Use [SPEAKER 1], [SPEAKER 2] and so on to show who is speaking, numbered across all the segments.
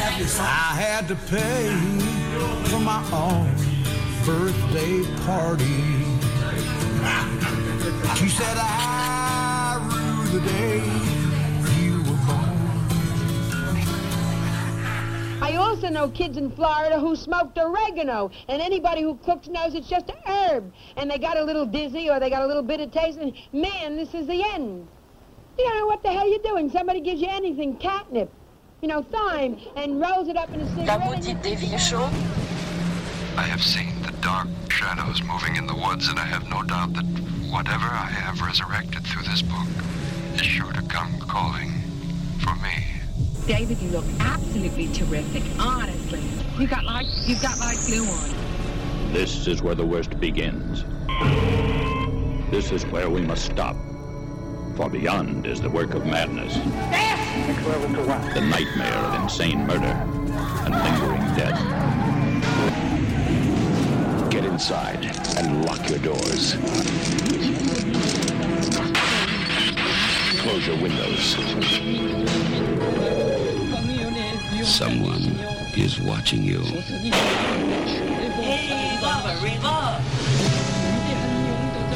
[SPEAKER 1] I had to pay for my own birthday party. She said I rue the day you were born.
[SPEAKER 2] I also know kids in Florida who smoked oregano, and anybody who cooks knows it's just a herb. And they got a little dizzy or they got a little bit of taste, and man, this is the end. You don't know what the hell you're doing. Somebody gives you anything, catnip, you know, thyme, and rolls it up in a
[SPEAKER 3] La
[SPEAKER 2] cigarette. and you-
[SPEAKER 3] maudite des villes chaudes.
[SPEAKER 4] I have seen the dark shadows moving in the woods, and I have no doubt that whatever I have resurrected through this book is sure to come calling for me.
[SPEAKER 5] David, you look absolutely terrific. Honestly, you got like you got like glue on.
[SPEAKER 6] This is where the worst begins. This is where we must stop. For beyond is the work of madness. The nightmare of insane murder and lingering death.
[SPEAKER 7] Get inside and lock your doors. Close your windows. Someone is watching you.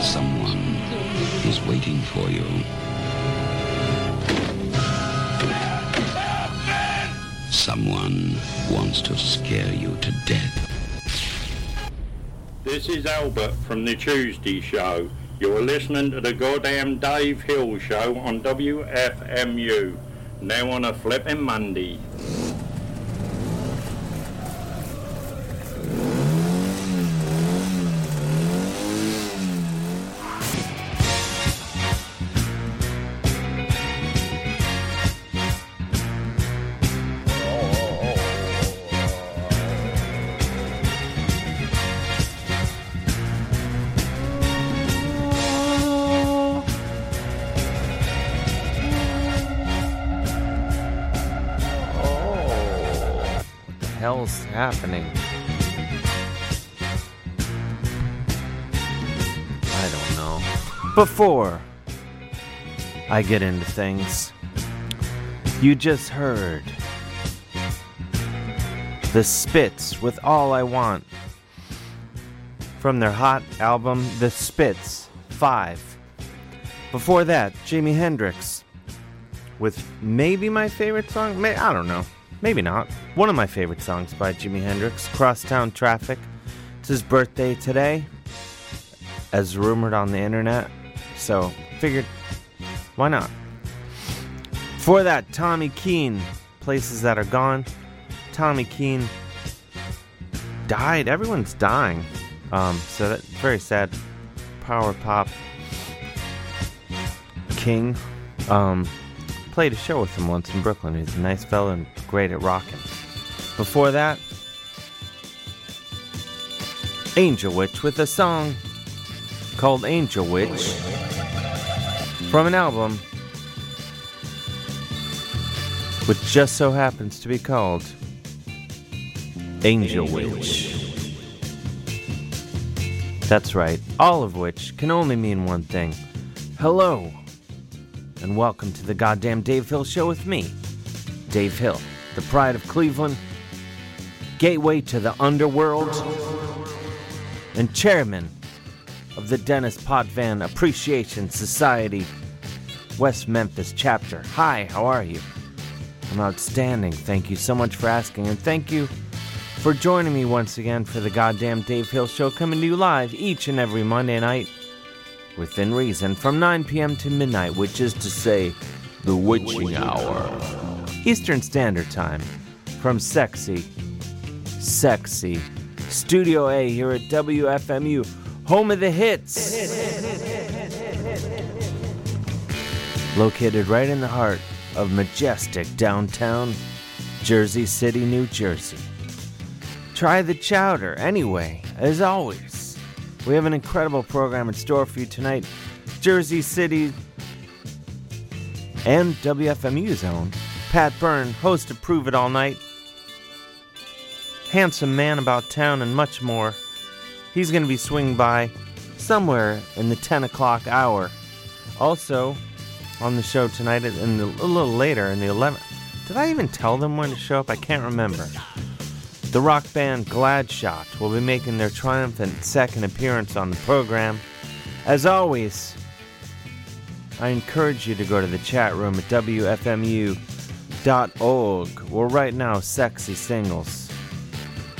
[SPEAKER 7] Someone is waiting for you. Someone wants to scare you to death.
[SPEAKER 8] This is Albert from the Tuesday Show. You're listening to the goddamn Dave Hill Show on WFMU. Now on a flipping Monday.
[SPEAKER 9] hell's happening? I don't know. Before I get into things, you just heard the Spits with All I Want from their hot album, The Spits 5. Before that, Jimi Hendrix with maybe my favorite song. May I don't know. Maybe not. One of my favorite songs by Jimi Hendrix, "Crosstown Traffic." It's his birthday today, as rumored on the internet. So figured, why not? For that, Tommy Keane, "Places That Are Gone." Tommy Keane died. Everyone's dying. Um, so that's very sad. Power pop king. Um, played a show with him once in Brooklyn. He's a nice fella and great at rocking. Before that, Angel Witch with a song called Angel Witch from an album which just so happens to be called Angel Witch. That's right, all of which can only mean one thing. Hello, and welcome to the goddamn Dave Hill Show with me, Dave Hill, the pride of Cleveland, gateway to the underworld, and chairman of the Dennis Potvin Appreciation Society West Memphis chapter. Hi, how are you? I'm outstanding. Thank you so much for asking, and thank you for joining me once again for the goddamn Dave Hill Show coming to you live each and every Monday night within reason, from 9 p.m. to midnight, which is to say, the witching hour. Eastern Standard Time, from sexy, sexy Studio A here at WFMU, home of the hits. Located right in the heart of majestic downtown Jersey City, New Jersey. Try the chowder anyway, as always. We have an incredible program in store for you tonight. Jersey City and WFMU's own Pat Byrne, host of Prove It All Night, handsome man about town, and much more. He's going to be swinging by somewhere in the 10 o'clock hour. Also on the show tonight, and a little later in the 11, Did I even tell them when to show up? I can't remember. The rock band Glad Shot will be making their triumphant second appearance on the program. As always, I encourage you to go to the chat room at WFMU.org, where right now sexy singles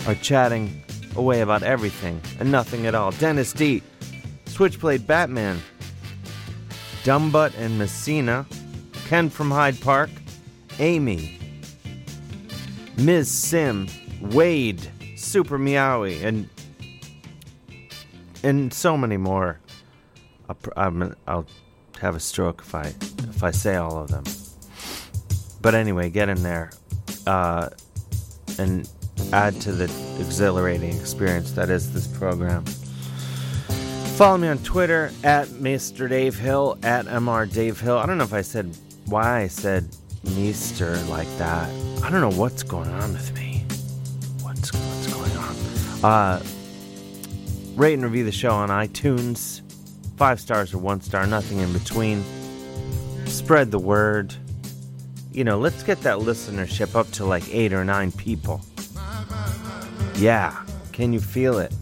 [SPEAKER 9] are chatting away about everything and nothing at all. Dennis D, Switchblade Batman, Dumbutt and Messina, Ken from Hyde Park, Amy, Ms. Sim, Wade, Super Meowie, and and so many more. I'll, pr- I'm, I'll have a stroke if I if I say all of them. But anyway, get in there uh, and add to the exhilarating experience that is this program. Follow me on Twitter at Mr. Dave Hill at Mr. Dave Hill. I don't know if I said why I said Meester like that. I don't know what's going on with me. What's what's going on? Uh, rate and review the show on iTunes. Five stars or one star, nothing in between. Spread the word. You know, let's get that listenership up to like eight or nine people. Yeah, can you feel it?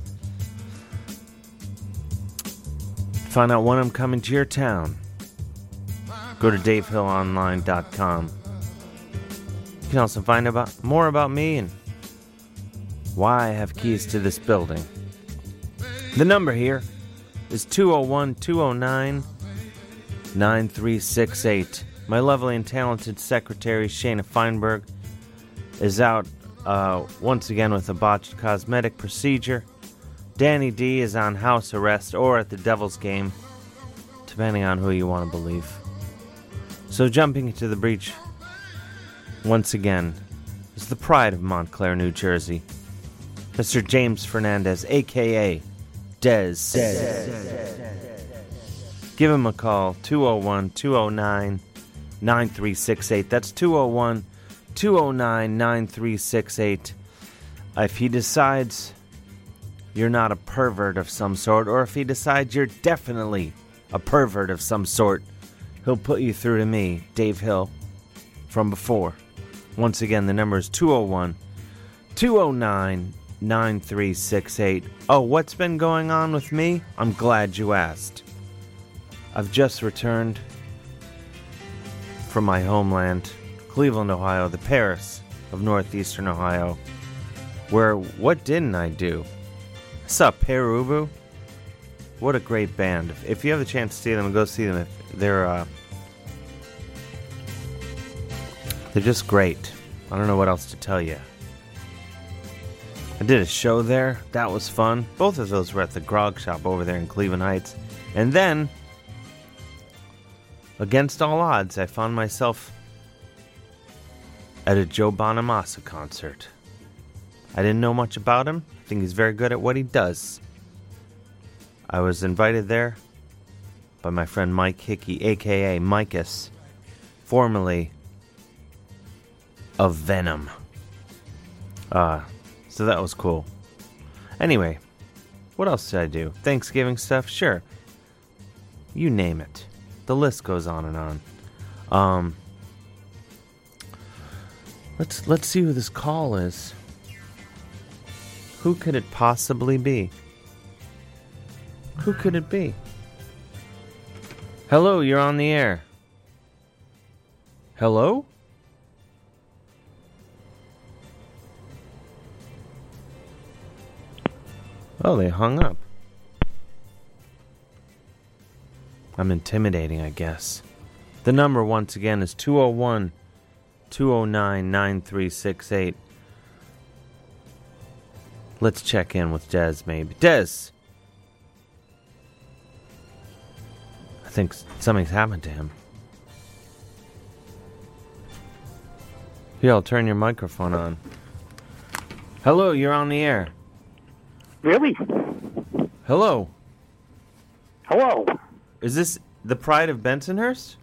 [SPEAKER 9] Find out when I'm coming to your town. Go to davehillonline.com. You can also find about more about me and why I have keys to this building. The number here is 201 209 9368. My lovely and talented secretary, Shayna Feinberg, is out uh, once again with a botched cosmetic procedure. Danny D is on house arrest or at the Devil's Game, depending on who you want to believe. So, jumping into the breach once again is the pride of Montclair, New Jersey, Mr. James Fernandez, aka Dez. Give him a call, 201 209 9368. That's 201 209 9368. If he decides you're not a pervert of some sort, or if he decides you're definitely a pervert of some sort, he'll put you through to me, Dave Hill, from before. Once again, the number is 201 209 9368. Oh, what's been going on with me? I'm glad you asked. I've just returned from my homeland, Cleveland, Ohio, the Paris of northeastern Ohio, where what didn't I do? Sup, Perubu? What a great band. If you have the chance to see them, go see them. They're, uh, they're just great. I don't know what else to tell you. I did a show there. That was fun. Both of those were at the Grog Shop over there in Cleveland Heights. And then, against all odds, I found myself at a Joe Bonamassa concert. I didn't know much about him. I think he's very good at what he does. I was invited there by my friend Mike Hickey, aka Micus, formerly of Venom. Uh, so that was cool. Anyway, what else did I do? Thanksgiving stuff? Sure. You name it. The list goes on and on. Um, let's let's see who this call is. Who could it possibly be? Who could it be? Hello, you're on the air. Hello? Oh, they hung up. I'm intimidating, I guess. The number, once again, is 201 209 9368. Let's check in with Dez, maybe. Dez! I think s- something's happened to him. Here, I'll turn your microphone on. Hello, you're on the air.
[SPEAKER 3] Really?
[SPEAKER 9] Hello.
[SPEAKER 3] Hello.
[SPEAKER 9] Is this the Pride of Bensonhurst?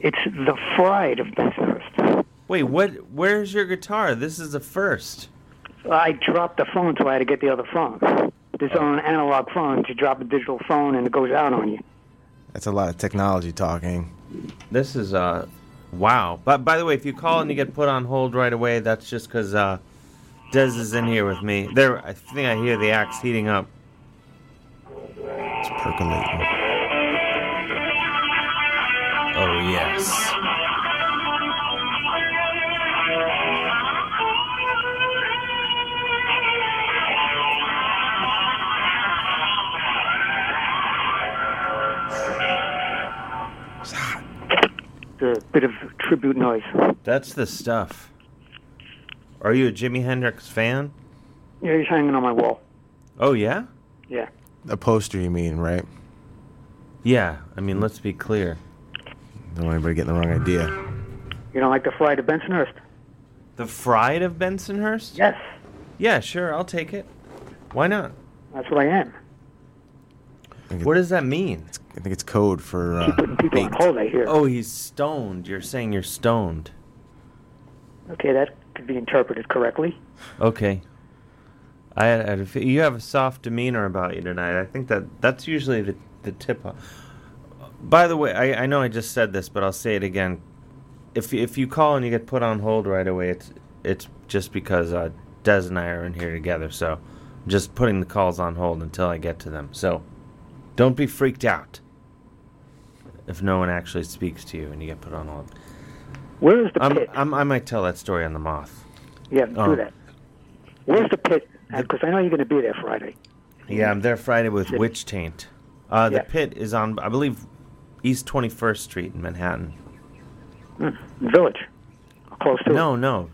[SPEAKER 3] It's the fried of Bensonhurst.
[SPEAKER 9] Wait, what? Where's your guitar? This is the first.
[SPEAKER 3] I dropped the phone, so I had to get the other phone. This
[SPEAKER 9] Oh.
[SPEAKER 3] is on an analog phone. You drop a digital phone, and it goes out on you.
[SPEAKER 10] That's a lot of technology talking.
[SPEAKER 9] This is uh, Wow. But by the way, if you call and you get put on hold right away, that's just because uh, Des is in here with me. There, I think I hear the axe heating up.
[SPEAKER 10] It's percolating.
[SPEAKER 9] Oh yes.
[SPEAKER 3] It's a bit of tribute noise.
[SPEAKER 9] That's the stuff. Are you a Jimi Hendrix fan?
[SPEAKER 3] Yeah, he's hanging on my wall.
[SPEAKER 9] Oh yeah.
[SPEAKER 3] Yeah.
[SPEAKER 10] A poster, you mean, right?
[SPEAKER 9] Yeah. I mean, let's be clear.
[SPEAKER 10] Don't want anybody getting the wrong idea.
[SPEAKER 3] You don't like the fried of Bensonhurst?
[SPEAKER 9] The Fried of Bensonhurst?
[SPEAKER 3] Yes.
[SPEAKER 9] Yeah, sure. I'll take it. Why not?
[SPEAKER 3] That's what I am.
[SPEAKER 9] What does that mean?
[SPEAKER 10] I think it's code for. Uh,
[SPEAKER 3] Keep putting people on hold, I hear.
[SPEAKER 9] Oh, he's stoned. You're saying you're stoned.
[SPEAKER 3] Okay, that could be interpreted correctly.
[SPEAKER 9] Okay. I, had- I had a fe- you have a soft demeanor about you tonight. I think that that's usually the the tip. Off. By the way, I, I know I just said this, but I'll say it again. If if you call and you get put on hold right away, it's it's just because uh, Des and I are in here together. So I'm just putting the calls on hold until I get to them. So don't be freaked out if no one actually speaks to you and you get put on hold.
[SPEAKER 3] Where is the
[SPEAKER 9] I'm,
[SPEAKER 3] pit?
[SPEAKER 9] I'm, I might tell that story on the moth.
[SPEAKER 3] yeah, do
[SPEAKER 9] oh.
[SPEAKER 3] that. Where's the pit? Because I know you're going to be there Friday.
[SPEAKER 9] Yeah, I'm there Friday with Witch Taint. Uh, the
[SPEAKER 3] Yeah.
[SPEAKER 9] pit is on, I believe, East 21st Street in Manhattan.
[SPEAKER 3] Village. Mm, Close to
[SPEAKER 9] No, no.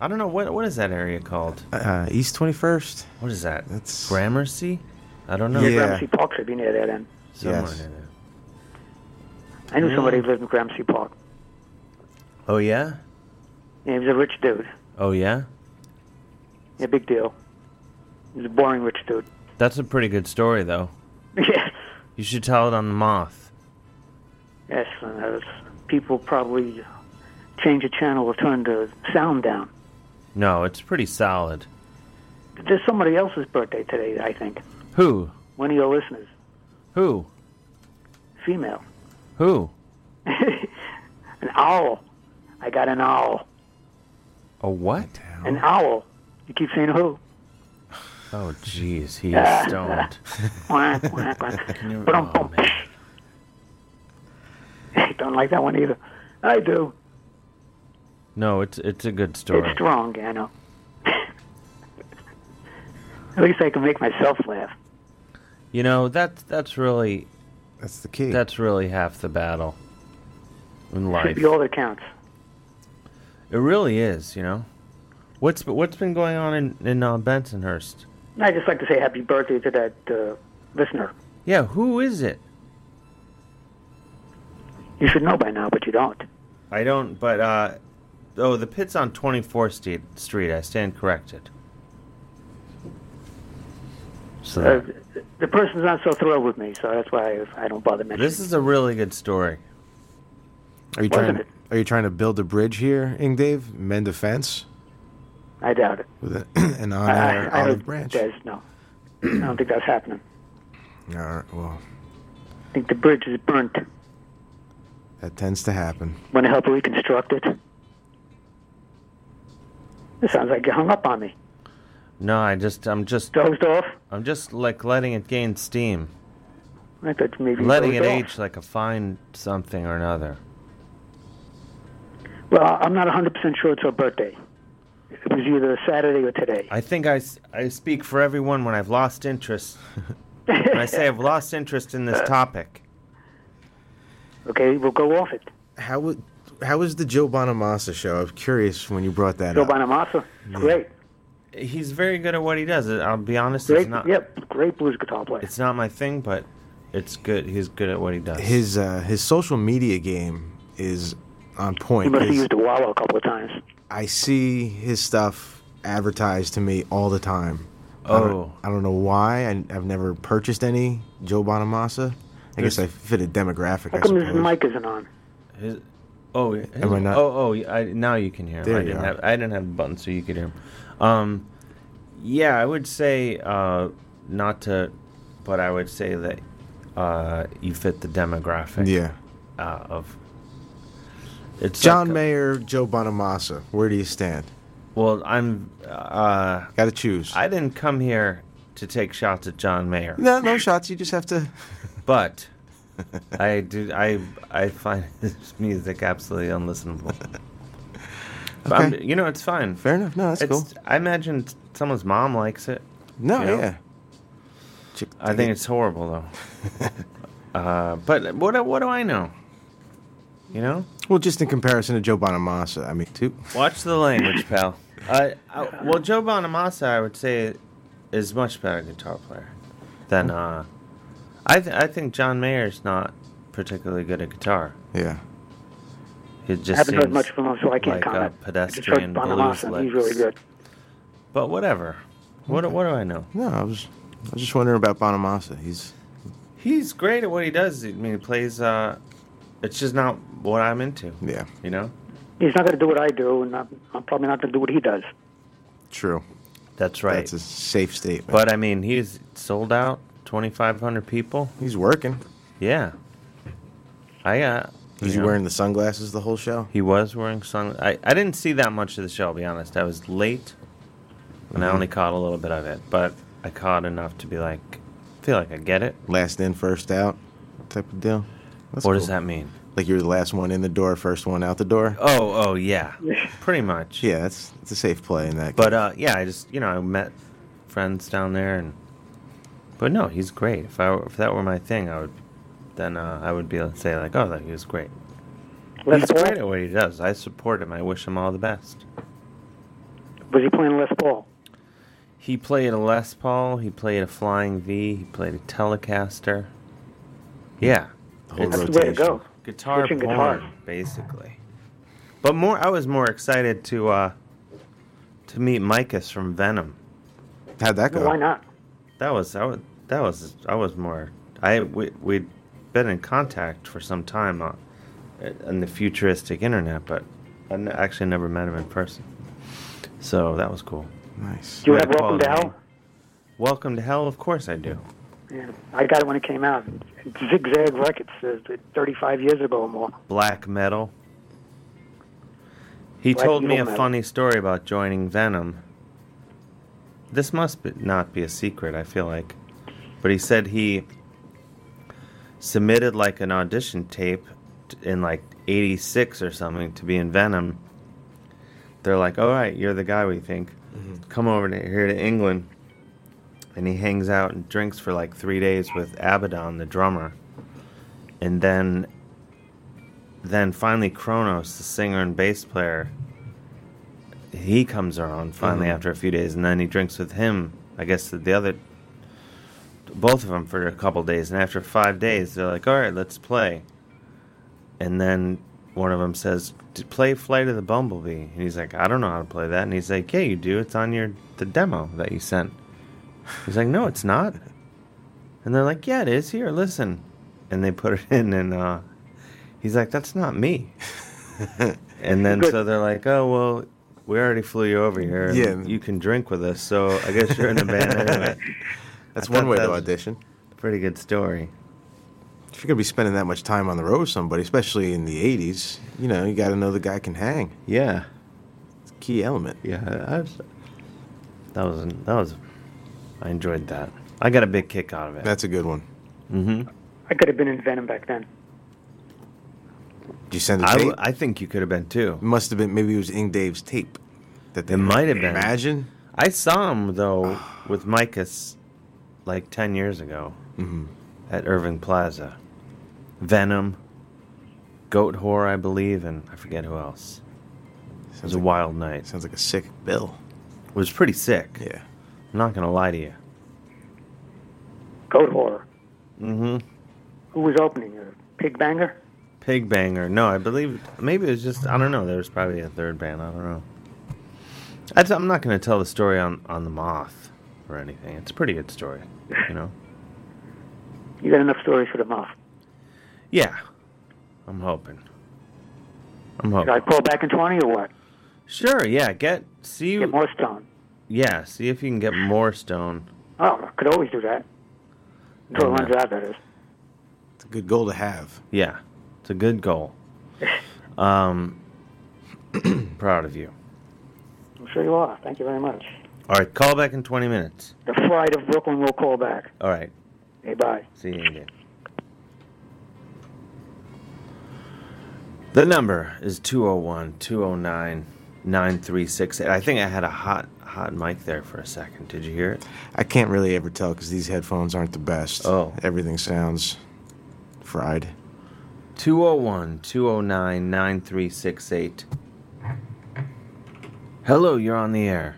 [SPEAKER 9] I don't know. What, what is that area called?
[SPEAKER 10] Uh, East 21st.
[SPEAKER 9] What is that?
[SPEAKER 10] That's-
[SPEAKER 9] Gramercy? I don't know.
[SPEAKER 10] Yeah.
[SPEAKER 3] Gramercy Park should be near there then.
[SPEAKER 9] Somewhere
[SPEAKER 10] Yes.
[SPEAKER 9] near there.
[SPEAKER 3] I knew somebody who lived in Gramercy Park.
[SPEAKER 9] Oh, yeah?
[SPEAKER 3] Yeah, he was a rich dude.
[SPEAKER 9] Oh, yeah?
[SPEAKER 3] Yeah, big deal. He was a boring rich dude.
[SPEAKER 9] That's a pretty good story, though.
[SPEAKER 3] yes.
[SPEAKER 9] You should tell it on the moth.
[SPEAKER 3] Yes. and those people probably change the channel or turn the sound down.
[SPEAKER 9] No, it's pretty solid.
[SPEAKER 3] There's somebody else's birthday today, I think.
[SPEAKER 9] Who?
[SPEAKER 3] One of your listeners.
[SPEAKER 9] Who?
[SPEAKER 3] Female.
[SPEAKER 9] Who?
[SPEAKER 3] An owl. I got an owl.
[SPEAKER 9] A what?
[SPEAKER 3] An owl. You keep saying who?
[SPEAKER 9] Oh, jeez. He is stoned.
[SPEAKER 3] Quack, quack, quack.
[SPEAKER 9] Can you-
[SPEAKER 3] Ba-dum,
[SPEAKER 9] oh,
[SPEAKER 3] bum. I don't like that one either. I do.
[SPEAKER 9] No, it's it's a good story.
[SPEAKER 3] It's strong, I know. At least I can make myself laugh.
[SPEAKER 9] You know, that's that's really
[SPEAKER 10] That's the key.
[SPEAKER 9] that's really half the battle in
[SPEAKER 3] Should
[SPEAKER 9] life.
[SPEAKER 3] be all that counts.
[SPEAKER 9] It really is, you know. What's what's been going on in in uh, Bensonhurst?
[SPEAKER 3] And I just like to say happy birthday to that uh, listener.
[SPEAKER 9] Yeah, who is it?
[SPEAKER 3] You should know by now, but you don't.
[SPEAKER 9] I don't, but uh, oh, the pit's on Twenty Fourth Street. Street, I stand corrected. So
[SPEAKER 3] Uh,
[SPEAKER 9] that-
[SPEAKER 3] the person's not so thrilled with me, so that's why I, I don't bother mentioning.
[SPEAKER 9] this is a really good story.
[SPEAKER 10] Are you
[SPEAKER 3] Wasn't
[SPEAKER 10] trying?
[SPEAKER 3] it?
[SPEAKER 10] Are you trying to build a bridge here, Ing Dave? Mend a fence
[SPEAKER 3] I doubt it.
[SPEAKER 10] with a, an
[SPEAKER 3] I,
[SPEAKER 10] on-air
[SPEAKER 3] I, I
[SPEAKER 10] olive
[SPEAKER 3] don't,
[SPEAKER 10] branch. All
[SPEAKER 3] Des, no, I don't think that's happening.
[SPEAKER 10] right. Well,
[SPEAKER 3] I think the bridge is burnt.
[SPEAKER 10] that tends to happen.
[SPEAKER 3] Want to help reconstruct it? It sounds like you hung up on me.
[SPEAKER 9] No, I just, I'm just,
[SPEAKER 3] Dozed off?
[SPEAKER 9] I'm just like letting it gain steam,
[SPEAKER 3] I thought maybe you
[SPEAKER 9] letting it
[SPEAKER 3] dozed off.
[SPEAKER 9] age like a fine something or another.
[SPEAKER 3] Well, I'm not 100% sure it's her birthday. It was either Saturday or today.
[SPEAKER 9] I think I, s- I speak for everyone when I've lost interest. when I say I've lost interest in this topic.
[SPEAKER 3] Okay, we'll go off it.
[SPEAKER 10] How would? How was the Joe Bonamassa show? I'm curious when you brought that
[SPEAKER 3] Joe
[SPEAKER 10] up.
[SPEAKER 3] Bonamassa, great.
[SPEAKER 9] He's very good at what he does. Uh, I'll be honest,
[SPEAKER 3] Great,
[SPEAKER 9] it's not
[SPEAKER 3] yep, great blues guitar player.
[SPEAKER 9] it's not my thing, but it's good. He's good at what he does.
[SPEAKER 10] his uh, his social media game is on
[SPEAKER 3] He
[SPEAKER 10] point.
[SPEAKER 3] must have
[SPEAKER 10] His-
[SPEAKER 3] used a wallow a couple of times.
[SPEAKER 10] I see his stuff advertised to me all the time. I don't-
[SPEAKER 9] Oh.
[SPEAKER 10] I don't know why. I, I've never purchased any Joe Bonamassa. I guess I fit a demographic.
[SPEAKER 3] How
[SPEAKER 10] I
[SPEAKER 3] come his
[SPEAKER 10] suppose.
[SPEAKER 3] mic isn't on?
[SPEAKER 9] His- oh, his-
[SPEAKER 10] I not-
[SPEAKER 9] oh, oh! I, now you can hear him.
[SPEAKER 10] There
[SPEAKER 9] I
[SPEAKER 10] you
[SPEAKER 9] didn't
[SPEAKER 10] are.
[SPEAKER 9] have I didn't have a button, so you could hear him. Um, yeah, I would say uh, not to, but I would say that uh, you fit the demographic.
[SPEAKER 10] Yeah.
[SPEAKER 9] uh, of It's
[SPEAKER 10] John Mayer, Joe Bonamassa. Where do you stand?
[SPEAKER 9] Well, I'm. Uh,
[SPEAKER 10] Got to choose.
[SPEAKER 9] I didn't come here to take shots at John Mayer,
[SPEAKER 10] No, no shots. You just have to.
[SPEAKER 9] but I do. I I find his music absolutely unlistenable. But I'm-
[SPEAKER 10] Okay.
[SPEAKER 9] you know, it's fine.
[SPEAKER 10] Fair enough. No, that's
[SPEAKER 9] it's,
[SPEAKER 10] cool.
[SPEAKER 9] I imagine someone's mom likes it.
[SPEAKER 10] No,
[SPEAKER 9] you know?
[SPEAKER 10] yeah. Chick-
[SPEAKER 9] I think it's horrible though. uh, but what what do I know? You know,
[SPEAKER 10] well, just in comparison to Joe Bonamassa. I mean, too.
[SPEAKER 9] watch the language, pal. I, I, well, Joe Bonamassa, I would say, is much better guitar player than. Uh, I th- I think John Mayer's not particularly good at guitar.
[SPEAKER 10] Yeah.
[SPEAKER 9] He just
[SPEAKER 3] haven't heard
[SPEAKER 9] seems
[SPEAKER 3] much from him, so I can't
[SPEAKER 9] like
[SPEAKER 3] comment.
[SPEAKER 9] A
[SPEAKER 3] I just
[SPEAKER 9] pedestrian blues
[SPEAKER 3] heard Bonamassa, he's
[SPEAKER 9] licks.
[SPEAKER 3] really good.
[SPEAKER 9] But whatever. What what do I know?
[SPEAKER 10] No, I was, I was just wondering about Bonamassa. He's
[SPEAKER 9] He's great at what he does. I mean, he plays. Uh, it's just not what I'm into.
[SPEAKER 10] yeah,
[SPEAKER 9] You know.
[SPEAKER 3] He's not going to do what I do, and I'm, I'm probably not going to do what he does.
[SPEAKER 10] true.
[SPEAKER 9] That's right.
[SPEAKER 10] That's a safe statement.
[SPEAKER 9] But I mean, he's sold out. Twenty five hundred people.
[SPEAKER 10] he's working.
[SPEAKER 9] Yeah. I uh.
[SPEAKER 10] Was
[SPEAKER 9] you
[SPEAKER 10] he
[SPEAKER 9] know,
[SPEAKER 10] wearing the sunglasses the whole show?
[SPEAKER 9] He was wearing sun. I I didn't see that much of the show. I'll be honest. I was late, and
[SPEAKER 10] Mm-hmm.
[SPEAKER 9] I only caught a little bit of it. But I caught enough to be like, feel like I get it.
[SPEAKER 10] Last in, first out, type of deal. That's
[SPEAKER 9] what
[SPEAKER 10] cool.
[SPEAKER 9] does that mean?
[SPEAKER 10] Like you're the last one in the door, first one out the door.
[SPEAKER 9] Oh, oh yeah, pretty much.
[SPEAKER 10] Yeah, that's it's a safe play in that.
[SPEAKER 9] But
[SPEAKER 10] game.
[SPEAKER 9] uh, yeah, I just you know I met friends down there, and but no, he's great. If I were- if that were my thing, I would then uh, I would be able to say like, oh, that he was great.
[SPEAKER 3] Les
[SPEAKER 9] he's
[SPEAKER 3] Paul?
[SPEAKER 9] great at what he does. I support him. I wish him all the best.
[SPEAKER 3] Was he playing Les Paul?
[SPEAKER 9] He played a Les Paul. He played a Flying V. He played a Telecaster. Yeah,
[SPEAKER 10] The whole
[SPEAKER 3] That's the way to go.
[SPEAKER 9] guitar
[SPEAKER 3] Switching
[SPEAKER 9] porn,
[SPEAKER 3] guitars.
[SPEAKER 9] basically. But more, I was more excited to uh, to meet Micus from Venom.
[SPEAKER 10] How'd that go?
[SPEAKER 3] Well,
[SPEAKER 9] uh,
[SPEAKER 3] why not?
[SPEAKER 9] That was that was that was I was more I we we'd been in contact for some time on in the futuristic internet, but I n- actually never met him in person. So that was cool.
[SPEAKER 10] Nice.
[SPEAKER 3] Do you
[SPEAKER 9] Way
[SPEAKER 3] have
[SPEAKER 9] to
[SPEAKER 3] Welcome to
[SPEAKER 9] call it,
[SPEAKER 3] Hell?
[SPEAKER 9] Welcome to hell, of course I do.
[SPEAKER 3] Yeah, I got it when it came out. Zigzag Records, uh, 35 years ago or more.
[SPEAKER 9] Black metal. He
[SPEAKER 3] Black
[SPEAKER 9] told me
[SPEAKER 3] metal
[SPEAKER 9] a
[SPEAKER 3] metal.
[SPEAKER 9] funny story about joining Venom. This must be, not be a secret, I feel like. But he said he submitted like an audition tape t- in like 86 or something to be in Venom. They're like, all right, you're the guy we think. Come over to, here to England. And he hangs out and drinks for like three days with Abaddon, the drummer. And then then finally Kronos, the singer and bass player, he comes around finally after a few days, and then he drinks with him. I guess the other, both of them for a couple days, and after five days, they're like, "All right, let's play." And then one of them says, "D- "Play Flight of the Bumblebee," and he's like, "I don't know how to play that," and he's like, "Yeah, you do. It's on your the demo that you sent." He's like, "No, it's not." And they're like, "Yeah, it is. Here, listen." And they put it in, and uh, he's like, "That's not me." and then so they're like, "Oh well, we already flew you over here. and
[SPEAKER 10] Yeah.
[SPEAKER 9] you can drink with us, so I guess you're in the band anyway."
[SPEAKER 10] That's
[SPEAKER 9] I
[SPEAKER 10] one
[SPEAKER 9] thought
[SPEAKER 10] way
[SPEAKER 9] that
[SPEAKER 10] to
[SPEAKER 9] was-
[SPEAKER 10] audition.
[SPEAKER 9] Pretty good story.
[SPEAKER 10] If you're gonna be spending that much time on the road with somebody, especially in the '80s, you know you got to know the guy can hang.
[SPEAKER 9] Yeah,
[SPEAKER 10] It's a key element.
[SPEAKER 9] yeah. I was, that was that was. I enjoyed that. I got a big kick out of it. Mm-hmm.
[SPEAKER 10] That's a good one.
[SPEAKER 3] I could have been in Venom back then.
[SPEAKER 10] Did you send a
[SPEAKER 9] I,
[SPEAKER 10] tape?
[SPEAKER 9] w- I think you could have been too.
[SPEAKER 10] Must have been maybe it was Ing Dave's tape. That they
[SPEAKER 9] It might have been.
[SPEAKER 10] Imagine.
[SPEAKER 9] I saw him though with Micus, like ten years ago,
[SPEAKER 10] Mm-hmm.
[SPEAKER 9] at Irving Plaza. Venom, Goat Whore, I believe, and I forget who else. It was
[SPEAKER 10] Sounds
[SPEAKER 9] a
[SPEAKER 10] like,
[SPEAKER 9] wild night.
[SPEAKER 10] sounds like a sick bill.
[SPEAKER 9] It was pretty sick.
[SPEAKER 10] Yeah.
[SPEAKER 9] I'm not gonna lie to you.
[SPEAKER 3] Goat Horror.
[SPEAKER 9] Mm-hmm.
[SPEAKER 3] Who was opening? Uh, Pig Banger?
[SPEAKER 9] Pig Banger. No, I believe maybe it was just I don't know. There was probably a third band. I don't know. I t- I'm not going to tell the story on on the moth or anything. It's a pretty good story, you know.
[SPEAKER 3] You got enough stories for the mouth.
[SPEAKER 9] Yeah, I'm hoping. I'm
[SPEAKER 3] Should I
[SPEAKER 9] hoping.
[SPEAKER 3] call back in 20 or what?
[SPEAKER 9] Oh. Sure. Yeah. Get see.
[SPEAKER 3] Get more stone.
[SPEAKER 9] Yeah. See if you can get more stone.
[SPEAKER 3] Oh, I could always do that. Until it runs out, that is.
[SPEAKER 10] It's a good goal to have.
[SPEAKER 9] Yeah, it's a good goal. Um, proud of you.
[SPEAKER 3] I'm sure you are. Thank you very much.
[SPEAKER 9] All right, call back in 20 minutes.
[SPEAKER 3] The Pride of Brooklyn will call back.
[SPEAKER 9] All right.
[SPEAKER 3] Hey, bye.
[SPEAKER 9] See you again. The number is 201 209 9368. I think I had a hot hot mic there for a second. Did you hear it?
[SPEAKER 10] I can't really ever tell because these headphones aren't the best.
[SPEAKER 9] Oh.
[SPEAKER 10] Everything sounds fried.
[SPEAKER 9] 201 209 9368. Hello, you're on the air.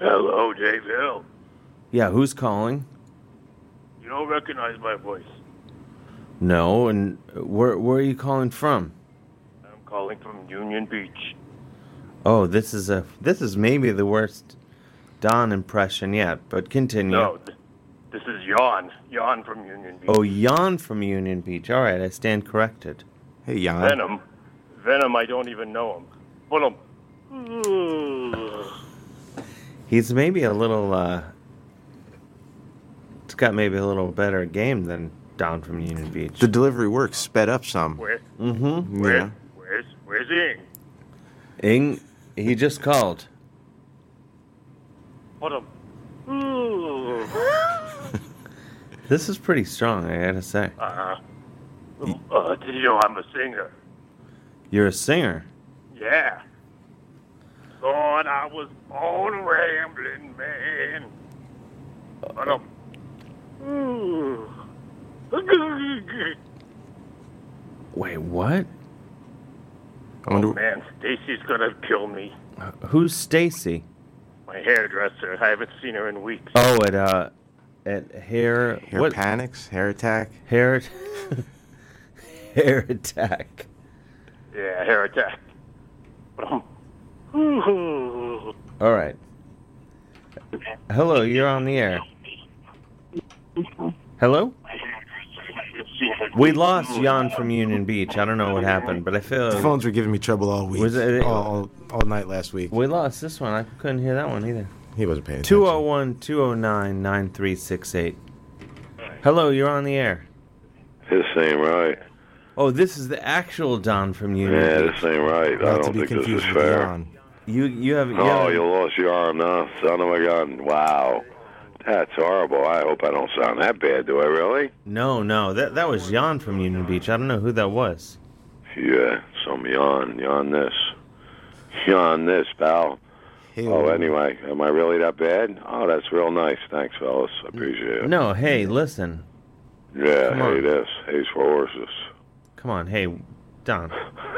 [SPEAKER 11] Hello, Dave Hill.
[SPEAKER 9] Yeah, who's calling?
[SPEAKER 11] You don't recognize my voice.
[SPEAKER 9] No, and where, where are you calling from?
[SPEAKER 11] I'm calling from Union Beach.
[SPEAKER 9] Oh, this is a this is maybe the worst Don impression yet, but continue.
[SPEAKER 11] No, th- this is Jan. Jan from Union Beach.
[SPEAKER 9] Oh, Jan from Union Beach. All right, I stand corrected. Hey, Jan.
[SPEAKER 11] Venom. Venom, I don't even know him. Venom.
[SPEAKER 9] He's maybe a little. uh It's got maybe a little better game than Don from Union Beach.
[SPEAKER 10] The delivery works sped up some.
[SPEAKER 11] Where?
[SPEAKER 9] Mm-hmm.
[SPEAKER 11] Where? Where's, where's Ing?
[SPEAKER 9] Ing, he just called.
[SPEAKER 11] Venom.
[SPEAKER 9] This is pretty strong, I gotta say.
[SPEAKER 11] Uh, uh, did you know I'm a singer?
[SPEAKER 9] You're a singer.
[SPEAKER 11] Yeah. Lord, I was born a rambling man. But I'm.
[SPEAKER 9] Wait, what? I
[SPEAKER 11] Oh man, Stacy's gonna kill me.
[SPEAKER 9] Who's Stacy?
[SPEAKER 11] My hairdresser. I haven't seen her in weeks.
[SPEAKER 9] Oh, at uh, at hair.
[SPEAKER 10] Hair
[SPEAKER 9] what?
[SPEAKER 10] panics, hair attack.
[SPEAKER 9] Hair. hair attack.
[SPEAKER 11] Yeah, hair attack. But I'm.
[SPEAKER 9] All right. Hello, you're on the air. Hello. We lost Jan from Union Beach. I don't know what happened, but I feel
[SPEAKER 10] The phones were giving me trouble all week.
[SPEAKER 9] Was it-
[SPEAKER 10] all, all night last week?
[SPEAKER 9] we lost this one. I couldn't hear that one either.
[SPEAKER 10] He wasn't paying attention.
[SPEAKER 9] 201 209 9368. Hello, you're on the air.
[SPEAKER 12] This ain't right.
[SPEAKER 9] Oh, this is the actual Don from Union
[SPEAKER 12] Yeah,
[SPEAKER 9] Beach.
[SPEAKER 12] this ain't right. I don't think this is fair.
[SPEAKER 9] You you have you
[SPEAKER 12] Oh,
[SPEAKER 9] have-
[SPEAKER 12] you lost your arm now, son of a gun. Wow. That's horrible. I hope I don't sound that bad, do I really?
[SPEAKER 9] No, no. That that was Jan from Union Beach. I don't know who that was.
[SPEAKER 12] Yeah, some yawn, yawn this. Yawn this, pal. Oh, anyway, am I really that bad? Oh, that's real nice. Thanks, fellas. I appreciate it.
[SPEAKER 9] No, hey, listen.
[SPEAKER 12] Yeah,
[SPEAKER 9] Come
[SPEAKER 12] hey,
[SPEAKER 9] on.
[SPEAKER 12] this. Hay's for horses.
[SPEAKER 9] Come on, hey, Don.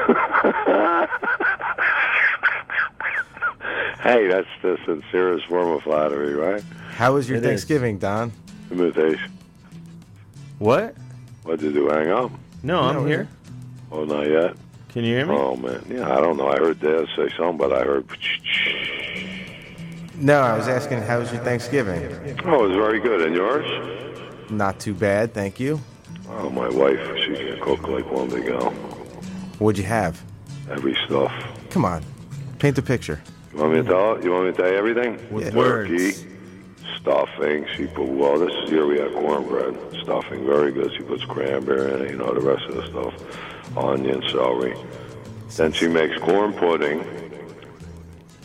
[SPEAKER 12] Hey, that's the sincerest form of flattery, right?
[SPEAKER 10] How was your
[SPEAKER 12] It is.
[SPEAKER 10] Thanksgiving, Don?
[SPEAKER 12] Imitation.
[SPEAKER 9] What?
[SPEAKER 12] What'd you do? Hang up?
[SPEAKER 9] No, I'm here.
[SPEAKER 12] Oh, not yet.
[SPEAKER 9] Can you hear me?
[SPEAKER 12] Oh man, yeah, I don't know. I heard Dad say something, but I heard.
[SPEAKER 10] No, I was asking, how was your Thanksgiving?
[SPEAKER 12] Oh, it was very good. And yours?
[SPEAKER 10] Not too bad, thank you.
[SPEAKER 12] Oh, my wife, she can cook like one big girl.
[SPEAKER 10] What'd you have?
[SPEAKER 12] Every stuff.
[SPEAKER 10] Come on, paint the picture.
[SPEAKER 12] You want me to tell it? You want me to tell you everything?
[SPEAKER 10] With Yeah.
[SPEAKER 12] Turkey, stuffing. She put well. This year we had cornbread stuffing, very good. She puts cranberry in it. You know the rest of the stuff, onion, celery. Then she makes corn pudding.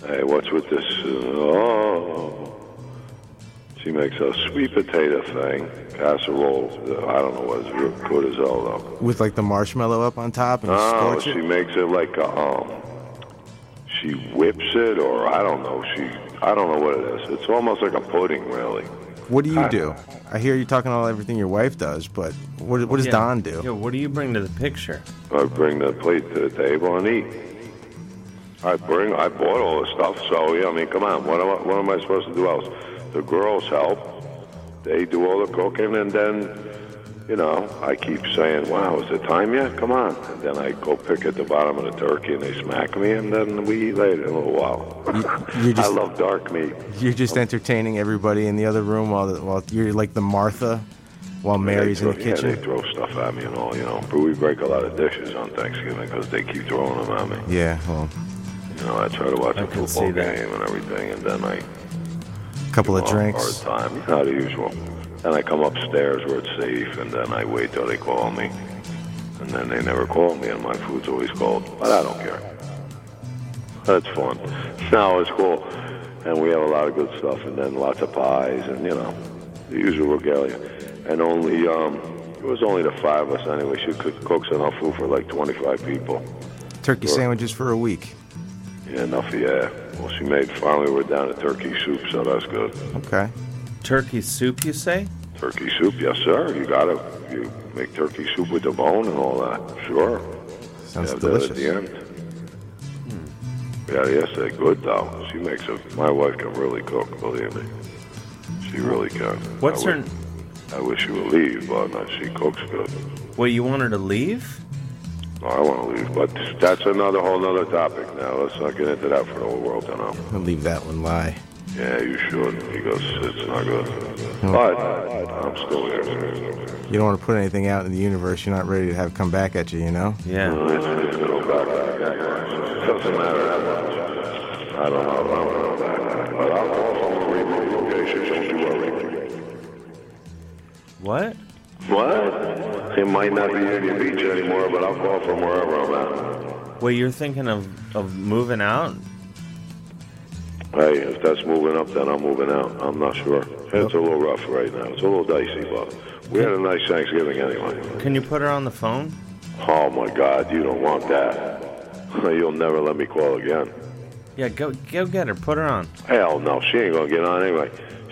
[SPEAKER 12] Hey, what's with this? Oh. She makes a sweet potato thing, casserole. I don't know what it's real good as hell though.
[SPEAKER 10] With like the marshmallow up on top and
[SPEAKER 12] Oh,
[SPEAKER 10] scorch
[SPEAKER 12] she
[SPEAKER 10] it.
[SPEAKER 12] makes it like a um. She whips it, or I don't know. She, I don't know what it is. It's almost like a pudding, really.
[SPEAKER 10] What do you do? I hear you talking all everything your wife does, but what, what does
[SPEAKER 9] Yeah.
[SPEAKER 10] Don do?
[SPEAKER 9] Yeah, what do you bring to the picture?
[SPEAKER 12] I bring the plate to the table and eat. I bring. I bought all the stuff, so yeah. I mean, come on. What am I, what am I supposed to do else? The girls help. They do all the cooking, and then, you know, I keep saying, "Wow, is it time yet? Come on!" And then I go pick at the bottom of the turkey, and they smack me, and then we eat later in a little while.
[SPEAKER 10] You're
[SPEAKER 12] I
[SPEAKER 10] just
[SPEAKER 12] love dark meat.
[SPEAKER 10] you're just entertaining everybody in the other room while the, while you're like the Martha, while Mary's
[SPEAKER 12] they
[SPEAKER 10] in
[SPEAKER 12] throw,
[SPEAKER 10] the
[SPEAKER 12] Yeah,
[SPEAKER 10] kitchen.
[SPEAKER 12] they throw stuff at me and all, you know. But we break a lot of dishes on Thanksgiving because they keep throwing them at me.
[SPEAKER 10] Yeah, well,
[SPEAKER 12] You know, I try to watch
[SPEAKER 10] I
[SPEAKER 12] a
[SPEAKER 10] can
[SPEAKER 12] football
[SPEAKER 10] see that.
[SPEAKER 12] game and everything, and then I
[SPEAKER 10] a couple of
[SPEAKER 12] well,
[SPEAKER 10] drinks.
[SPEAKER 12] hard time, you know, the usual. Then I come upstairs where it's safe, and then I wait till they call me. and then they never call me, and my food's always cold. But I don't care. That's fun. Now it's cool, and we have a lot of good stuff, and then lots of pies, and you know, the usual regalia. And only um, it was only the five of us anyway. She could cooks enough food for like 25 people.
[SPEAKER 10] Turkey sandwiches for a week.
[SPEAKER 12] Yeah, enough. Yeah. Well, she made finally we're down to turkey soup, so that's good.
[SPEAKER 10] Okay.
[SPEAKER 9] Turkey soup, you say?
[SPEAKER 12] Turkey soup, yes, sir. You got to You make turkey soup with the bone and all that. Sure.
[SPEAKER 10] Sounds
[SPEAKER 12] Have
[SPEAKER 10] delicious.
[SPEAKER 12] That at the end.
[SPEAKER 9] Hmm.
[SPEAKER 12] Yeah, yes, they're good though. She makes a. My wife can really cook. Believe me, she really can.
[SPEAKER 9] What's
[SPEAKER 12] I
[SPEAKER 9] her?
[SPEAKER 12] Wish, I wish she would leave, but no, she cooks good.
[SPEAKER 9] Well, you want her to leave?
[SPEAKER 12] No, I want to leave, but that's another whole nother topic. Now let's not get into that for the whole world to know.
[SPEAKER 10] I'll leave that one lie.
[SPEAKER 12] Yeah, you should because it's not good. But I'm still here.
[SPEAKER 10] You don't want to put anything out in the universe you're not ready to have come back at you, you know?
[SPEAKER 9] Yeah.
[SPEAKER 12] Doesn't matter that much. I don't know. I don't know that. But I'll call someone to read the location. Don't you worry.
[SPEAKER 9] What?
[SPEAKER 12] What? It might not be Union Beach anymore, but I'll call from wherever I'm at.
[SPEAKER 9] Wait, you're thinking of, of moving out?
[SPEAKER 12] Hey, if that's moving up, then I'm moving out. I'm not sure. It's a little rough right now. It's a little dicey, but we had a nice Thanksgiving anyway.
[SPEAKER 9] Can you put her on the phone?
[SPEAKER 12] Oh my God, you don't want that. You'll never let me call again.
[SPEAKER 9] Yeah, go go get her. Put her on.
[SPEAKER 12] Hell no, she ain't gonna get on anyway.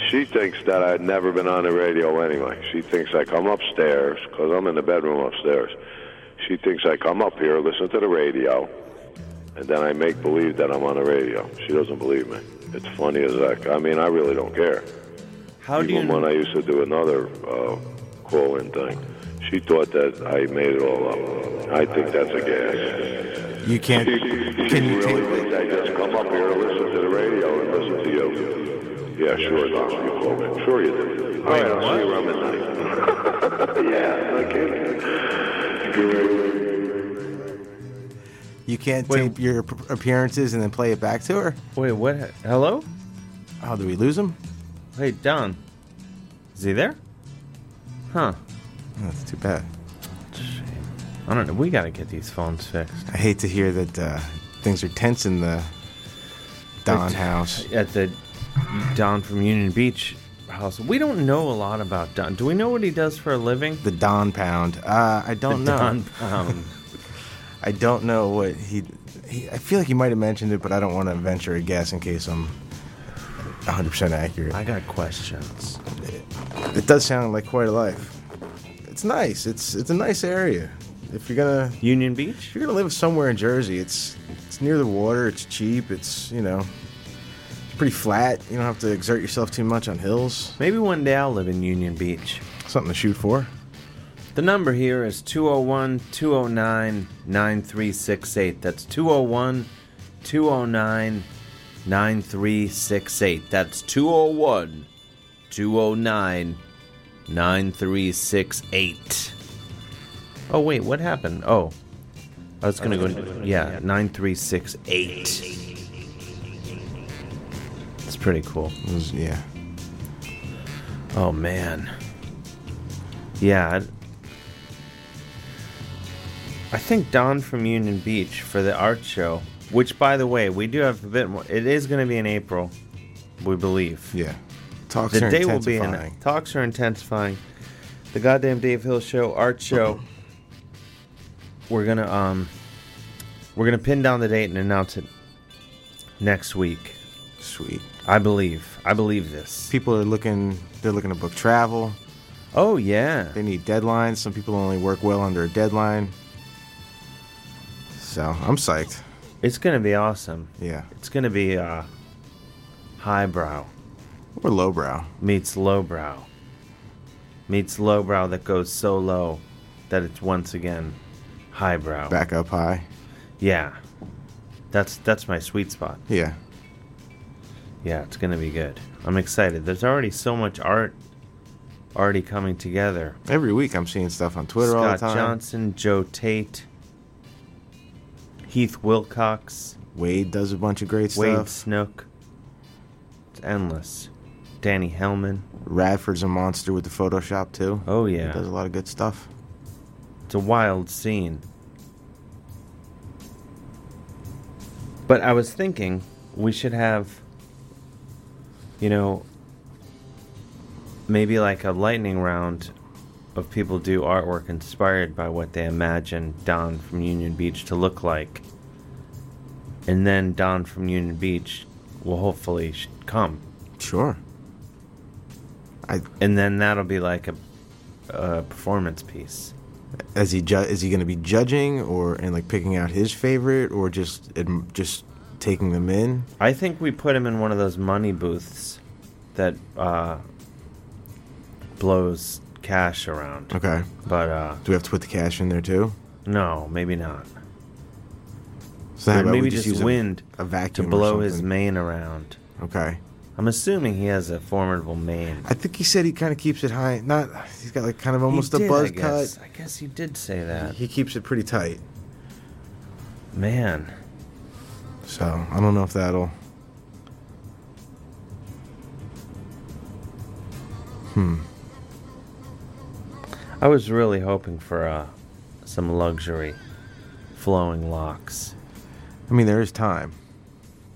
[SPEAKER 12] She thinks that I'd never been on the radio anyway. She thinks I come upstairs, 'cause I'm in the bedroom upstairs. She thinks I come up here, listen to the radio, and then I make believe that I'm on the radio. She doesn't believe me. It's funny as heck. I mean, I really don't care.
[SPEAKER 9] How
[SPEAKER 12] Even when I used to do another uh, call-in thing, she thought that I made it all up. I think that's a gas.
[SPEAKER 10] You can't.
[SPEAKER 12] Can you really think I just come up here to listen to the radio and listen to you? Yeah, sure, Doc. You called me. Sure you did. All right, I'll see you around midnight. yeah, okay.
[SPEAKER 10] You can't tape your p- appearances and then play it back to her?
[SPEAKER 9] Wait, what? Hello?
[SPEAKER 10] Oh, did we lose him?
[SPEAKER 9] Hey, Don. Is he there? Huh.
[SPEAKER 10] Oh, That's too bad.
[SPEAKER 9] I don't know. We gotta get these phones fixed.
[SPEAKER 10] I hate to hear that uh, things are tense in the Don
[SPEAKER 9] Right.
[SPEAKER 10] house.
[SPEAKER 9] At the Don from Union Beach house. We don't know a lot about Don. Do we know what he does for a living?
[SPEAKER 10] The Don Pound. Uh, I don't
[SPEAKER 9] The
[SPEAKER 10] know.
[SPEAKER 9] Don Pound.
[SPEAKER 10] I don't know what he, he. I feel like he might have mentioned it, but I don't want to venture a guess in case I'm 100% accurate. I
[SPEAKER 9] got questions.
[SPEAKER 10] It, it does sound like quite a life. It's nice. It's it's a nice area. If you're gonna
[SPEAKER 9] Union Beach,
[SPEAKER 10] if you're gonna live somewhere in Jersey. It's it's near the water. It's cheap. It's you know, it's pretty flat. You don't have to exert yourself too much on hills.
[SPEAKER 9] Maybe one day I'll live in Union Beach.
[SPEAKER 10] Something to shoot for.
[SPEAKER 9] The number here is 201 209 9368. That's 201 209 9368. That's 201 209 9368. Oh, wait, what happened? Oh, I was going to go. Yeah, 9368. It's pretty cool.
[SPEAKER 10] yeah.
[SPEAKER 9] Oh, man. Yeah. I'd- I think Don from Union Beach for the art show, which, by the way, we do have a bit more. It is going to be in April, we believe.
[SPEAKER 10] Yeah. Talks
[SPEAKER 9] the
[SPEAKER 10] are
[SPEAKER 9] day will be in.
[SPEAKER 10] intensifying.
[SPEAKER 9] Talks are intensifying. The goddamn Dave Hill show, art show. we're gonna um, we're gonna pin down the date and announce it next week.
[SPEAKER 10] Sweet.
[SPEAKER 9] I believe. I believe this.
[SPEAKER 10] People are looking. They're looking to book travel.
[SPEAKER 9] Oh yeah.
[SPEAKER 10] They need deadlines. Some people only work well under a deadline. So I'm psyched.
[SPEAKER 9] It's gonna be awesome.
[SPEAKER 10] Yeah.
[SPEAKER 9] It's gonna be uh, highbrow.
[SPEAKER 10] Or lowbrow.
[SPEAKER 9] meets lowbrow meets lowbrow that goes so low that it's once again highbrow.
[SPEAKER 10] Back up high.
[SPEAKER 9] Yeah, that's that's my sweet spot.
[SPEAKER 10] Yeah.
[SPEAKER 9] Yeah, it's gonna be good. I'm excited. There's already so much art already coming together.
[SPEAKER 10] Every week I'm seeing stuff on Twitter
[SPEAKER 9] Scott
[SPEAKER 10] all the time.
[SPEAKER 9] Johnson, Joe Tate, Heath Wilcox,
[SPEAKER 10] Wade does a bunch of great
[SPEAKER 9] Wade
[SPEAKER 10] stuff.
[SPEAKER 9] Snook. It's endless. Danny Hellman.
[SPEAKER 10] Radford's a monster with the Photoshop too.
[SPEAKER 9] Oh yeah.
[SPEAKER 10] He does a lot of good stuff.
[SPEAKER 9] It's a wild scene. But I was thinking we should have, you know, maybe like a lightning round of people do artwork inspired by what they imagine Don from Union Beach to look like. And then Don from Union Beach will hopefully sh- come.
[SPEAKER 10] Sure. I
[SPEAKER 9] and then that'll be like a, a performance piece.
[SPEAKER 10] Is he ju- is he going to be judging or and like picking out his favorite or just adm- just taking them in?
[SPEAKER 9] I think we put him in one of those money booths that uh, blows cash around.
[SPEAKER 10] Okay.
[SPEAKER 9] But uh,
[SPEAKER 10] Do we have to put the cash in there too?
[SPEAKER 9] no, maybe not.
[SPEAKER 10] So how
[SPEAKER 9] Or
[SPEAKER 10] about we
[SPEAKER 9] maybe
[SPEAKER 10] just
[SPEAKER 9] just,
[SPEAKER 10] use a-
[SPEAKER 9] wind
[SPEAKER 10] a vacuum or
[SPEAKER 9] to blow his
[SPEAKER 10] something?
[SPEAKER 9] mane around.
[SPEAKER 10] Okay.
[SPEAKER 9] I'm assuming he has a formidable mane.
[SPEAKER 10] I think he said he kind of keeps it high. Not he's got like kind of almost
[SPEAKER 9] He
[SPEAKER 10] a
[SPEAKER 9] did,
[SPEAKER 10] buzz
[SPEAKER 9] I guess.
[SPEAKER 10] cut.
[SPEAKER 9] I guess he did say that.
[SPEAKER 10] He keeps it pretty tight.
[SPEAKER 9] Man,
[SPEAKER 10] So I don't know if that'll. Hmm.
[SPEAKER 9] I was really hoping for uh, some luxury, flowing locks.
[SPEAKER 10] I mean, there is time.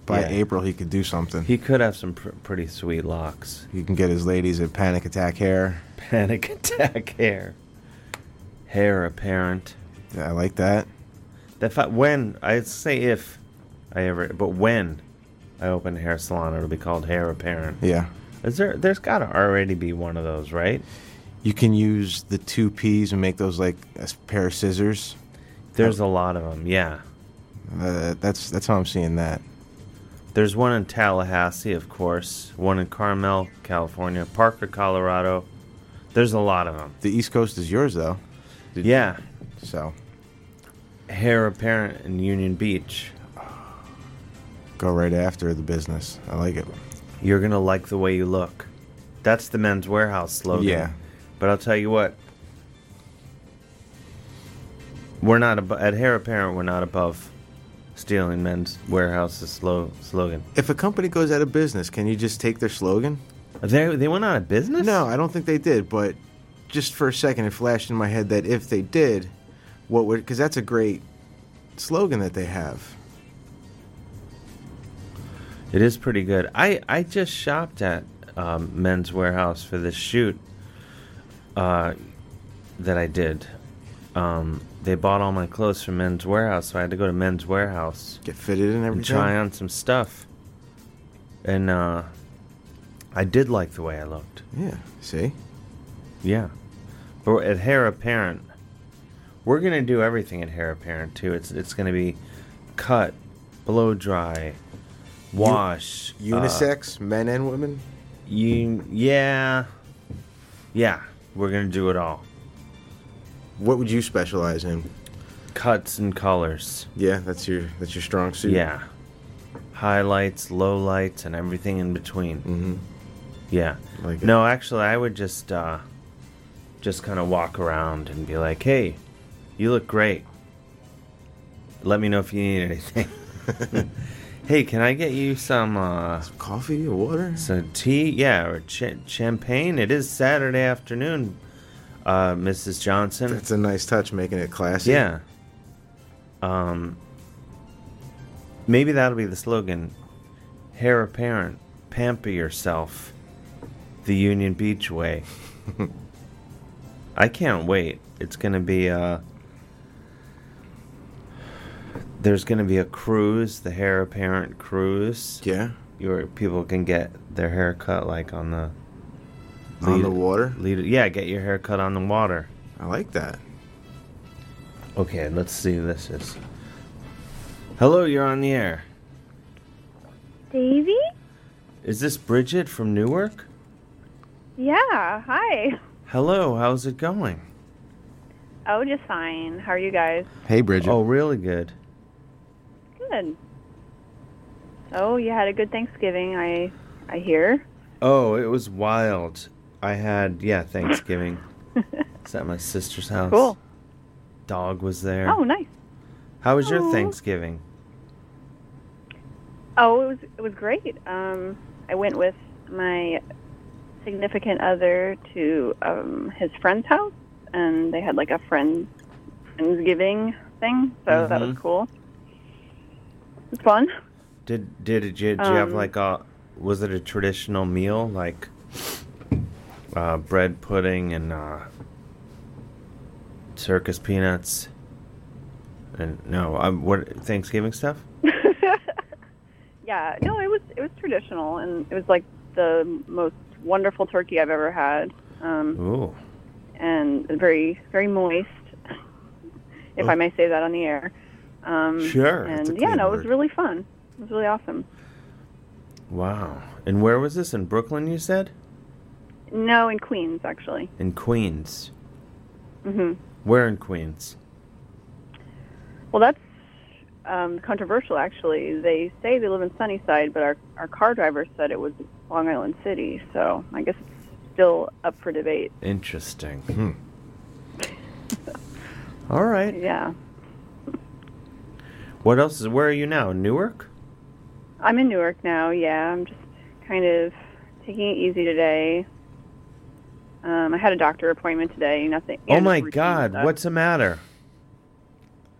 [SPEAKER 10] By
[SPEAKER 9] Yeah.
[SPEAKER 10] April, he could do something.
[SPEAKER 9] He could have some pr- pretty sweet locks.
[SPEAKER 10] He can get his ladies at Panic Attack Hair.
[SPEAKER 9] Panic attack hair, hair apparent.
[SPEAKER 10] Yeah, I like that.
[SPEAKER 9] That fa- when I say if I ever, but when I open a hair salon, it'll be called hair apparent.
[SPEAKER 10] Yeah.
[SPEAKER 9] Is there? There's got to already be one of those, right?
[SPEAKER 10] You can use the two P's and make those like a s- pair of scissors.
[SPEAKER 9] There's a lot of them. Yeah.
[SPEAKER 10] Uh, that's that's how I'm seeing that.
[SPEAKER 9] There's one in Tallahassee, of course. One in Carmel, California. Parker, Colorado. There's a lot of them.
[SPEAKER 10] The East Coast is yours though.
[SPEAKER 9] yeah.
[SPEAKER 10] So
[SPEAKER 9] Hair apparent in Union Beach.
[SPEAKER 10] go right after the business. I like it.
[SPEAKER 9] You're gonna like the way you look. That's the men's warehouse slogan.
[SPEAKER 10] Yeah.
[SPEAKER 9] But I'll tell you what. We're not ab- at Hair Apparent. We're not above stealing men's warehouse's slow slogan.
[SPEAKER 10] If a company goes out of business, can you just take their slogan?
[SPEAKER 9] They they went out of business.
[SPEAKER 10] No, I don't think they did. But just for a second, it flashed in my head that if they did, what would? Because that's a great slogan that they have.
[SPEAKER 9] It is pretty good. I, I just shopped at um, Men's Warehouse for this shoot uh, that I did. Um, they bought all my clothes from Men's Warehouse, so I had to go to Men's Warehouse.
[SPEAKER 10] Get fitted and everything.
[SPEAKER 9] try on some stuff. And uh, I did like the way I looked.
[SPEAKER 10] Yeah. See.
[SPEAKER 9] Yeah. But at Hair Apparent, we're gonna do everything at Hair Apparent too. It's it's gonna be cut, blow dry, wash,
[SPEAKER 10] U-
[SPEAKER 9] uh,
[SPEAKER 10] unisex, men and women.
[SPEAKER 9] you yeah, yeah. We're gonna do it all.
[SPEAKER 10] What would you specialize in?
[SPEAKER 9] Cuts and colors.
[SPEAKER 10] Yeah, that's your that's your strong suit.
[SPEAKER 9] Yeah. Highlights, lowlights, and everything in between. Mm-hmm. Yeah.
[SPEAKER 10] Like it.
[SPEAKER 9] no, actually, I would just uh, just kind of walk around and be like, "Hey, you look great. Let me know if you need anything. hey, can I get you some uh, some
[SPEAKER 10] coffee or water?
[SPEAKER 9] Some tea? Yeah, or ch- champagne. It is Saturday afternoon, uh, Mrs. Johnson.
[SPEAKER 10] That's a nice touch, making it classy.
[SPEAKER 9] Yeah. Um. Maybe that'll be the slogan: "Hair apparent, pamper yourself, the Union Beach way." I can't wait. It's gonna be uh There's gonna be a cruise, the hair apparent cruise.
[SPEAKER 10] Yeah.
[SPEAKER 9] Your people can get their hair cut like on the
[SPEAKER 10] On the water?
[SPEAKER 9] lead- yeah, get your hair cut on the water.
[SPEAKER 10] I like that.
[SPEAKER 9] Okay, let's see who this is. Hello, you're on the air.
[SPEAKER 13] Davy?
[SPEAKER 9] Is this Bridget from Newark?
[SPEAKER 13] Yeah, hi.
[SPEAKER 9] Hello, how's it going?
[SPEAKER 13] Oh, just fine. How are you guys?
[SPEAKER 10] Hey, Bridget.
[SPEAKER 9] Oh, really good.
[SPEAKER 13] Good. Oh, you had a good Thanksgiving, I I hear.
[SPEAKER 9] Oh, it was wild. I had yeah Thanksgiving. it's at my sister's house.
[SPEAKER 13] Cool.
[SPEAKER 9] Dog was there.
[SPEAKER 13] Oh, nice.
[SPEAKER 9] How was your
[SPEAKER 13] Aw.
[SPEAKER 9] Thanksgiving?
[SPEAKER 13] Oh, it was it was great. Um, I went with my significant other to um, his friend's house, and they had like a friend Friendsgiving thing, so that was
[SPEAKER 9] Mhm.
[SPEAKER 13] cool. It's fun.
[SPEAKER 9] Did did it? Did, you have
[SPEAKER 13] Um,
[SPEAKER 9] like a? Was it a traditional meal like uh, bread pudding and uh, circus peanuts? And no, I, what Thanksgiving stuff?
[SPEAKER 13] Yeah, no, it was it was traditional, and it was like the most wonderful turkey I've ever had, um,
[SPEAKER 9] Ooh,
[SPEAKER 13] and very very moist, if I
[SPEAKER 9] Oh.
[SPEAKER 13] may say that on the air. Um,
[SPEAKER 9] Sure, that's a
[SPEAKER 13] And yeah,
[SPEAKER 9] clean
[SPEAKER 13] no, it was
[SPEAKER 9] word.
[SPEAKER 13] really fun. It was really awesome.
[SPEAKER 9] wow! And where was this in Brooklyn? You said
[SPEAKER 13] No, in Queens actually.
[SPEAKER 9] in Queens.
[SPEAKER 13] hmm
[SPEAKER 9] Where in Queens?
[SPEAKER 13] Well, that's um, controversial actually. They say they live in Sunnyside, but our our car driver said it was Long Island City, so I guess it's still up for debate.
[SPEAKER 9] Interesting. Hmm. All right.
[SPEAKER 13] Yeah,
[SPEAKER 9] What else is? Where are you now? Newark.
[SPEAKER 13] I'm in Newark now. Yeah, I'm just kind of taking it easy today. Um, I had a doctor appointment today. Nothing.
[SPEAKER 9] oh
[SPEAKER 13] and
[SPEAKER 9] my
[SPEAKER 13] routine
[SPEAKER 9] God!
[SPEAKER 13] stuff.
[SPEAKER 9] What's the matter?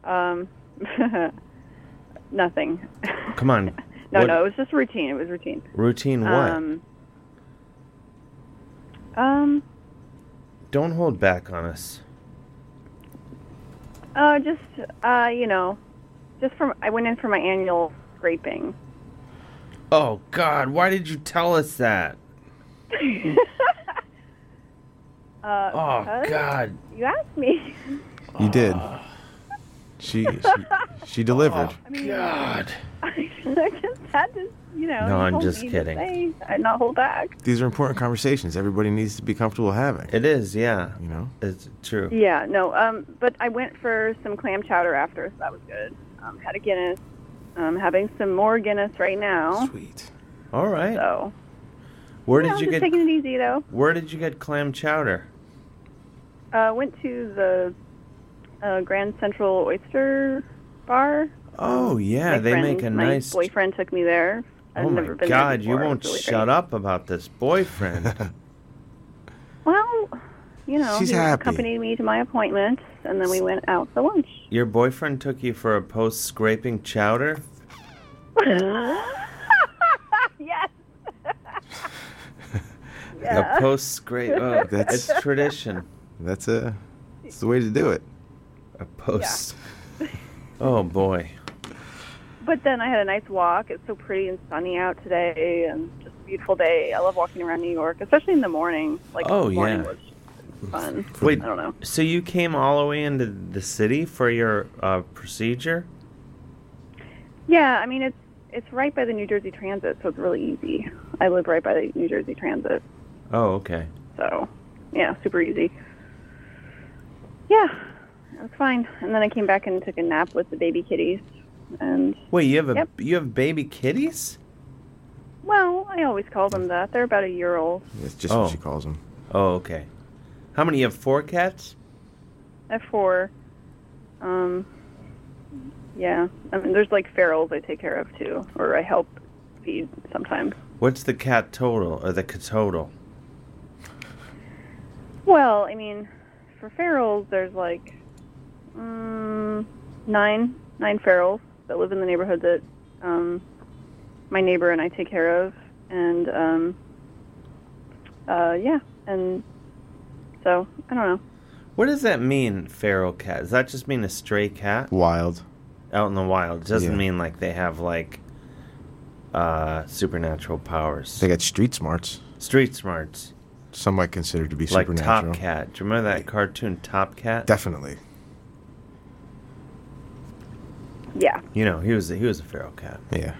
[SPEAKER 13] Um, nothing.
[SPEAKER 9] Come on.
[SPEAKER 13] No,
[SPEAKER 9] What-
[SPEAKER 13] no, it was just routine. It was routine.
[SPEAKER 9] Routine what?
[SPEAKER 13] Um, um,
[SPEAKER 9] Don't hold back on us.
[SPEAKER 13] uh, just uh, you know, just from I went in for my annual scraping.
[SPEAKER 9] Oh God! Why did you tell us that?
[SPEAKER 13] Uh,
[SPEAKER 9] Oh,
[SPEAKER 13] because
[SPEAKER 9] God.
[SPEAKER 13] You asked me.
[SPEAKER 10] You did.
[SPEAKER 9] Ah.
[SPEAKER 10] She she, she delivered.
[SPEAKER 13] I mean,
[SPEAKER 9] God.
[SPEAKER 13] I just had to, you know.
[SPEAKER 10] No,
[SPEAKER 13] you
[SPEAKER 10] I'm
[SPEAKER 13] told
[SPEAKER 10] just
[SPEAKER 13] me to
[SPEAKER 10] kidding.
[SPEAKER 13] say, I not hold back.
[SPEAKER 10] These are important conversations. Everybody needs to be comfortable having.
[SPEAKER 9] It is, yeah.
[SPEAKER 10] You know,
[SPEAKER 9] it's true.
[SPEAKER 13] Yeah, no. Um, but I went for some clam chowder after, so that was good. Um, had a Guinness. Um, having some more Guinness right now.
[SPEAKER 10] Sweet.
[SPEAKER 9] All right.
[SPEAKER 13] Oh. So.
[SPEAKER 9] Where
[SPEAKER 13] Yeah,
[SPEAKER 9] did you
[SPEAKER 13] just
[SPEAKER 9] get?
[SPEAKER 13] taking it easy though.
[SPEAKER 9] Where did you get clam chowder?
[SPEAKER 13] Uh, went to the uh, Grand Central Oyster Bar.
[SPEAKER 9] Oh yeah,
[SPEAKER 13] My
[SPEAKER 9] they
[SPEAKER 13] friend-
[SPEAKER 9] make a
[SPEAKER 13] my
[SPEAKER 9] nice.
[SPEAKER 13] boyfriend took me there. I've
[SPEAKER 9] oh
[SPEAKER 13] never
[SPEAKER 9] my
[SPEAKER 13] been
[SPEAKER 9] God!
[SPEAKER 13] There
[SPEAKER 9] You
[SPEAKER 13] before.
[SPEAKER 9] won't
[SPEAKER 13] It's really
[SPEAKER 9] shut up about this boyfriend.
[SPEAKER 13] great. Well, you know,
[SPEAKER 9] She's
[SPEAKER 13] he
[SPEAKER 9] happy.
[SPEAKER 13] accompanied me to my appointment, and then we went out for lunch.
[SPEAKER 9] Your boyfriend took you for a post scraping chowder.
[SPEAKER 13] yes.
[SPEAKER 9] A post scrape. Oh,
[SPEAKER 10] That's-
[SPEAKER 9] that's it's tradition.
[SPEAKER 10] that's a that's the way to do it.
[SPEAKER 9] A post. Oh boy.
[SPEAKER 13] But then I had a nice walk. It's so pretty and sunny out today, and just a beautiful day. I love walking around New York, especially in the morning. Like
[SPEAKER 9] oh
[SPEAKER 13] this morning
[SPEAKER 9] yeah.
[SPEAKER 13] was fun.
[SPEAKER 9] Wait,
[SPEAKER 13] I don't know.
[SPEAKER 9] so you came all the way into the city for your uh, procedure?
[SPEAKER 13] Yeah, I mean it's it's right by the New Jersey Transit, so it's really easy. I live right by the New Jersey Transit,
[SPEAKER 9] Oh, okay.
[SPEAKER 13] so yeah, super easy. Yeah, it was fine. And then I came back and took a nap with the baby kitties. And
[SPEAKER 9] Wait, you have a
[SPEAKER 13] Yep.
[SPEAKER 9] you have baby kitties?
[SPEAKER 13] well, I always call them that. They're about a year old.
[SPEAKER 10] That's just
[SPEAKER 9] oh.
[SPEAKER 10] what she calls them.
[SPEAKER 9] Oh, okay. How many? You have four cats?
[SPEAKER 13] At four. Um, yeah, I mean there's like ferals I take care of too, or I help feed sometimes.
[SPEAKER 9] What's the cat total or the cat total?
[SPEAKER 13] Well, I mean, for ferals, there's like mm, nine nine ferals that live in the neighborhood that um, my neighbor and I take care of, and um, uh, yeah, and so I don't know.
[SPEAKER 9] What does that mean, feral cat? Does that just mean a stray cat?
[SPEAKER 10] Wild.
[SPEAKER 9] Out in the wild. It doesn't
[SPEAKER 10] Yeah.
[SPEAKER 9] mean like they have like uh supernatural powers.
[SPEAKER 10] They got street smarts.
[SPEAKER 9] Street smarts.
[SPEAKER 10] Some might consider to be
[SPEAKER 9] Like
[SPEAKER 10] supernatural.
[SPEAKER 9] Top Cat. Do you remember that cartoon Top Cat?
[SPEAKER 10] Definitely.
[SPEAKER 13] Yeah.
[SPEAKER 9] You know, he was a, he was a feral cat.
[SPEAKER 10] Yeah.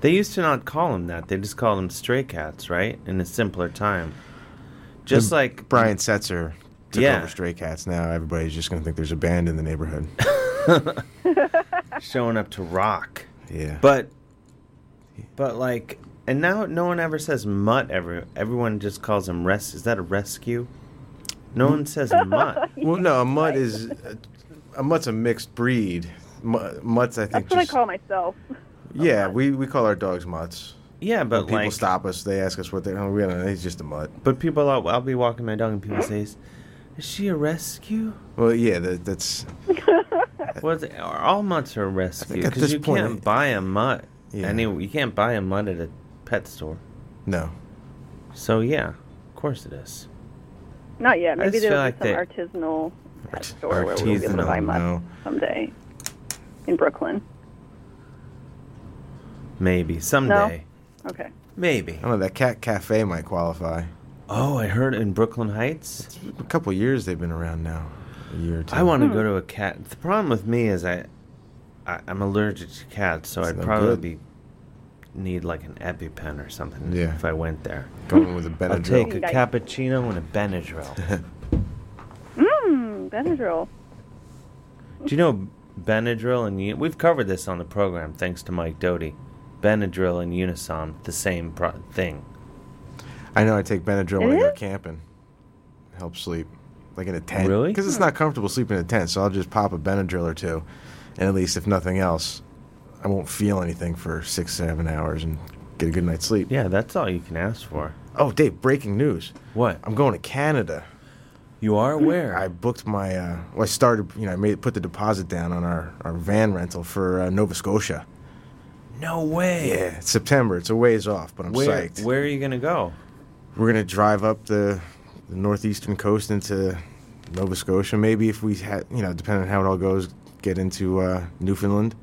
[SPEAKER 9] They used to not call him that. They just called him stray cats, right? In a simpler time. Just
[SPEAKER 10] When
[SPEAKER 9] like
[SPEAKER 10] Brian Setzer took
[SPEAKER 9] Yeah.
[SPEAKER 10] over Stray Cats. Now everybody's just gonna think there's a band in the neighborhood.
[SPEAKER 9] showing up to rock.
[SPEAKER 10] Yeah.
[SPEAKER 9] But but like and now no one ever says mutt ever everyone just calls him res is that a rescue? No
[SPEAKER 10] Mm.
[SPEAKER 9] one says mutt.
[SPEAKER 10] well, no, a mutt is a, a mutt's a mixed breed. Mu- Mutts, I think.
[SPEAKER 13] That's what I
[SPEAKER 10] just-
[SPEAKER 13] call myself.
[SPEAKER 10] yeah, we, we call our dogs mutts.
[SPEAKER 9] Yeah, but
[SPEAKER 10] when people
[SPEAKER 9] like-
[SPEAKER 10] stop us, they ask us what they're. Oh, we don't know. He's just a mutt.
[SPEAKER 9] But people, I'll, I'll be walking my dog and people say, Is she a rescue?
[SPEAKER 10] Well, yeah, that, that's
[SPEAKER 9] Well, th- are all mutts are rescue
[SPEAKER 10] at
[SPEAKER 9] because
[SPEAKER 10] this
[SPEAKER 9] you
[SPEAKER 10] point,
[SPEAKER 9] can't
[SPEAKER 10] I-
[SPEAKER 9] buy a mutt. Any, you can't buy a mutt at a pet store.
[SPEAKER 10] No.
[SPEAKER 9] So yeah, of course it is.
[SPEAKER 13] Not yet.
[SPEAKER 9] I
[SPEAKER 13] Maybe
[SPEAKER 9] just
[SPEAKER 13] there'll
[SPEAKER 9] feel
[SPEAKER 13] be some
[SPEAKER 9] like
[SPEAKER 13] artisanal pet store where we'll be able to
[SPEAKER 9] Artisanal,
[SPEAKER 13] buy mutts
[SPEAKER 9] no.
[SPEAKER 13] someday in Brooklyn.
[SPEAKER 9] Maybe
[SPEAKER 13] someday. Okay.
[SPEAKER 9] Maybe. I
[SPEAKER 10] don't know. That cat cafe might qualify.
[SPEAKER 9] Oh, I heard in Brooklyn Heights.
[SPEAKER 10] a couple years they've been around now. A year or two.
[SPEAKER 9] I want
[SPEAKER 13] Hmm.
[SPEAKER 9] to go to a cat. The problem with me is I, I I'm allergic to cats, so I'd
[SPEAKER 10] no
[SPEAKER 9] probably be
[SPEAKER 10] good.
[SPEAKER 9] need like an EpiPen or something.
[SPEAKER 10] Yeah.
[SPEAKER 9] If I went there,
[SPEAKER 10] Going with a
[SPEAKER 9] I'll
[SPEAKER 10] Benadryl.
[SPEAKER 9] take a cappuccino and a Benadryl.
[SPEAKER 13] Mmm, Benadryl.
[SPEAKER 9] Do you know Benadryl and Un- we've covered this on the program thanks to Mike Doty. Benadryl and Unisom, the same pro- thing.
[SPEAKER 10] I know I take Benadryl when
[SPEAKER 13] It
[SPEAKER 10] I go
[SPEAKER 13] is?
[SPEAKER 10] camping. Help sleep. Like in a tent.
[SPEAKER 9] Really?
[SPEAKER 10] Because it's not comfortable sleeping in a tent, so I'll just pop a Benadryl or two. And at least, if nothing else, I won't feel anything for six, seven hours and get a good night's sleep.
[SPEAKER 9] Yeah, that's all you can ask for.
[SPEAKER 10] Oh, Dave, breaking news.
[SPEAKER 9] What?
[SPEAKER 10] I'm going to Canada. Hmm.
[SPEAKER 9] You are where?
[SPEAKER 10] I booked my, uh, well, I started, you know, I made put the deposit down on our, our van rental for uh, Nova Scotia.
[SPEAKER 9] No way.
[SPEAKER 10] Yeah, it's September. It's a ways off, but I'm
[SPEAKER 9] Where,
[SPEAKER 10] psyched.
[SPEAKER 9] where are you going to go?
[SPEAKER 10] We're gonna drive up the, the northeastern coast into Nova Scotia. Maybe if we had, you know, depending on how it all goes, get into uh, Newfoundland.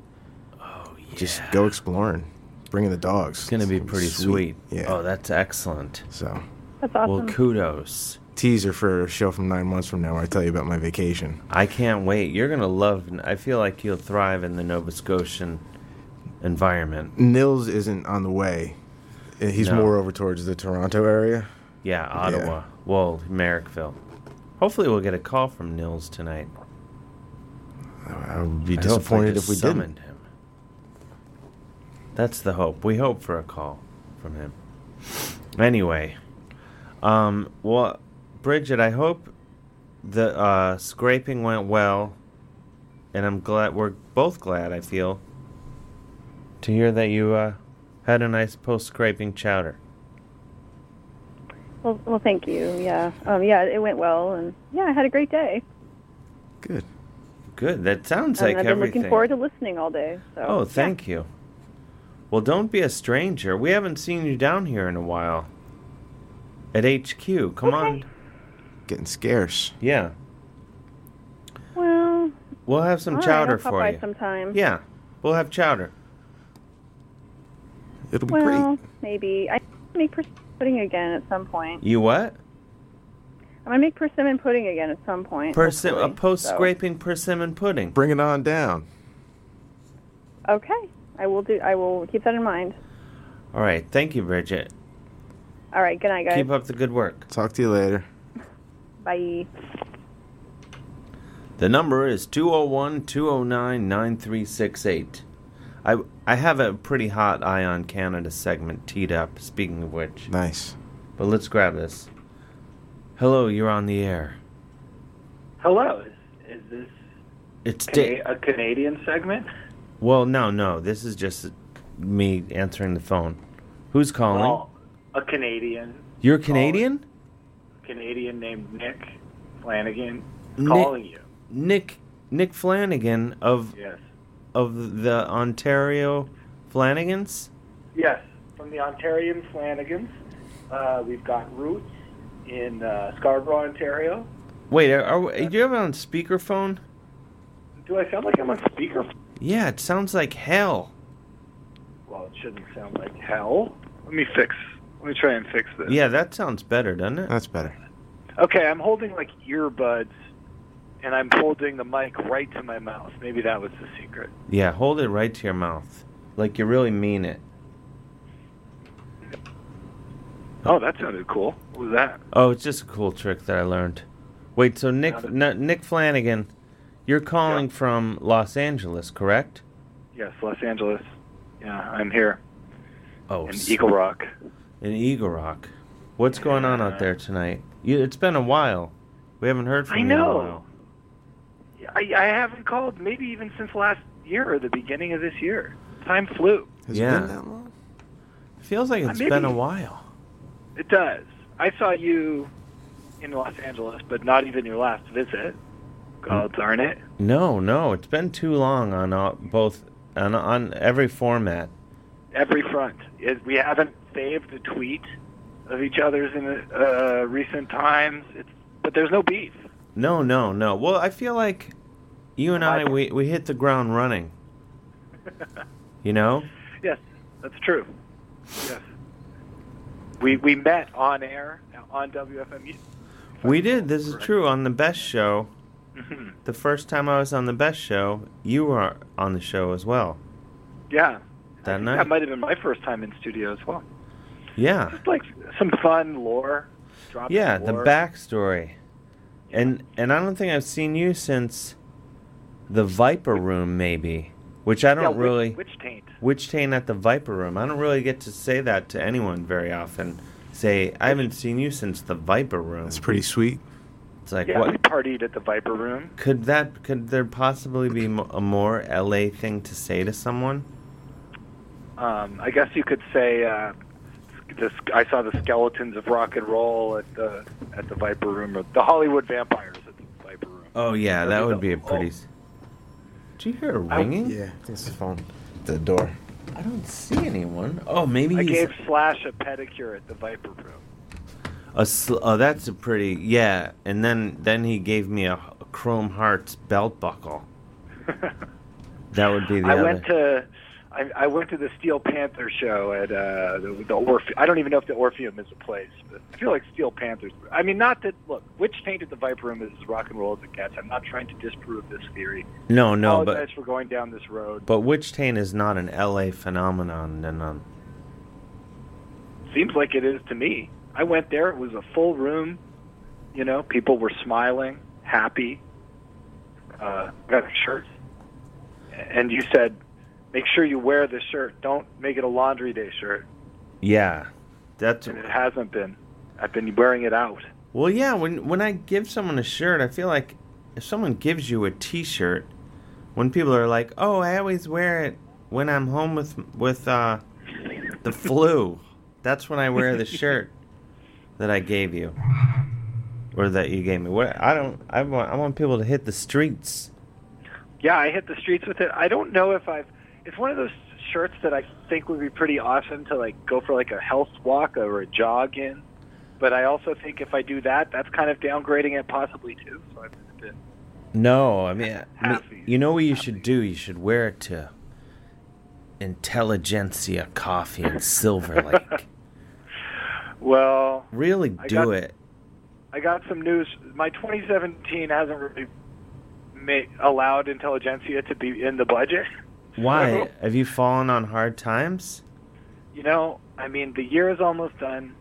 [SPEAKER 10] Oh yeah. Just go exploring, bringing the dogs. It's
[SPEAKER 9] gonna be pretty sweet.
[SPEAKER 10] Yeah.
[SPEAKER 9] Oh, that's excellent.
[SPEAKER 10] So.
[SPEAKER 13] That's
[SPEAKER 9] Well, kudos.
[SPEAKER 10] Teaser for a show from nine months from now where I tell you about my vacation.
[SPEAKER 9] I can't wait. You're going to love, I feel like you'll thrive in the Nova Scotian environment.
[SPEAKER 10] Nils isn't on the way. Uh, He's
[SPEAKER 9] No.
[SPEAKER 10] more over towards the Toronto area.
[SPEAKER 9] Yeah, Ottawa. Well, Merrickville. Hopefully, we'll get a call from Nils tonight.
[SPEAKER 10] I would be
[SPEAKER 9] hope they
[SPEAKER 10] disappointed
[SPEAKER 9] just
[SPEAKER 10] if we didn't.
[SPEAKER 9] summoned him. That's the hope. We hope for a call from him. Anyway, um, well, Bridget, I hope the uh, scraping went well, and I'm glad we're both glad. I feel to hear that you uh, had a nice post scraping chowder.
[SPEAKER 13] Well, well, thank you. Yeah, um, yeah, it went well, and yeah, I had a great day.
[SPEAKER 9] Good. That sounds
[SPEAKER 13] and
[SPEAKER 9] like
[SPEAKER 13] I've been
[SPEAKER 9] everything.
[SPEAKER 13] looking forward to listening all day. So.
[SPEAKER 9] Oh, thank you. Well, don't be a stranger. We haven't seen you down here in a while. At HQ, come on.
[SPEAKER 10] Getting scarce.
[SPEAKER 9] Yeah,
[SPEAKER 13] Well,
[SPEAKER 9] we'll have some
[SPEAKER 13] all right,
[SPEAKER 9] chowder
[SPEAKER 13] I'll pop
[SPEAKER 9] for
[SPEAKER 13] by
[SPEAKER 9] you.
[SPEAKER 13] sometime.
[SPEAKER 9] Yeah, we'll have chowder.
[SPEAKER 10] It'll
[SPEAKER 13] Well, maybe I make persimmon pudding again at some point.
[SPEAKER 9] You what?
[SPEAKER 13] I'm gonna make persimmon pudding again at some point.
[SPEAKER 9] Persim- a
[SPEAKER 13] hopefully,
[SPEAKER 9] post
[SPEAKER 13] so-
[SPEAKER 9] scraping persimmon pudding.
[SPEAKER 10] Bring it on down.
[SPEAKER 13] Okay, I will do. I will keep that in mind.
[SPEAKER 9] All right, thank you, Bridget.
[SPEAKER 13] All right. Good night, guys.
[SPEAKER 9] Keep up the good work.
[SPEAKER 10] Talk to you later.
[SPEAKER 13] Bye.
[SPEAKER 9] The number is 201 209 9368. I, I have a pretty hot Eye on Canada segment teed up, speaking of which.
[SPEAKER 10] Nice.
[SPEAKER 9] But let's grab this. Hello, you're on the air.
[SPEAKER 14] Hello, is, is this
[SPEAKER 9] It's
[SPEAKER 14] Cana-
[SPEAKER 9] Dave.
[SPEAKER 14] a Canadian segment?
[SPEAKER 9] Well, no, no. This is just me answering the phone. Who's calling?
[SPEAKER 14] Well, a Canadian,
[SPEAKER 9] You're Canadian?
[SPEAKER 14] Canadian named Nick Flanagan
[SPEAKER 9] Nick-
[SPEAKER 14] calling you.
[SPEAKER 9] Nick Nick Flanagan of
[SPEAKER 14] Yes,
[SPEAKER 9] of the Ontario Flanagans?
[SPEAKER 14] yes, from the Ontarian Flanagans. Uh, we've got roots in uh, Scarborough, Ontario.
[SPEAKER 9] Wait, are, are, are you ever on speakerphone?
[SPEAKER 14] Do I sound like I'm on speaker?
[SPEAKER 9] Yeah, it sounds like hell.
[SPEAKER 14] Well, it shouldn't sound like hell. Let me fix. Let me try and fix this.
[SPEAKER 9] Yeah, that sounds better, doesn't it?
[SPEAKER 10] That's better.
[SPEAKER 14] Okay, I'm holding like earbuds, and I'm holding the mic right to my mouth. Maybe that was the secret.
[SPEAKER 9] Yeah, hold it right to your mouth. Like you really mean it.
[SPEAKER 14] Oh, that sounded cool. What was that?
[SPEAKER 9] Oh, it's just a cool trick that I learned. Wait, so Nick N- Nick Flanagan, you're calling from Los Angeles, correct?
[SPEAKER 14] Yes, Los Angeles. Yeah, I'm here.
[SPEAKER 9] Oh,
[SPEAKER 14] in
[SPEAKER 9] s-
[SPEAKER 14] Eagle Rock.
[SPEAKER 9] In Eagle Rock. What's going on out there tonight? You, it's been a while. We haven't heard from
[SPEAKER 14] I
[SPEAKER 9] you
[SPEAKER 14] know.
[SPEAKER 9] in a while.
[SPEAKER 14] I, I haven't called maybe even since last year or the beginning of this year. Time flew.
[SPEAKER 9] Has yeah. been that long? Feels like
[SPEAKER 14] Uh,
[SPEAKER 9] it's been a
[SPEAKER 14] maybe.
[SPEAKER 9] while.
[SPEAKER 14] It does. I saw you in Los Angeles, but not even your last visit. God
[SPEAKER 9] Hmm.
[SPEAKER 14] darn it.
[SPEAKER 9] No, no, it's been too long on all, both on on every format.
[SPEAKER 14] Every front. It, we haven't saved a tweet of each other's in uh, recent times. It's, but there's no beef.
[SPEAKER 9] No, no, no. Well, I feel like you and I we, we hit the ground running. You know?
[SPEAKER 14] Yes, that's true. Yes. We, we met on air uh, on WFMU.
[SPEAKER 9] We did. This is true on the best show.
[SPEAKER 14] Mhm.
[SPEAKER 9] The first time I was on the best show, you were on the show as well
[SPEAKER 14] Yeah.
[SPEAKER 9] that
[SPEAKER 14] That
[SPEAKER 9] night.
[SPEAKER 14] might have been my first time in studio as well.
[SPEAKER 9] Yeah,
[SPEAKER 14] Just like some fun lore. dropping
[SPEAKER 9] yeah, the
[SPEAKER 14] lore.
[SPEAKER 9] backstory, and and I don't think I've seen you since the Viper Room, maybe, which I
[SPEAKER 14] Yeah,
[SPEAKER 9] don't
[SPEAKER 14] Witch-
[SPEAKER 9] really
[SPEAKER 14] Witch Taint.
[SPEAKER 9] Witch Taint at the Viper Room. I don't really get to say that to anyone very often. Say I haven't seen you since the Viper Room. That's
[SPEAKER 10] pretty sweet.
[SPEAKER 9] It's like
[SPEAKER 14] yeah,
[SPEAKER 9] what
[SPEAKER 14] we partied at the Viper Room.
[SPEAKER 9] Could that could there possibly be mo- a more LA thing to say to someone?
[SPEAKER 14] Um, I guess you could say uh, this, I saw the skeletons of rock and roll at the at the Viper Room, or the Hollywood Vampires.
[SPEAKER 9] Oh yeah, that would be a pretty. s- Did you hear a ringing?
[SPEAKER 10] yeah, it's the phone. The door.
[SPEAKER 9] I don't see anyone. Oh, maybe
[SPEAKER 14] I
[SPEAKER 9] he's
[SPEAKER 14] gave Slash a pedicure at the Viper Room.
[SPEAKER 9] a. Sl- oh, that's a pretty. Yeah, and then then he gave me a, h- Chrome Hearts belt buckle. that would be the
[SPEAKER 14] I
[SPEAKER 9] other.
[SPEAKER 14] went to I, I went to the Steel Panther show at uh, the, the Orpheum. I don't even know if the Orpheum is a place, but I feel like Steel Panthers. I mean, not that look. Witch tainted the Viper Room is as rock and roll as it gets. I'm not trying to disprove this theory.
[SPEAKER 9] no, no,
[SPEAKER 14] Apologize
[SPEAKER 9] but
[SPEAKER 14] for going down this road.
[SPEAKER 9] but Witch Taint is not an LA phenomenon, and um,
[SPEAKER 14] Seems like it is to me. I went there. It was a full room. You know, people were smiling, happy. Uh, got shirts, and you said, "Make sure you wear this shirt. Don't make it a laundry day shirt."
[SPEAKER 9] yeah, that's
[SPEAKER 14] and it hasn't been. I've been wearing it out.
[SPEAKER 9] Well, yeah, when when I give someone a shirt, I feel like if someone gives you a t-shirt, when people are like, "Oh, I always wear it when I'm home with with uh the flu." That's when I wear the shirt that I gave you or that you gave me. What I don't I want I want people to hit the streets.
[SPEAKER 14] Yeah, I hit the streets with it. I don't know if I've. It's one of those shirts that I think would be pretty awesome to like go for like a health walk or a jog in. But I also think if I do that, that's kind of downgrading it possibly too. So I've just been.
[SPEAKER 9] No, I mean, I mean, you know what you should do? You should wear it to Intelligentsia Coffee and Silver Lake.
[SPEAKER 14] Well,
[SPEAKER 9] Really
[SPEAKER 14] I
[SPEAKER 9] do
[SPEAKER 14] got-
[SPEAKER 9] it.
[SPEAKER 14] I got some news. My 2017 hasn't really ma- allowed intelligentsia to be in the budget.
[SPEAKER 9] Why? Have you fallen on hard times?
[SPEAKER 14] You know, I mean, the year is almost done.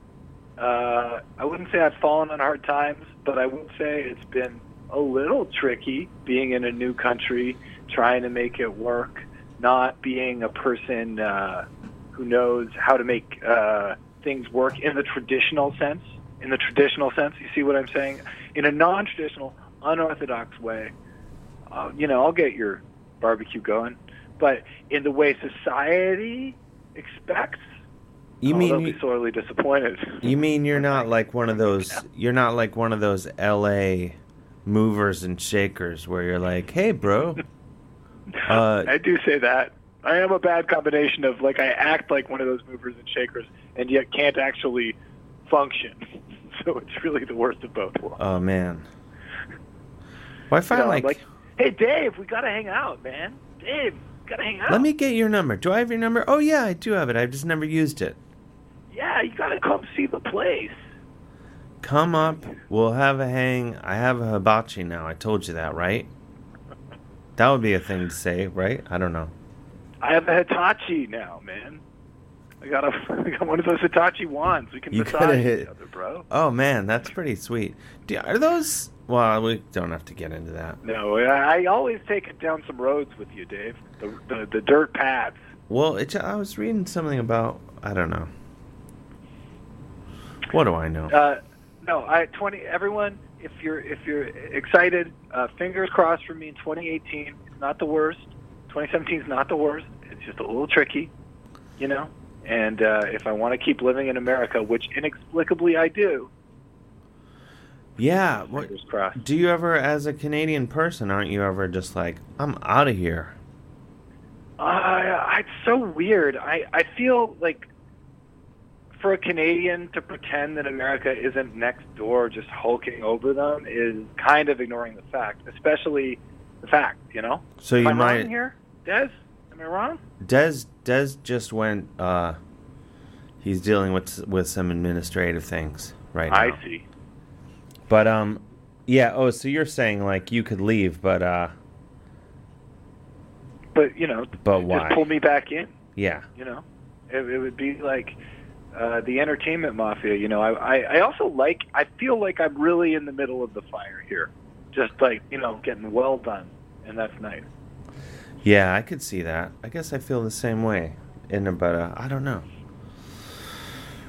[SPEAKER 14] Uh, I wouldn't say I've fallen on hard times, but I would say it's been a little tricky being in a new country, trying to make it work, not being a person uh, who knows how to make uh, things work in the traditional sense. In the traditional sense, you see what I'm saying? In a non traditional, unorthodox way, uh, you know, I'll get your barbecue going. But in the way society expects,
[SPEAKER 9] You
[SPEAKER 14] oh,
[SPEAKER 9] mean
[SPEAKER 14] they'll
[SPEAKER 9] you,
[SPEAKER 14] be sorely disappointed.
[SPEAKER 9] you mean you're not like one of those you're not like one of those LA movers and shakers where you're like, "Hey, bro." Uh,
[SPEAKER 14] I do say that. I am a bad combination of like I act like one of those movers and shakers, and yet can't actually function. So it's really the worst of both worlds.
[SPEAKER 9] oh man. Well, I find
[SPEAKER 14] You know,
[SPEAKER 9] like,
[SPEAKER 14] like, hey Dave, we gotta hang out, man. Dave, we gotta hang out.
[SPEAKER 9] "Let me get your number. Do I have your number?" "Oh yeah, I do have it. I've just never used it."
[SPEAKER 14] Yeah, you gotta come see the place.
[SPEAKER 9] Come up. We'll have a hang. I have a hibachi now. I told you that, right? That would be a thing to say, right? I don't know.
[SPEAKER 14] I have a Hitachi now, man. I got a I got one of those Hitachi wands. We can
[SPEAKER 9] You
[SPEAKER 14] massage
[SPEAKER 9] gotta
[SPEAKER 14] each
[SPEAKER 9] hit-
[SPEAKER 14] other, bro.
[SPEAKER 9] Oh man, that's pretty sweet. Do, are those? Well, we don't have to get into that.
[SPEAKER 14] No, I I always take it down some roads with you, Dave. The the, the dirt paths.
[SPEAKER 9] Well, it, I was reading something about I don't know. What do I know?
[SPEAKER 14] Uh, no, I twenty. Everyone, if you're if you're excited, uh, fingers crossed for me in 2018. It's not the worst. 2017 is not the worst. It's just a little tricky, you know. And uh, if I want to keep living in America, which inexplicably I do,
[SPEAKER 9] Yeah. What,
[SPEAKER 15] Fingers crossed.
[SPEAKER 9] do you ever, as a Canadian person, aren't you ever just like, I'm out of here?
[SPEAKER 14] Uh, it's so weird. I, I feel like for a Canadian to pretend that America isn't next door just hulking over them is kind of ignoring the fact, especially the fact, you know?
[SPEAKER 9] So you
[SPEAKER 14] Am I wrong
[SPEAKER 9] might-
[SPEAKER 14] here? Des? Am I wrong?
[SPEAKER 9] Des Des just went. uh He's dealing with with some administrative things right now.
[SPEAKER 14] I see.
[SPEAKER 9] But um, yeah. Oh, so you're saying like you could leave, but uh,
[SPEAKER 14] But, you know,
[SPEAKER 9] but
[SPEAKER 14] just
[SPEAKER 9] why?
[SPEAKER 14] pull me back in.
[SPEAKER 9] Yeah.
[SPEAKER 14] you know it, it would be like uh, the entertainment mafia you know I, I i also like i feel like i'm really in the middle of the fire here just like you know getting well done and that's nice
[SPEAKER 9] Yeah, I could see that. I guess I feel the same way. In about uh, I don't know.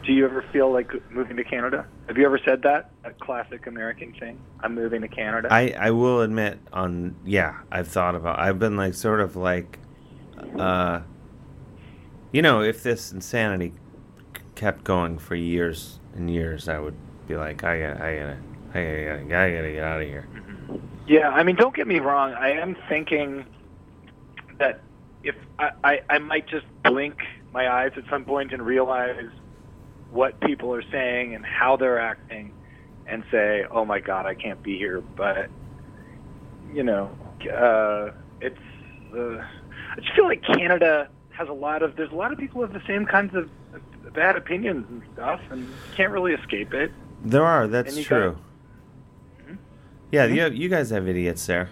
[SPEAKER 14] do you ever feel like moving to canada have you ever said that a classic american thing i'm moving to canada
[SPEAKER 9] I I will admit on yeah I've thought about I've been like sort of like, uh, you know if this insanity c- kept going for years and years I would be like I gotta I gotta I gotta, I gotta get out of here.
[SPEAKER 14] Yeah, I mean, don't get me wrong. I am thinking that if I, I, I might just blink my eyes at some point and realize what people are saying and how they're acting and say, oh my God, I can't be here. But, you know, uh, it's. Uh, I just feel like Canada has a lot of. There's a lot of people who have the same kinds of bad opinions and stuff, and you can't really escape it.
[SPEAKER 9] There are
[SPEAKER 14] And
[SPEAKER 9] that's
[SPEAKER 14] you
[SPEAKER 9] true. Mm-hmm. Yeah, you have, you guys have idiots there.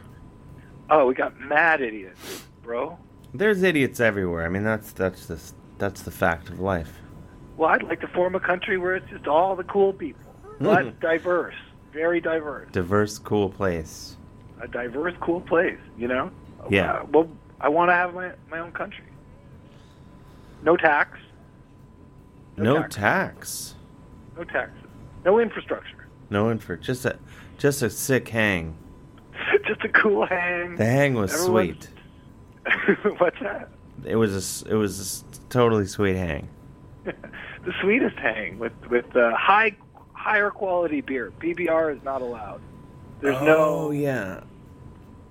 [SPEAKER 14] Oh, we got mad idiots, bro.
[SPEAKER 9] There's idiots everywhere. I mean that's that's the that's the fact of life.
[SPEAKER 14] Well, I'd like to form a country where it's just all the cool people,
[SPEAKER 9] Hmm.
[SPEAKER 14] but diverse, very diverse,
[SPEAKER 9] Diverse, cool place.
[SPEAKER 14] a diverse, cool place. You know?
[SPEAKER 9] Yeah.
[SPEAKER 14] Uh, well, I want to have my my own country. No tax,
[SPEAKER 9] No tax.
[SPEAKER 14] no taxes, no infrastructure,
[SPEAKER 9] No infra. Just a just a sick hang.
[SPEAKER 14] just a cool hang.
[SPEAKER 9] The hang was sweet.
[SPEAKER 14] Everyone's- What's that?
[SPEAKER 9] It was a s- it was a s- totally sweet hang.
[SPEAKER 14] The sweetest hang with with uh, high higher quality beer. BBR is not allowed. There's
[SPEAKER 9] Oh
[SPEAKER 14] no
[SPEAKER 9] yeah.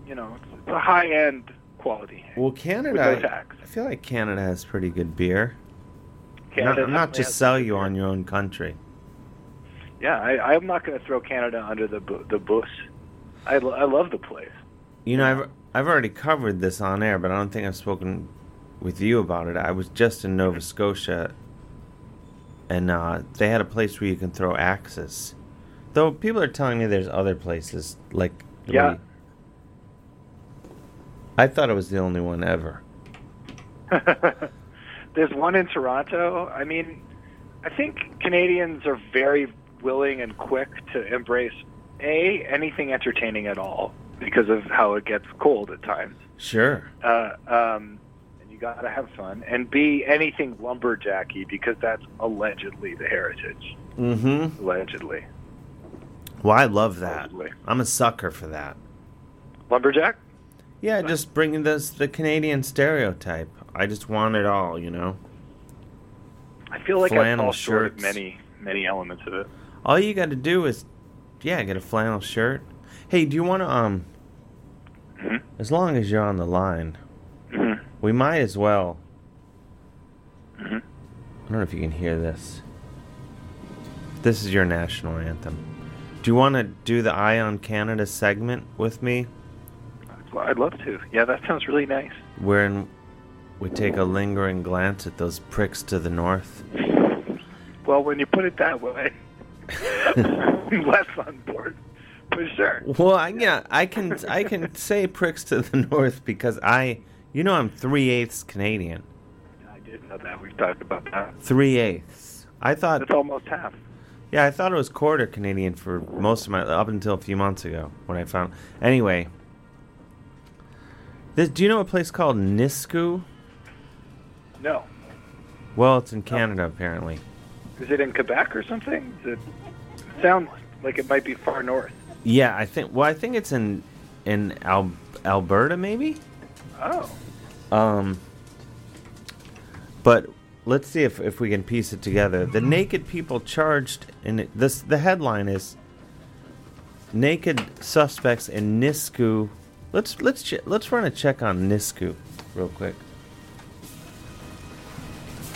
[SPEAKER 14] you know it's a high end quality.
[SPEAKER 9] Well,
[SPEAKER 14] With no
[SPEAKER 9] Canada.
[SPEAKER 14] tax.
[SPEAKER 9] I feel like Canada has pretty good beer.
[SPEAKER 14] Canada
[SPEAKER 9] not, not
[SPEAKER 14] definitely
[SPEAKER 9] just
[SPEAKER 14] has
[SPEAKER 9] sell you on your own country.
[SPEAKER 14] Yeah, I, I'm not going to throw Canada under the bu- the bus. I, lo- I love the place.
[SPEAKER 9] You know, I've I've already covered this on air, but I don't think I've spoken with you about it. I was just in Nova Scotia, and uh, they had a place where you can throw axes. Though people are telling me there's other places like
[SPEAKER 14] Yeah.
[SPEAKER 9] really- I thought it was the only one ever.
[SPEAKER 14] There's one in Toronto. I mean, I think Canadians are very willing and quick to embrace a anything entertaining at all because of how it gets cold at times.
[SPEAKER 9] Sure.
[SPEAKER 14] Uh, um, and you got to have fun. And b anything lumberjacky because that's allegedly the heritage.
[SPEAKER 9] Mm-hmm.
[SPEAKER 14] Allegedly,
[SPEAKER 9] Well, I love that. I'm a sucker for that.
[SPEAKER 14] lumberjack.
[SPEAKER 9] Yeah, just bringing this the Canadian stereotype. I just want it all, you know.
[SPEAKER 14] I feel like I
[SPEAKER 9] Flannel
[SPEAKER 14] fall short of
[SPEAKER 9] shirts.
[SPEAKER 14] many many elements of it.
[SPEAKER 9] All you got to do is, yeah, get a flannel shirt. Hey, do you want to um? As long as you're on the line, we might as well. I don't know if you can hear this. This is your national anthem. Do you want to do the Eye on Canada segment with me,
[SPEAKER 14] Well, I'd love to. Yeah, that sounds really nice.
[SPEAKER 9] wherein we take a lingering glance at those pricks to the north?
[SPEAKER 14] Well, when you put it that way, I'm less on board. For sure.
[SPEAKER 9] Well, I, yeah, I can I can say pricks to the north because I, you know, I'm three eighths Canadian.
[SPEAKER 14] I did know that. We've talked about that.
[SPEAKER 9] Three eighths. I thought.
[SPEAKER 14] That's almost half.
[SPEAKER 9] Yeah, I thought it was quarter Canadian for most of my up until a few months ago when I found. Anyway, this, do you know a place called Nisku?
[SPEAKER 14] No.
[SPEAKER 9] Well, it's in Canada apparently.
[SPEAKER 14] Is it in Quebec or something? Does it sounds like it might be far north.
[SPEAKER 9] Yeah, I think. Well, I think it's in in Al- Alberta maybe.
[SPEAKER 14] Oh.
[SPEAKER 9] Um, but let's see if, if we can piece it together. The naked people charged in this. The headline is naked suspects in Nisku. Let's let's che- let's run a check on Nisku real quick.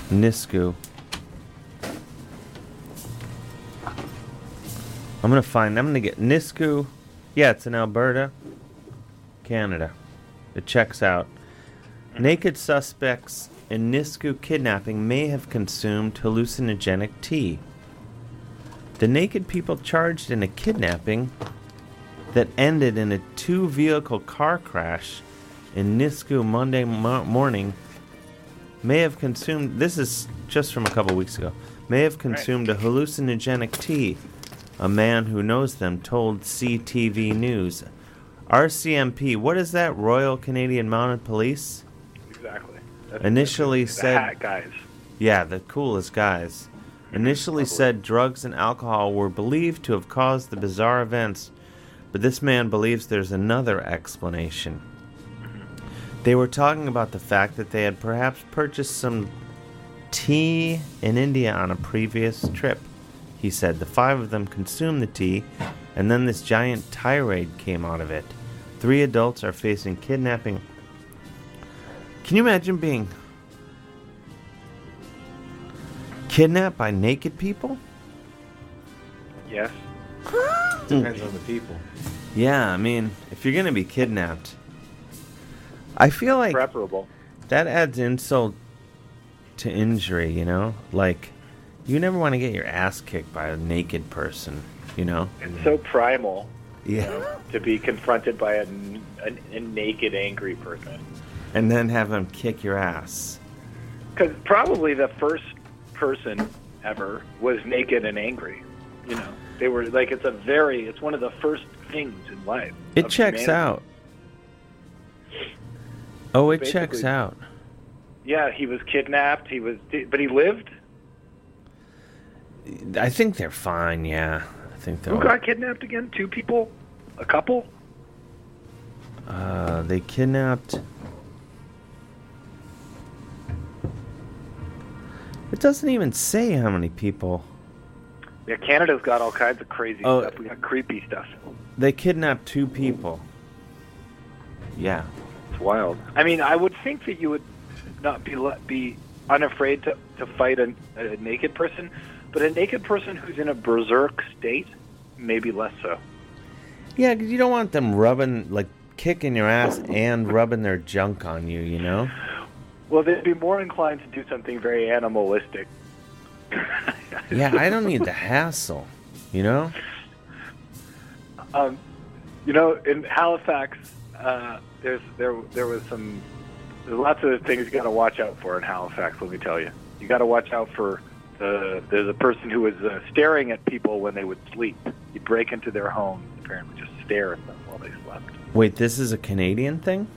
[SPEAKER 9] Nisku. I'm gonna find. I'm gonna get Nisku. Yeah, it's in Alberta, Canada. It checks out. Mm-hmm. Naked suspects in Nisku kidnapping may have consumed hallucinogenic tea. The naked people charged in a kidnapping that ended in a two vehicle car crash in Nisku Monday mo- morning may have consumed. This is just from a couple weeks ago. May have consumed a hallucinogenic tea. A man who knows them told CTV News. RCMP, what is that? Royal Canadian Mounted Police?
[SPEAKER 14] Exactly.
[SPEAKER 9] Initially
[SPEAKER 14] the
[SPEAKER 9] said.
[SPEAKER 14] hat guys.
[SPEAKER 9] Yeah, the coolest guys. Initially said drugs and alcohol were believed to have caused the bizarre events, but this man believes there's another explanation. They were talking about the fact that they had perhaps purchased some tea in India on a previous trip. He said the five of them consumed the tea, and then this giant tirade came out of it. Three adults are facing kidnapping. Can you imagine being kidnapped by naked people?
[SPEAKER 14] Yes.
[SPEAKER 10] Depends on the people.
[SPEAKER 9] Yeah, I mean, if you're gonna be kidnapped, I feel like
[SPEAKER 14] preferable.
[SPEAKER 9] That adds insult to injury, you know. Like, you never want to get your ass kicked by a naked person, you know.
[SPEAKER 14] It's so primal
[SPEAKER 9] Yeah,
[SPEAKER 14] to be confronted by a, n- a- a naked, angry person.
[SPEAKER 9] and then have them kick your ass.
[SPEAKER 14] Because probably the first person ever was naked and angry. You know, they were like it's a very it's one of the first things in life.
[SPEAKER 9] It
[SPEAKER 14] of
[SPEAKER 9] checks
[SPEAKER 14] humanity.
[SPEAKER 9] out. Oh, it
[SPEAKER 14] Basically-
[SPEAKER 9] checks out.
[SPEAKER 14] Yeah, he was kidnapped. He was, but he lived.
[SPEAKER 9] I think they're fine. Yeah, I think they're.
[SPEAKER 14] Who got kidnapped again? Two people, a couple.
[SPEAKER 9] Uh, they kidnapped. It doesn't even say how many people.
[SPEAKER 14] Yeah, Canada's got all kinds of crazy
[SPEAKER 9] Oh.
[SPEAKER 14] stuff. We got creepy stuff.
[SPEAKER 9] They kidnapped two people. Yeah.
[SPEAKER 14] It's wild. I mean, I would think that you would not be let, be unafraid to, to fight a, a naked person, but a naked person who's in a berserk state, maybe less so.
[SPEAKER 9] Yeah, 'cause you don't want them rubbing, like, kicking your ass and rubbing their junk on you, you know?
[SPEAKER 14] Well, they'd be more inclined to do something very animalistic.
[SPEAKER 9] Yeah, I don't need the hassle, you know?
[SPEAKER 14] Um, you know, in Halifax, uh, there's there there was some there's lots of things you got to watch out for in Halifax. Let me tell you, you got to watch out for the there's a person who was uh, staring at people when they would sleep. He'd break into their homes apparently, just stare at them while they slept.
[SPEAKER 9] Wait, this is a Canadian thing?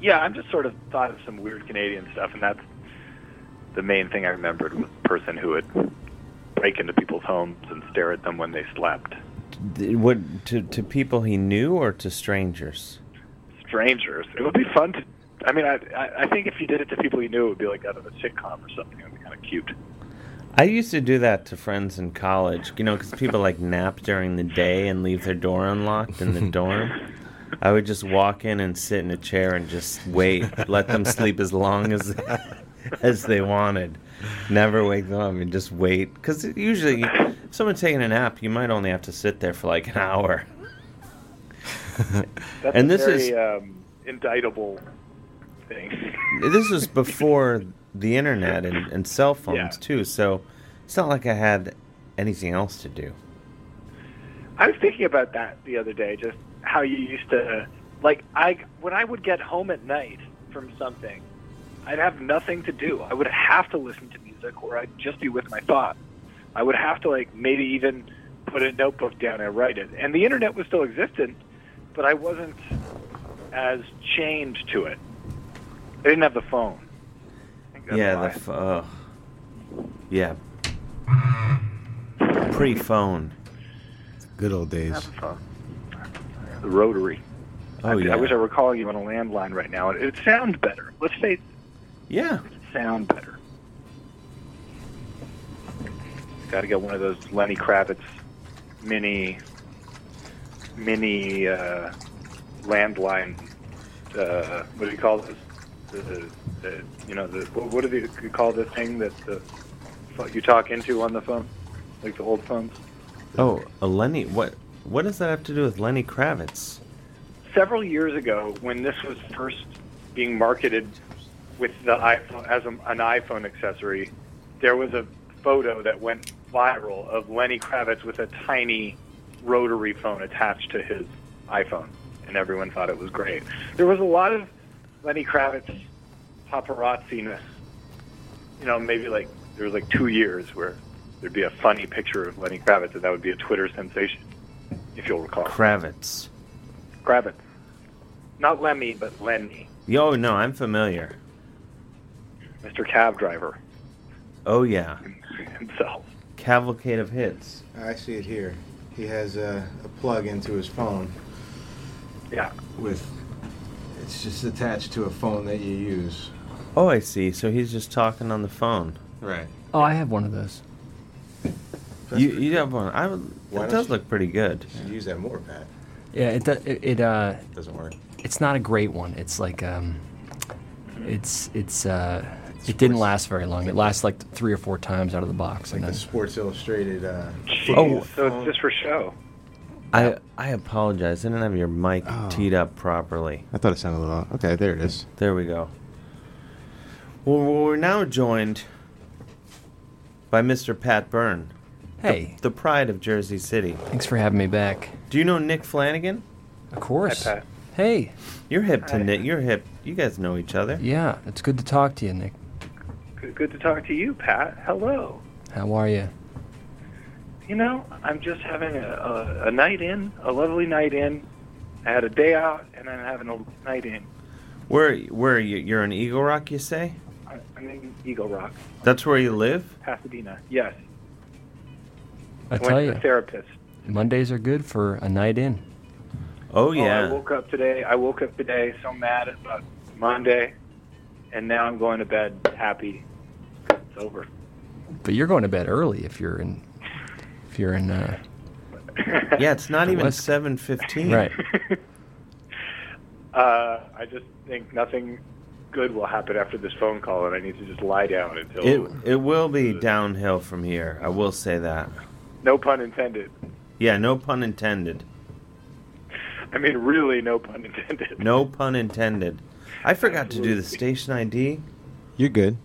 [SPEAKER 14] Yeah, I'm just sort of thought of some weird Canadian stuff, and that's the main thing I remembered was the person who would break into people's homes and stare at them when they slept.
[SPEAKER 9] Th- What, to, to people he knew or to strangers?
[SPEAKER 14] strangers. It would be fun to. I mean, I I- I think if you did it to people you knew, it would be like out of a sitcom or something. It would be kind of cute.
[SPEAKER 9] I used to do that to friends in college, you know, because people like nap during the day and leave their door unlocked in the dorm. I would just walk in and sit in a chair and just wait, let them sleep as long as as they wanted. Never wake them up and just wait, because usually, if someone's taking a nap, you might only have to sit there for like an hour.
[SPEAKER 14] That's
[SPEAKER 9] and
[SPEAKER 14] a
[SPEAKER 9] this
[SPEAKER 14] very,
[SPEAKER 9] is
[SPEAKER 14] um, indictable thing.
[SPEAKER 9] this was before the internet and, and cell phones too, so it's not like I had anything else to do.
[SPEAKER 14] I was thinking about that the other day, just how you used to like I when I would get home at night from something, I'd have nothing to do. I would have to listen to music, or I'd just be with my thoughts. I would have to like maybe even put a notebook down and write it. And the internet was still existent, but I wasn't as chained to it. I didn't have the phone.
[SPEAKER 9] yeah, the f- uh, yeah, pre-phone.
[SPEAKER 10] Good old days.
[SPEAKER 14] Have a phone. The rotary.
[SPEAKER 9] Oh
[SPEAKER 14] I,
[SPEAKER 9] yeah.
[SPEAKER 14] I wish I were calling you on a landline right now. It, it sounds better. Let's face
[SPEAKER 9] Yeah.
[SPEAKER 14] it, sound better. Got to get one of those Lenny Kravitz mini mini uh, landline. Uh, what do you call this? The, the, the, you know, the, what, what do you you call the thing that the, pho- you talk into on the phone, like the old phones?
[SPEAKER 9] Oh, a Lenny. What? What does that have to do with Lenny Kravitz?
[SPEAKER 14] several years ago when this was first being marketed with the iPhone as a, an iPhone accessory, there was a photo that went viral of Lenny Kravitz with a tiny rotary phone attached to his iPhone, and everyone thought it was great. There was a lot of Lenny Kravitz paparazziness. You know, maybe like there was like two years where there'd be a funny picture of Lenny Kravitz, and that would be a Twitter sensation, if you'll recall.
[SPEAKER 9] Kravitz.
[SPEAKER 14] Kravitz. Not Lemmy, but Lenny,
[SPEAKER 9] Yo, no, I'm familiar.
[SPEAKER 14] Mr. Cab Driver
[SPEAKER 9] Oh yeah,
[SPEAKER 14] himself.
[SPEAKER 9] cavalcade of hits.
[SPEAKER 10] I see it here. He has a, a plug into his phone.
[SPEAKER 14] Yeah.
[SPEAKER 10] With it's just attached to a phone that you use.
[SPEAKER 9] Oh, I see. So he's just talking on the phone.
[SPEAKER 10] Right.
[SPEAKER 15] Oh, I have one of those.
[SPEAKER 9] you you have one. I would.
[SPEAKER 15] Why
[SPEAKER 9] That
[SPEAKER 15] don't
[SPEAKER 9] does
[SPEAKER 15] you-
[SPEAKER 9] look pretty good.
[SPEAKER 10] use that more, Pat.
[SPEAKER 15] Yeah, it do- it, it uh,
[SPEAKER 10] doesn't work.
[SPEAKER 15] It's not a great one. It's like um, it's it's uh, it didn't last very long. It lasts like three or four times out of the box. and
[SPEAKER 10] The
[SPEAKER 15] then-
[SPEAKER 10] Sports Illustrated. Uh,
[SPEAKER 9] Oh.
[SPEAKER 14] So it's just for show.
[SPEAKER 9] I I apologize. I didn't have your mic teed up properly.
[SPEAKER 10] Oh. I thought it sounded a little. Okay, there it is.
[SPEAKER 9] There we go. Well, we're now joined by Mr. Pat Byrne. the-
[SPEAKER 15] Hey.
[SPEAKER 9] the pride of Jersey City.
[SPEAKER 15] Thanks for having me back.
[SPEAKER 9] Do you know Nick Flanagan?
[SPEAKER 15] Of course. Hey.
[SPEAKER 9] You're hip to Nick. You're hip. You guys know each other.
[SPEAKER 15] Yeah, it's good to talk to you, Nick.
[SPEAKER 14] Good, good to talk to you, Pat. Hello.
[SPEAKER 15] How are you?
[SPEAKER 14] You know, I'm just having a, a, a night in, a lovely night in. I had a day out, and I'm having a night in.
[SPEAKER 9] Where where are you? You're in Eagle Rock, you say?
[SPEAKER 14] I- I'm in Eagle Rock,
[SPEAKER 9] That's where you live?
[SPEAKER 14] Pasadena. Yes.
[SPEAKER 15] I
[SPEAKER 14] went
[SPEAKER 15] tell
[SPEAKER 14] to
[SPEAKER 15] you,
[SPEAKER 14] the therapist.
[SPEAKER 15] Mondays are good for a night in.
[SPEAKER 9] Oh
[SPEAKER 14] I woke up today. I woke up today so mad about Monday, and now I'm going to bed happy. It's over.
[SPEAKER 15] But you're going to bed early if you're in if you're in uh,
[SPEAKER 9] Yeah, it's not
[SPEAKER 15] The
[SPEAKER 9] even
[SPEAKER 15] West-
[SPEAKER 9] 7:15.
[SPEAKER 15] right.
[SPEAKER 14] Uh, I just think nothing good will happen after this phone call, and I need to just lie down until.
[SPEAKER 9] It it will be downhill from here. I will say that.
[SPEAKER 14] No pun intended.
[SPEAKER 9] Yeah, no pun intended.
[SPEAKER 14] I mean, really, no pun intended.
[SPEAKER 9] No pun intended. I forgot to do the station ID.
[SPEAKER 10] You're good.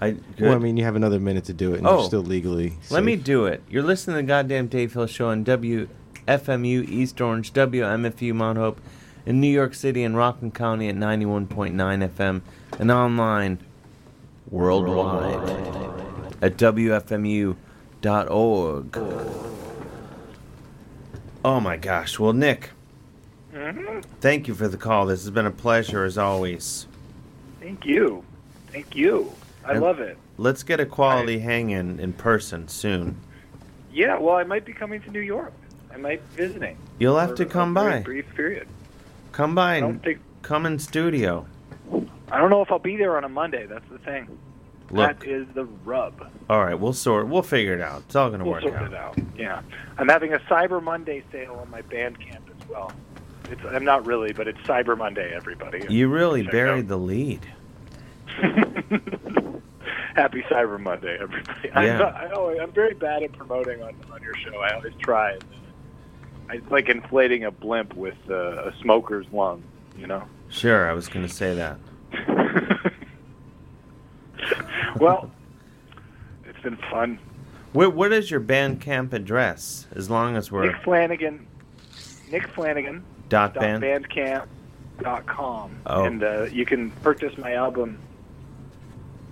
[SPEAKER 9] I
[SPEAKER 10] Well, I mean, you have another minute to do it, and
[SPEAKER 9] Oh.
[SPEAKER 10] you're still legally.
[SPEAKER 9] Let
[SPEAKER 10] safe.
[SPEAKER 9] me do it. You're listening to the goddamn Dave Hill Show on WFMU East Orange, WMFU Mount Hope, in New York City and Rockland County at 91.9 FM, and online worldwide at WFMU.org. Oh my gosh. Well, Nick,
[SPEAKER 14] Mm-hmm.
[SPEAKER 9] thank you for the call. This has been a pleasure as always.
[SPEAKER 14] Thank you. Thank you. I
[SPEAKER 9] And
[SPEAKER 14] love it.
[SPEAKER 9] Let's get a quality hang in in person soon.
[SPEAKER 14] Yeah, well, I might be coming to New York. I might be visiting.
[SPEAKER 9] You'll have
[SPEAKER 14] for
[SPEAKER 9] to come
[SPEAKER 14] a very
[SPEAKER 9] by.
[SPEAKER 14] Brief period.
[SPEAKER 9] Come by
[SPEAKER 14] I don't
[SPEAKER 9] and
[SPEAKER 14] think.
[SPEAKER 9] come in studio.
[SPEAKER 14] I don't know if I'll be there on a Monday. That's the thing.
[SPEAKER 9] Look.
[SPEAKER 14] That is the rub.
[SPEAKER 9] All right, we'll sort. We'll figure it out. It's all gonna
[SPEAKER 14] We'll
[SPEAKER 9] work
[SPEAKER 14] sort
[SPEAKER 9] out.
[SPEAKER 14] it out. Yeah, I'm having a Cyber Monday sale on my Bandcamp as well. It's I'm not really, but it's Cyber Monday, everybody.
[SPEAKER 9] You really buried the lead.
[SPEAKER 14] Happy Cyber Monday, everybody.
[SPEAKER 9] Yeah.
[SPEAKER 14] I'm, not, I always, I'm very bad at promoting on, on your show. I always try. and then I it's like inflating a blimp with uh, a smoker's lung. You know.
[SPEAKER 9] Sure, I was gonna say that.
[SPEAKER 14] Well, it's been fun.
[SPEAKER 9] Wh what is your Bandcamp address? As long as we're
[SPEAKER 14] Nick Flanagan. Nick Flanagan.
[SPEAKER 9] dot
[SPEAKER 14] dot
[SPEAKER 9] band.
[SPEAKER 14] bandcamp.com.
[SPEAKER 9] Oh.
[SPEAKER 14] And uh, you can purchase my album,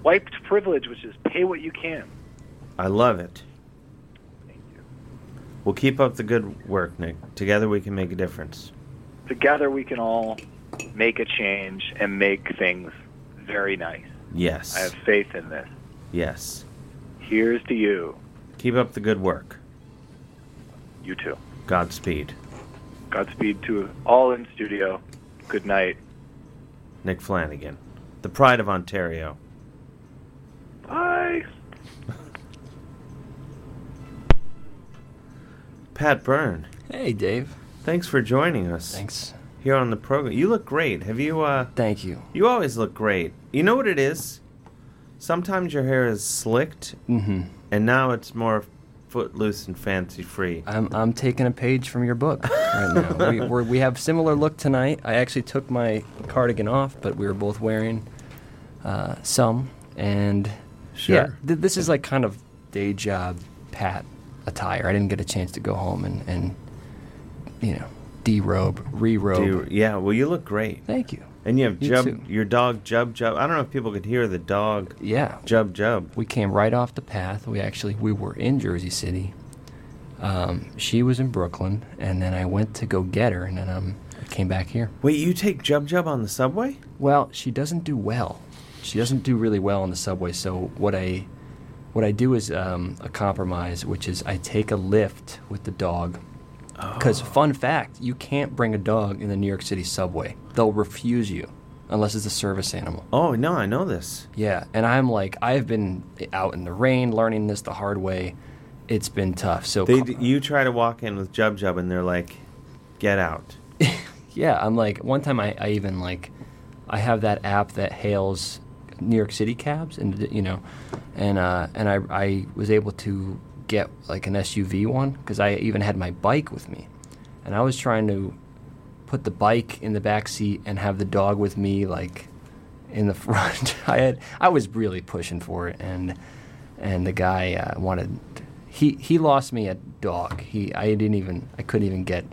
[SPEAKER 14] Wiped Privilege, which is Pay What You Can.
[SPEAKER 9] I love it. We'll keep up the good work, Nick. Together we can make a difference.
[SPEAKER 14] Together we can all make a change and make things very nice.
[SPEAKER 9] Yes.
[SPEAKER 14] I have faith in this.
[SPEAKER 9] Yes.
[SPEAKER 14] Here's to you.
[SPEAKER 9] Keep up the good work.
[SPEAKER 14] You too.
[SPEAKER 9] Godspeed.
[SPEAKER 14] Godspeed to all in studio. Good night.
[SPEAKER 9] Nick Flanagan, the pride of Ontario.
[SPEAKER 14] Bye.
[SPEAKER 9] Pat Byrne.
[SPEAKER 15] Hey, Dave.
[SPEAKER 9] Thanks for joining us. Thanks. Here on the program. You look great. Have you uh Thank you. You always look great. You know what it is? Sometimes your hair is slicked
[SPEAKER 15] Mhm.
[SPEAKER 9] and now it's more footloose and fancy free.
[SPEAKER 15] I'm, I'm taking a page from your book right now. we, we're, we have similar look tonight. I actually took my cardigan off, but we were both wearing uh, some. And yeah,
[SPEAKER 16] Sure.
[SPEAKER 15] th- this is like kind of day job Pat attire. I didn't get a chance to go home and, and you know, de-robe, re-robe.
[SPEAKER 9] Do you- yeah, well, you look great.
[SPEAKER 15] Thank you.
[SPEAKER 9] And you have
[SPEAKER 15] You
[SPEAKER 9] Jub,
[SPEAKER 15] too.
[SPEAKER 9] your dog Jub Jub. I don't know if people could hear the dog.
[SPEAKER 15] Yeah.
[SPEAKER 9] Jub Jub.
[SPEAKER 15] We came right off the path. We actually we were in Jersey City. Um, she was in Brooklyn, and then I went to go get her, and then um, I came back here.
[SPEAKER 9] Wait, you take Jub Jub on the subway?
[SPEAKER 15] Well, she doesn't do well. She doesn't do really well on the subway. So what I what I do is um, a compromise, which is I take a lift with the dog.
[SPEAKER 9] Oh.
[SPEAKER 15] Because fun fact, you can't bring a dog in the New York City subway. They'll refuse you unless it's a service animal.
[SPEAKER 9] Oh no, I know this.
[SPEAKER 15] Yeah, and I'm like, I've been out in the rain learning this the hard way. It's been tough. So
[SPEAKER 9] They, d- you try to walk in with Jub Jub, and they're like, "Get out."
[SPEAKER 15] yeah, I'm like, one time I, I even like, I have that app that hails New York City cabs, and you know, and uh, and I I was able to get like an SUV one because I even had my bike with me, and I was trying to put the bike in the back seat and have the dog with me like in the front. I had I was really pushing for it, and and the guy uh, wanted he he lost me at dog. He I didn't even I couldn't even get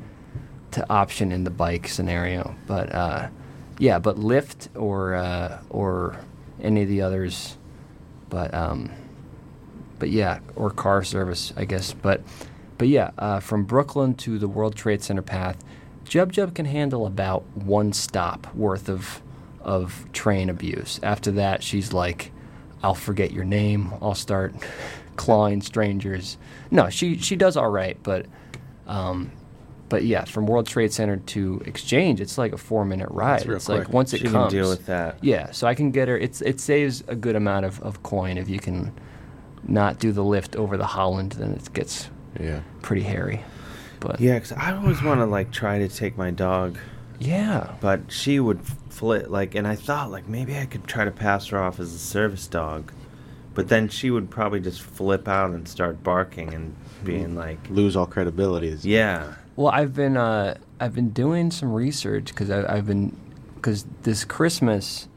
[SPEAKER 15] to option in the bike scenario, but uh, yeah, but Lyft or uh, or any of the others, but um, but yeah, or car service, I guess. But but yeah, uh, from Brooklyn to the World Trade Center path, Jub Jub can handle about one stop worth of of train abuse. After that, she's like, "I'll forget your name. I'll start clawing strangers." No, she she does all right, but um, but yeah, from World Trade Center to Exchange, it's like a four minute ride.
[SPEAKER 9] That's real
[SPEAKER 15] it's like
[SPEAKER 9] quick.
[SPEAKER 15] once it
[SPEAKER 9] She can
[SPEAKER 15] comes,
[SPEAKER 9] deal with that.
[SPEAKER 15] Yeah, so I can get her. It's it saves a good amount of, of coin if you can not do the lift over the Holland. Then it gets
[SPEAKER 10] yeah
[SPEAKER 15] pretty hairy. But
[SPEAKER 9] Yeah, 'cause I always want to like try to take my dog.
[SPEAKER 15] Yeah.
[SPEAKER 9] But she would flit like, and I thought like maybe I could try to pass her off as a service dog, but then she would probably just flip out and start barking and being like,
[SPEAKER 10] lose all credibility.
[SPEAKER 9] yeah.
[SPEAKER 15] Well, I've been uh, I've been doing some research because I've been because this Christmas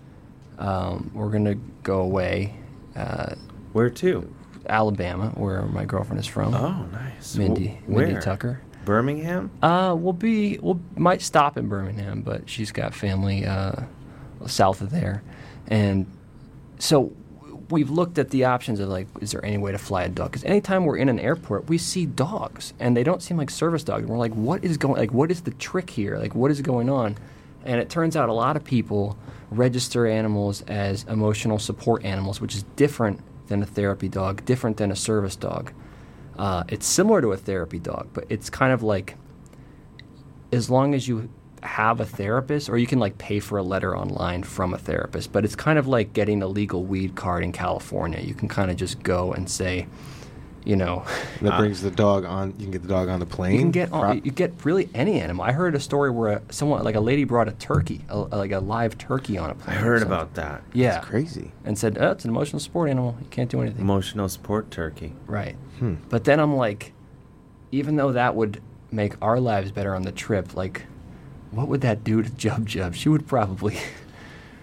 [SPEAKER 15] um, we're gonna go away. Uh,
[SPEAKER 9] where to?
[SPEAKER 15] Alabama, where my girlfriend is from.
[SPEAKER 9] Oh, nice.
[SPEAKER 15] Mindy,
[SPEAKER 9] Wh- where?
[SPEAKER 15] Mindy Tucker.
[SPEAKER 9] Birmingham.
[SPEAKER 15] Uh, we'll be we'll might stop in Birmingham, but she's got family uh, south of there, and so we've looked at the options of like, is there any way to fly a dog? Because anytime we're in an airport, we see dogs, and they don't seem like service dogs. And we're like, what is going? Like, what is the trick here? Like, what is going on? And it turns out a lot of people register animals as emotional support animals, which is different than a therapy dog, different than a service dog. Uh, it's similar to a therapy dog, but it's kind of like as long as you have a therapist or you can like pay for a letter online from a therapist but it's kind of like getting a legal weed card in california you can kind of just go and say you know
[SPEAKER 10] That brings the dog on. You can get the dog on the plane.
[SPEAKER 15] you can get on, you get really any animal i heard a story where a, someone like a lady brought a turkey a, like a live turkey on a plane
[SPEAKER 9] I
[SPEAKER 15] or
[SPEAKER 9] heard
[SPEAKER 15] something.
[SPEAKER 9] about that.
[SPEAKER 15] yeah
[SPEAKER 10] crazy
[SPEAKER 15] and said oh it's an emotional support animal you can't do anything
[SPEAKER 9] Emotional support turkey.
[SPEAKER 15] Right.
[SPEAKER 9] Hmm.
[SPEAKER 15] But then I'm like, even though that would make our lives better on the trip, like, what would that do to Jub Jub? She would probably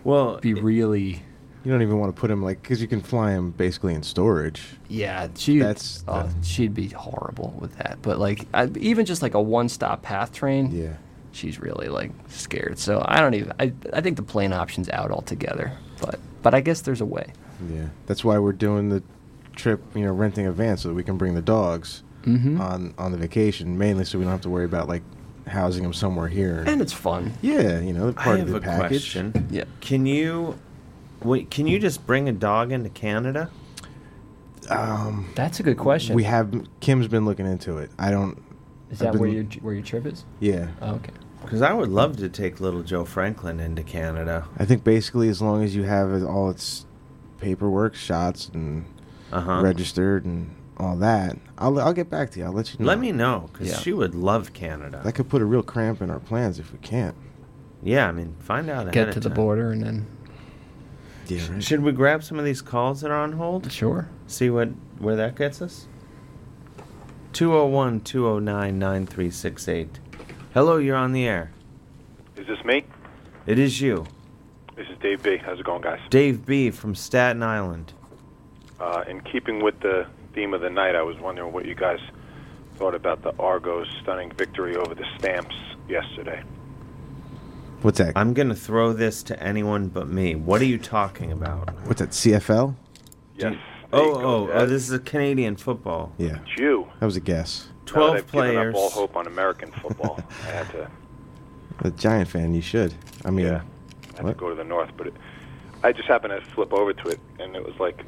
[SPEAKER 9] well
[SPEAKER 15] be really.
[SPEAKER 10] You don't even want to put him like because you can fly him basically in storage.
[SPEAKER 15] Yeah, she.
[SPEAKER 10] That's
[SPEAKER 15] oh, she'd be horrible with that. But like, I, even just like a one-stop path train.
[SPEAKER 10] Yeah.
[SPEAKER 15] She's really like scared. So I don't even. I I think the plane option's out altogether. But but I guess there's a way.
[SPEAKER 10] Yeah, that's why we're doing the trip. You know, renting a van so that we can bring the dogs
[SPEAKER 9] Mm-hmm.
[SPEAKER 15] Mhm.
[SPEAKER 10] on on the vacation, mainly so we don't have to worry about like housing them somewhere here.
[SPEAKER 15] And it's fun.
[SPEAKER 10] Yeah, you know, they're
[SPEAKER 9] I
[SPEAKER 10] part
[SPEAKER 9] have
[SPEAKER 10] of the
[SPEAKER 9] a
[SPEAKER 10] package.
[SPEAKER 9] question.
[SPEAKER 15] Yeah.
[SPEAKER 9] Can you, wait, can you just bring a dog into Canada?
[SPEAKER 10] Um,
[SPEAKER 15] That's a good question.
[SPEAKER 10] We have Kim's been looking into it. I don't.
[SPEAKER 15] Is
[SPEAKER 10] I've
[SPEAKER 15] that where
[SPEAKER 10] been-
[SPEAKER 15] your where your trip is?
[SPEAKER 10] Yeah.
[SPEAKER 15] Oh, okay.
[SPEAKER 9] Because I would love to take little Joe Franklin into Canada.
[SPEAKER 10] I think basically as long as you have it, all its paperwork, shots, and
[SPEAKER 9] Uh-huh.
[SPEAKER 10] registered, and all that, I'll I'll get back to you. I'll let you know.
[SPEAKER 9] Let me know because
[SPEAKER 10] Yeah.
[SPEAKER 9] she would love Canada.
[SPEAKER 10] That could put a real cramp in our plans if we can't.
[SPEAKER 9] Yeah, I mean, find out.
[SPEAKER 10] Get
[SPEAKER 9] ahead of
[SPEAKER 10] to the
[SPEAKER 9] time.
[SPEAKER 15] border and then.
[SPEAKER 10] Yeah, right.
[SPEAKER 9] Should we grab some of these calls that are on hold?
[SPEAKER 15] Sure.
[SPEAKER 9] See what where that gets us. 201-209-9368. Hello, you're on the air.
[SPEAKER 16] Is this me?
[SPEAKER 9] It is you,
[SPEAKER 16] This is Dave B. How's it going, guys?
[SPEAKER 9] Dave B from Staten Island.
[SPEAKER 16] Uh, in keeping with the theme of the night, I was wondering what you guys thought about the Argos' stunning victory over the Stamps yesterday.
[SPEAKER 10] What's that?
[SPEAKER 9] I'm gonna throw this to anyone but me. What are you talking about?
[SPEAKER 10] What's that? CFL?
[SPEAKER 16] Yes.
[SPEAKER 9] Oh, oh, oh! This is a Canadian football.
[SPEAKER 10] Yeah.
[SPEAKER 16] You.
[SPEAKER 10] That was a guess.
[SPEAKER 16] now that
[SPEAKER 9] 12
[SPEAKER 16] I've given
[SPEAKER 9] players.
[SPEAKER 16] up all hope on American football. I had to,
[SPEAKER 10] A Giant fan, you should. I mean,
[SPEAKER 16] I had to go to the north, but it, I just happened to flip over to it, and it was like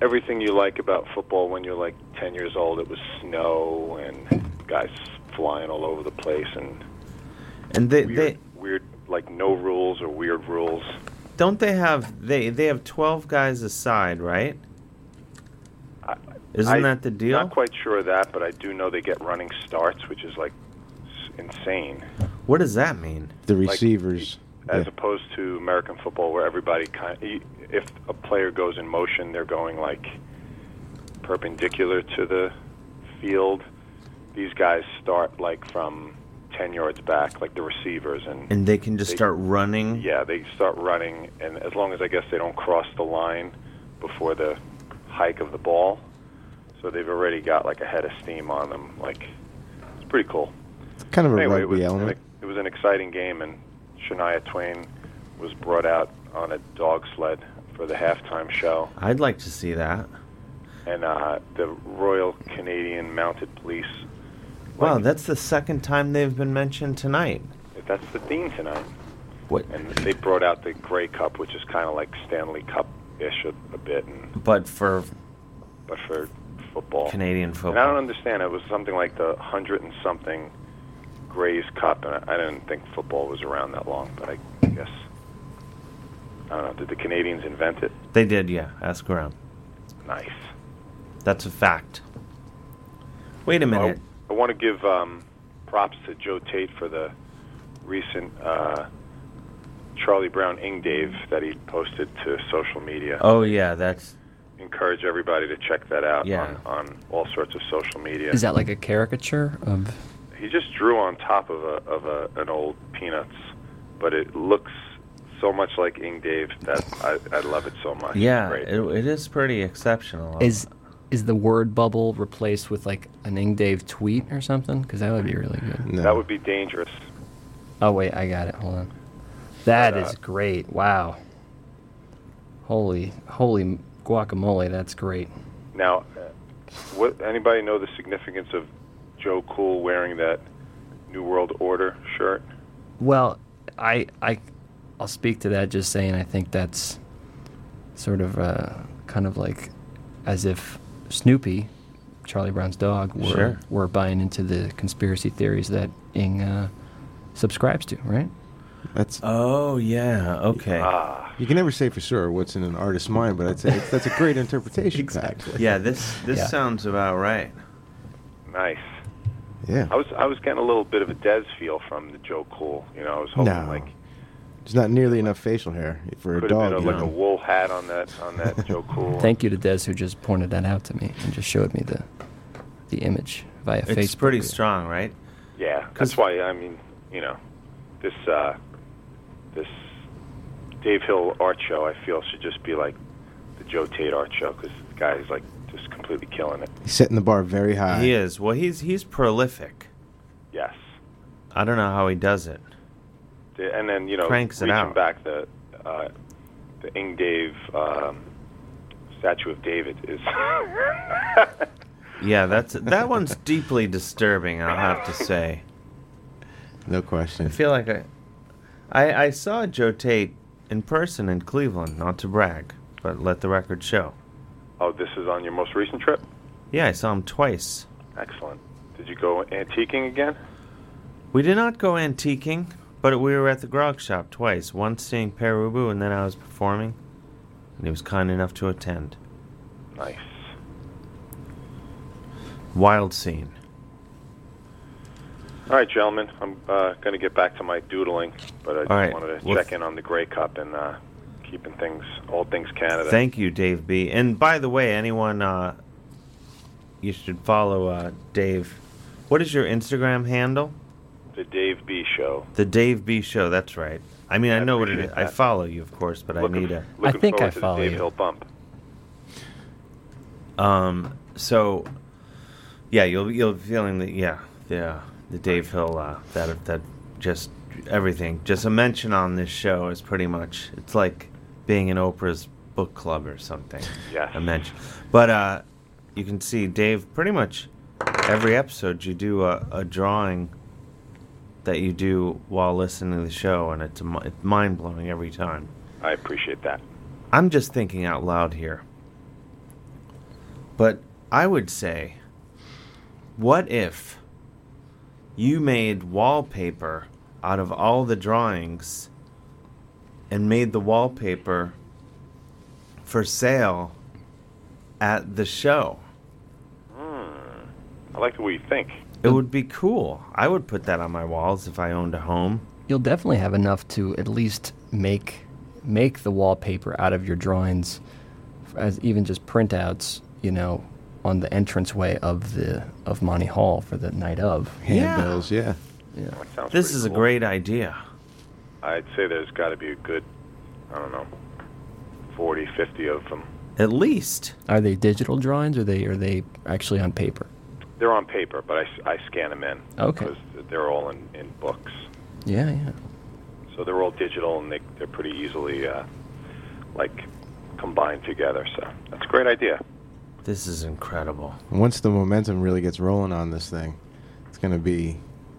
[SPEAKER 16] everything you like about football when you're like 10 years old. It was snow and guys flying all over the place and
[SPEAKER 9] And they,
[SPEAKER 16] weird, weird like no rules or weird rules.
[SPEAKER 9] they don't they have they they have 12 guys aside, right? Isn't
[SPEAKER 16] I-
[SPEAKER 9] that the deal?
[SPEAKER 16] Not quite sure of that, but I do know they get running starts, which is like s- insane.
[SPEAKER 9] What does that mean?
[SPEAKER 10] the
[SPEAKER 16] like-
[SPEAKER 10] receivers.
[SPEAKER 16] As opposed to American football, where everybody kind of, if a player goes in motion, they're going like perpendicular to the field. These guys start like from ten yards back, like the receivers, and
[SPEAKER 9] And they can just start running.
[SPEAKER 16] yeah, they start running, and as long as I guess they don't cross the line before the hike of the ball, so they've already got like a head of steam on them. Like it's pretty cool.
[SPEAKER 10] It's kind of a
[SPEAKER 16] Anyway, it
[SPEAKER 10] rugby
[SPEAKER 16] was-
[SPEAKER 10] element.
[SPEAKER 16] It was an exciting game, and Shania Twain was brought out on a dog sled for the halftime show,
[SPEAKER 9] I'd like to see that.
[SPEAKER 16] and uh, the Royal Canadian Mounted Police.
[SPEAKER 9] Wow, that's the second time they've been mentioned tonight.
[SPEAKER 16] That's the theme tonight.
[SPEAKER 9] What?
[SPEAKER 16] And they brought out the Grey Cup, which is kind of like Stanley Cup ish a, a bit, and
[SPEAKER 9] But for
[SPEAKER 16] but for football.
[SPEAKER 9] Canadian football.
[SPEAKER 16] And I don't understand. It was something like the hundred and something Gray's Cup, and I I didn't think football was around that long. But I guess I don't know. Did the Canadians invent it?
[SPEAKER 9] They did, yeah. Ask around.
[SPEAKER 16] Nice.
[SPEAKER 9] That's a fact. Wait a minute.
[SPEAKER 16] I want to give um, props to Joe Tate for the recent uh, Charlie Brown Ing Dave that he posted to social media.
[SPEAKER 9] Oh yeah, that's
[SPEAKER 16] Encourage everybody to check that out
[SPEAKER 15] Yeah.
[SPEAKER 16] on, on all sorts of social media.
[SPEAKER 15] Is that like a caricature of?
[SPEAKER 16] He just drew on top of a of a an old Peanuts, but it looks so much like Ing Dave that I, I love it so much.
[SPEAKER 9] yeah. It, it is pretty
[SPEAKER 10] Uh,
[SPEAKER 9] exceptional.
[SPEAKER 15] Is is the word bubble replaced with like an Ing Dave tweet or something? Because that would be really good.
[SPEAKER 16] That would be dangerous.
[SPEAKER 15] Oh wait, I got it. Hold on. That
[SPEAKER 16] But,
[SPEAKER 15] is
[SPEAKER 16] uh,
[SPEAKER 15] great. Wow. Holy holy guacamole, that's great.
[SPEAKER 16] Now, uh, what anybody know the significance of Joe Cool wearing that New World Order shirt?
[SPEAKER 15] Well, I I I'll speak to that just saying I think that's sort of uh, kind of like as if Snoopy, Charlie Brown's dog, were
[SPEAKER 9] Sure.
[SPEAKER 15] were buying into the conspiracy theories that Ing uh, subscribes to, right?
[SPEAKER 10] That's
[SPEAKER 9] oh yeah okay.
[SPEAKER 10] you can never say for sure what's in an artist's mind, but I'd say it's, that's a great interpretation. exactly.
[SPEAKER 9] Yeah, this this
[SPEAKER 10] Yeah.
[SPEAKER 9] sounds about right.
[SPEAKER 16] Nice.
[SPEAKER 10] Yeah.
[SPEAKER 16] I was I was getting a little bit of a Des feel from the Joe Cool. You know, I was hoping
[SPEAKER 10] No.
[SPEAKER 16] like
[SPEAKER 10] There's not nearly enough facial hair for a
[SPEAKER 16] could have
[SPEAKER 10] dog.
[SPEAKER 16] been a,
[SPEAKER 10] you
[SPEAKER 16] like
[SPEAKER 10] know.
[SPEAKER 16] a wool hat on that on that Joe Cool.
[SPEAKER 15] Thank you to Des who just pointed that out to me and just showed me the the image via
[SPEAKER 9] It's
[SPEAKER 15] Facebook.
[SPEAKER 9] pretty strong, right?
[SPEAKER 16] Yeah, that's why I mean, you know, this uh, this Dave Hill art show I feel should just be like the Joe Tate art show because the guy's like just completely killing it.
[SPEAKER 10] He's setting the bar very high.
[SPEAKER 9] He is. Well, he's he's prolific.
[SPEAKER 16] Yes,
[SPEAKER 9] I don't know how he does it.
[SPEAKER 16] The- and then you know,
[SPEAKER 9] Cranks it
[SPEAKER 16] reaching
[SPEAKER 9] out.
[SPEAKER 16] back the uh, the Ing Dave um, statue of David is
[SPEAKER 9] Yeah, that's that one's deeply disturbing. I'll have to say.
[SPEAKER 10] No question.
[SPEAKER 9] I feel like I, I, I saw Joe Tate in person in Cleveland. Not to brag, but let the record show.
[SPEAKER 16] oh, this is on your most recent trip.
[SPEAKER 9] Yeah, I saw him twice.
[SPEAKER 16] Excellent. Did you go antiquing again?
[SPEAKER 9] We did not go antiquing, but we were at the grog shop twice. Once seeing Perubu, and then I was performing, and he was kind enough to attend.
[SPEAKER 16] Nice.
[SPEAKER 9] Wild scene.
[SPEAKER 16] All right, gentlemen, I'm uh, going to get back to my doodling, but I just
[SPEAKER 9] right,
[SPEAKER 16] wanted to
[SPEAKER 9] well-
[SPEAKER 16] check in on the Grey Cup and uh, keeping things, all things Canada.
[SPEAKER 9] Thank you, Dave B. And by the way, anyone, uh, you should follow uh, Dave. What is your Instagram handle?
[SPEAKER 16] The Dave B. Show.
[SPEAKER 9] The Dave B. Show. That's right. I mean, I, know what it is. I follow you, of course, but I need a.
[SPEAKER 16] Looking forward to the Dave Hill bump.
[SPEAKER 9] Um. So, yeah, you'll you'll be feeling the yeah yeah the Dave Hill uh, that that just everything just a mention on this show is pretty much it's like being in Oprah's book club or something.
[SPEAKER 16] Yes.
[SPEAKER 9] A mention, but uh, you can see Dave pretty much every episode you do a, a drawing that you do while listening to the show, and it's, a, mi- it's mind blowing every time.
[SPEAKER 16] I appreciate that.
[SPEAKER 9] I'm just thinking out loud here. But I would say, what if you made wallpaper out of all the drawings and made the wallpaper for sale at the show?
[SPEAKER 16] Hmm. I like the way you think.
[SPEAKER 9] It would be cool. I would put that on my walls if I owned a home.
[SPEAKER 15] You'll definitely have enough to at least make make the wallpaper out of your drawings, as even just printouts. You know, on the entranceway of the of Monty Hall for the night of
[SPEAKER 16] Handbills,
[SPEAKER 15] Yeah, yeah.
[SPEAKER 16] sounds
[SPEAKER 9] This
[SPEAKER 16] pretty
[SPEAKER 9] is a
[SPEAKER 16] cool.
[SPEAKER 9] great idea.
[SPEAKER 16] I'd say there's got to be a good, I don't know, 40, 50 of them.
[SPEAKER 9] At least.
[SPEAKER 15] Are they digital drawings? Or are they are they actually on paper?
[SPEAKER 16] They're on paper, but I, s- I scan them in.
[SPEAKER 15] Okay.
[SPEAKER 16] 'cause they're all in, in books.
[SPEAKER 15] Yeah, yeah.
[SPEAKER 16] So they're all digital and they, they're pretty easily, uh, like, combined together. So that's a great idea.
[SPEAKER 9] This is incredible.
[SPEAKER 10] Once the momentum really gets rolling on this thing, it's gonna be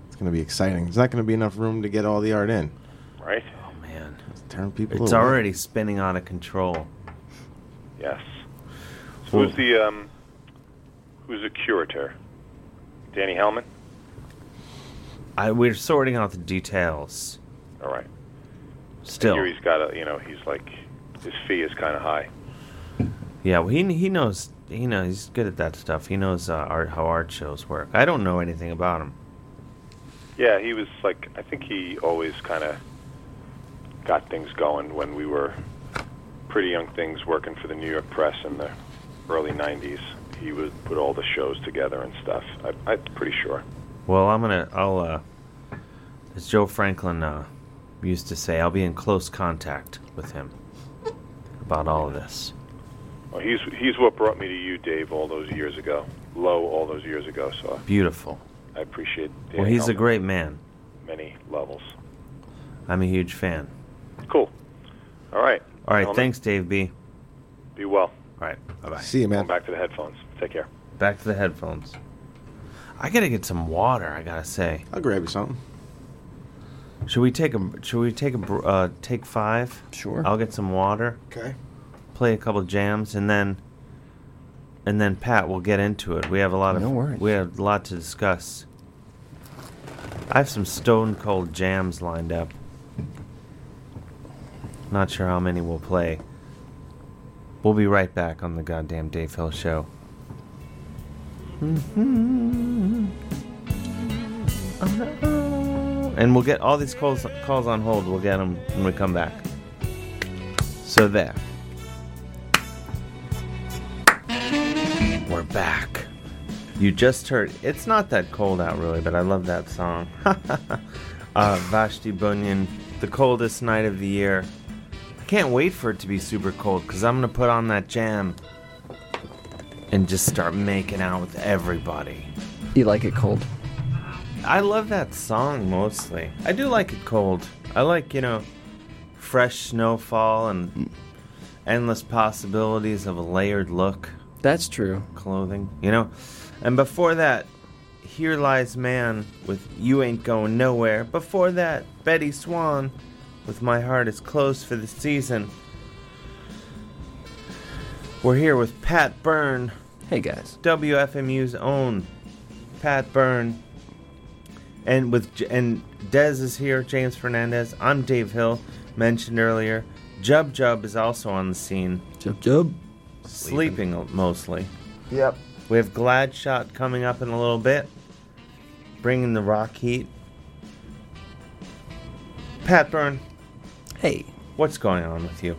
[SPEAKER 10] it's gonna be exciting. It's not gonna be enough room to get all the art in.
[SPEAKER 16] Right?
[SPEAKER 9] Oh, man.
[SPEAKER 10] Turn people.
[SPEAKER 9] It's
[SPEAKER 10] away.
[SPEAKER 9] already spinning out of control.
[SPEAKER 16] Yes. So who's the, um, who's the curator? Danny Hellman?
[SPEAKER 9] I, we're sorting out the details.
[SPEAKER 16] All right.
[SPEAKER 9] Still,
[SPEAKER 16] I hear he's got a, you know, he's like, his fee is kind of high.
[SPEAKER 9] yeah. Well, he he knows. He knows. He's good at that stuff. He knows uh, art how art shows work. I don't know anything about him.
[SPEAKER 16] Yeah, he was like I think he always kind of got things going when we were pretty young things working for the New York Press in the early '90s. He would put all the shows together and stuff. I, I'm pretty sure.
[SPEAKER 9] Well, I'm gonna. I'll. Uh, as Joe Franklin uh, used to say, I'll be in close contact with him about all of this.
[SPEAKER 16] Well, he's he's what brought me to you, Dave, all those years ago. Low, all those years ago. So
[SPEAKER 9] Beautiful.
[SPEAKER 16] I appreciate. Dan
[SPEAKER 9] Well, he's a
[SPEAKER 16] Hellman
[SPEAKER 9] great man.
[SPEAKER 16] on many levels.
[SPEAKER 9] I'm a huge fan.
[SPEAKER 16] Cool. All right.
[SPEAKER 9] All right.
[SPEAKER 16] Gentlemen,
[SPEAKER 9] Thanks, Dave B.
[SPEAKER 16] Be well.
[SPEAKER 9] All right. Bye bye.
[SPEAKER 10] See you, man.
[SPEAKER 16] Going back to the headphones. Take care.
[SPEAKER 9] Back to the headphones. I gotta get some water. I gotta say.
[SPEAKER 10] I'll grab you something.
[SPEAKER 9] Should we take a Should we take a br- uh, take five?
[SPEAKER 10] Sure.
[SPEAKER 9] I'll get some water.
[SPEAKER 10] Okay.
[SPEAKER 9] Play a couple jams and then, and then Pat, we'll get into it. We have a lot of
[SPEAKER 15] No worries.
[SPEAKER 9] we have a lot to discuss. I have some stone cold jams lined up. Not sure how many we'll play. We'll be right back on the goddamn Dave Hill show.
[SPEAKER 1] Mm-hmm.
[SPEAKER 9] And we'll get all these calls calls on hold. We'll get them when we come back. So there. We're back. You just heard. It's not that cold out, really, but I love that song. uh, Vashti Bunyan, the coldest night of the year. I can't wait for it to be super cold because I'm gonna put on that jam and just start making out with everybody.
[SPEAKER 15] You like it cold?
[SPEAKER 9] I love that song mostly. I do like it cold. I like, you know, fresh snowfall and endless possibilities of a layered look.
[SPEAKER 15] That's true.
[SPEAKER 9] Clothing, you know. And before that, Here Lies Man with You Ain't Going Nowhere. Before that, Betty Swan with My Heart Is Closed for the Season. We're here with Pat Byrne.
[SPEAKER 15] Hey guys.
[SPEAKER 9] WFMU's own Pat Byrne. And with J- and Dez is here, James Fernandez. I'm Dave Hill, mentioned earlier. Jub Jub is also on the scene.
[SPEAKER 15] Jub Jub.
[SPEAKER 9] Sleeping, mostly.
[SPEAKER 10] Yep.
[SPEAKER 9] We have Glad Shot coming up in a little bit, bringing the rock heat. Pat Byrne.
[SPEAKER 15] Hey.
[SPEAKER 9] What's going on with you?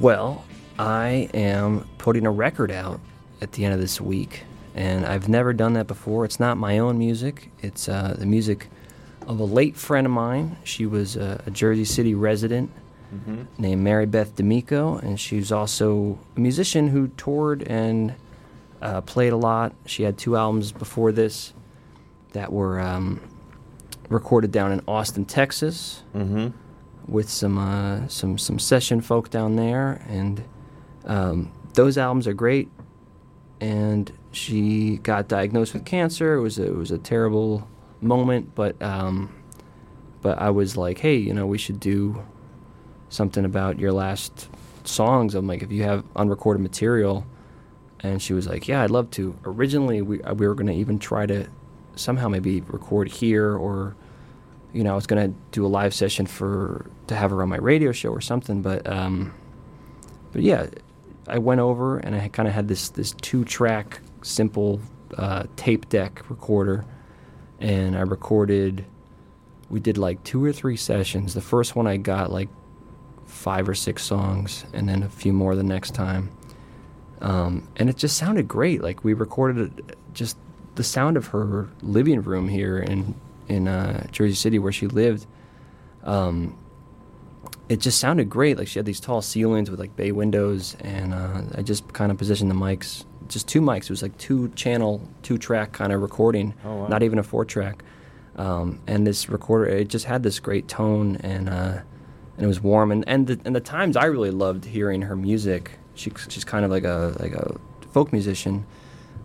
[SPEAKER 15] Well, I am putting a record out at the end of this week, and I've never done that before. It's not my own music, it's uh, the music of a late friend of mine. She was a, a Jersey City resident
[SPEAKER 1] Mhm.
[SPEAKER 15] named Mary Beth D'Amico, and she's also a musician who toured and uh, played a lot. She had two albums before this that were um, recorded down in Austin, Texas,
[SPEAKER 9] Mhm.
[SPEAKER 15] with some uh, some some session folk down there, and um, those albums are great. And she got diagnosed with cancer. It was a, it was a terrible moment, but um, but I was like, hey, you know, we should do something about your last songs. I'm like, if you have unrecorded material, and she was like, yeah, I'd love to. Originally, we uh, we were gonna even try to somehow maybe record here, or you know, I was gonna do a live session for to have her on my radio show or something. But um, but yeah, I went over and I kind of had this this two track simple uh, tape deck recorder, and I recorded. We did like two or three sessions. The first one I got like five or six songs, and then a few more the next time. Um, and it just sounded great. Like we recorded it- just the sound of her living room here in in uh, Jersey City where she lived. Um, it just sounded great. Like she had these tall ceilings with like bay windows, and uh, I just kind of positioned the mics, just two mics. It was like two channel, two track kind of recording,
[SPEAKER 9] Oh, wow.
[SPEAKER 15] not even a four track. Um, and this recorder, it just had this great tone, and uh, and it was warm. And and the, and the times I really loved hearing her music. She, she's kind of like a like a folk musician.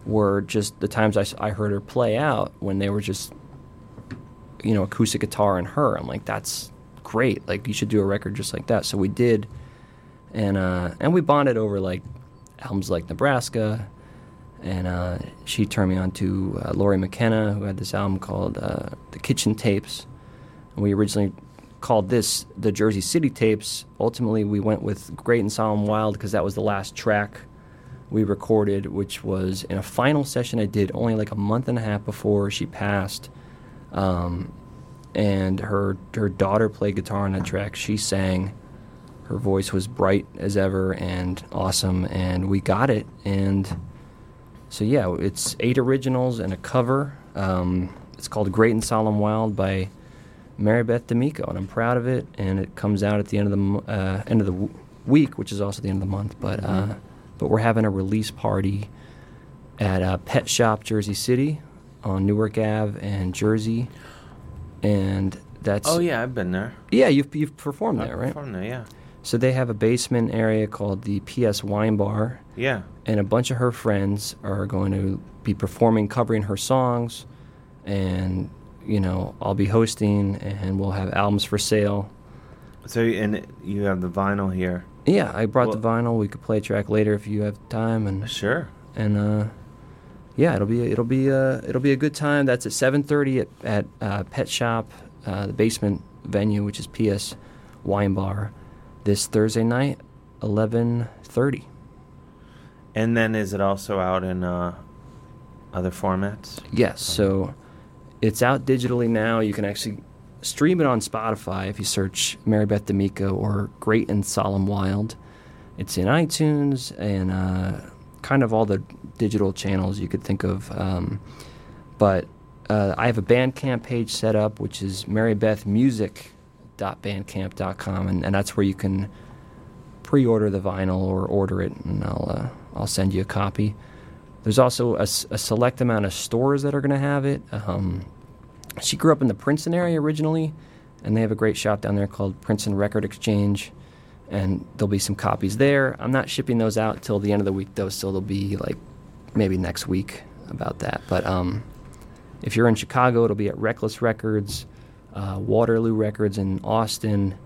[SPEAKER 15] Were just the times I, s- I heard her play out when they were just you know, acoustic guitar and her. I'm like, that's great. Like, you should do a record just like that. So we did, and uh, and we bonded over like albums like Nebraska, and uh, she turned me on to uh, Laurie McKenna, who had this album called uh, The Kitchen Tapes. And we originally called this the Jersey City Tapes. Ultimately, we went with Great and Solemn Wild because that was the last track we recorded, which was in a final session I did only like a month and a half before she passed. Um, and her her daughter played guitar on that track. She sang. Her voice was bright as ever and awesome, and we got it. And so yeah, it's eight originals and a cover. Um, it's called Great and Solemn Wild by Mary Beth D'Amico, and I'm proud of it. And it comes out at the end of the mo- uh, end of the w- week, which is also the end of the month. But uh, but we're having a release party at uh, Pet Shop Jersey City on Newark Ave and Jersey, and that's
[SPEAKER 9] oh yeah, I've been there.
[SPEAKER 15] yeah, you've you've performed
[SPEAKER 9] I've
[SPEAKER 15] there, right?
[SPEAKER 9] performed there, yeah.
[SPEAKER 15] So they have a basement area called the PS Wine Bar.
[SPEAKER 9] Yeah.
[SPEAKER 15] And a bunch of her friends are going to be performing, covering her songs, and you know I'll be hosting, and we'll have albums for sale.
[SPEAKER 9] So and you have the vinyl here.
[SPEAKER 15] Yeah, I brought the vinyl. We could play a track later if you have time. And
[SPEAKER 9] sure.
[SPEAKER 15] And uh, yeah, it'll be it'll be uh, it'll be a good time. That's at seven thirty at at uh, Pet Shop, uh, the basement venue, which is PS Wine Bar, this Thursday night, eleven thirty.
[SPEAKER 9] And then is it also out in uh, other formats?
[SPEAKER 15] Yes, so it's out digitally now. You can actually stream it on Spotify if you search Mary Beth D'Amico or Great and Solemn Wild. It's in iTunes and uh, kind of all the digital channels you could think of. Um, but uh, I have a Bandcamp page set up, which is marybethmusic.bandcamp.com, and, and that's where you can pre-order the vinyl or order it, and I'll uh, I'll send you a copy. There's also a, s- a select amount of stores that are going to have it. Um, she grew up in the Princeton area originally, and they have a great shop down there called Princeton Record Exchange, and there'll be some copies there. I'm not shipping those out till the end of the week though, so they'll be like maybe next week about that. But um, if you're in Chicago, it'll be at Reckless Records, uh, Waterloo Records in Austin,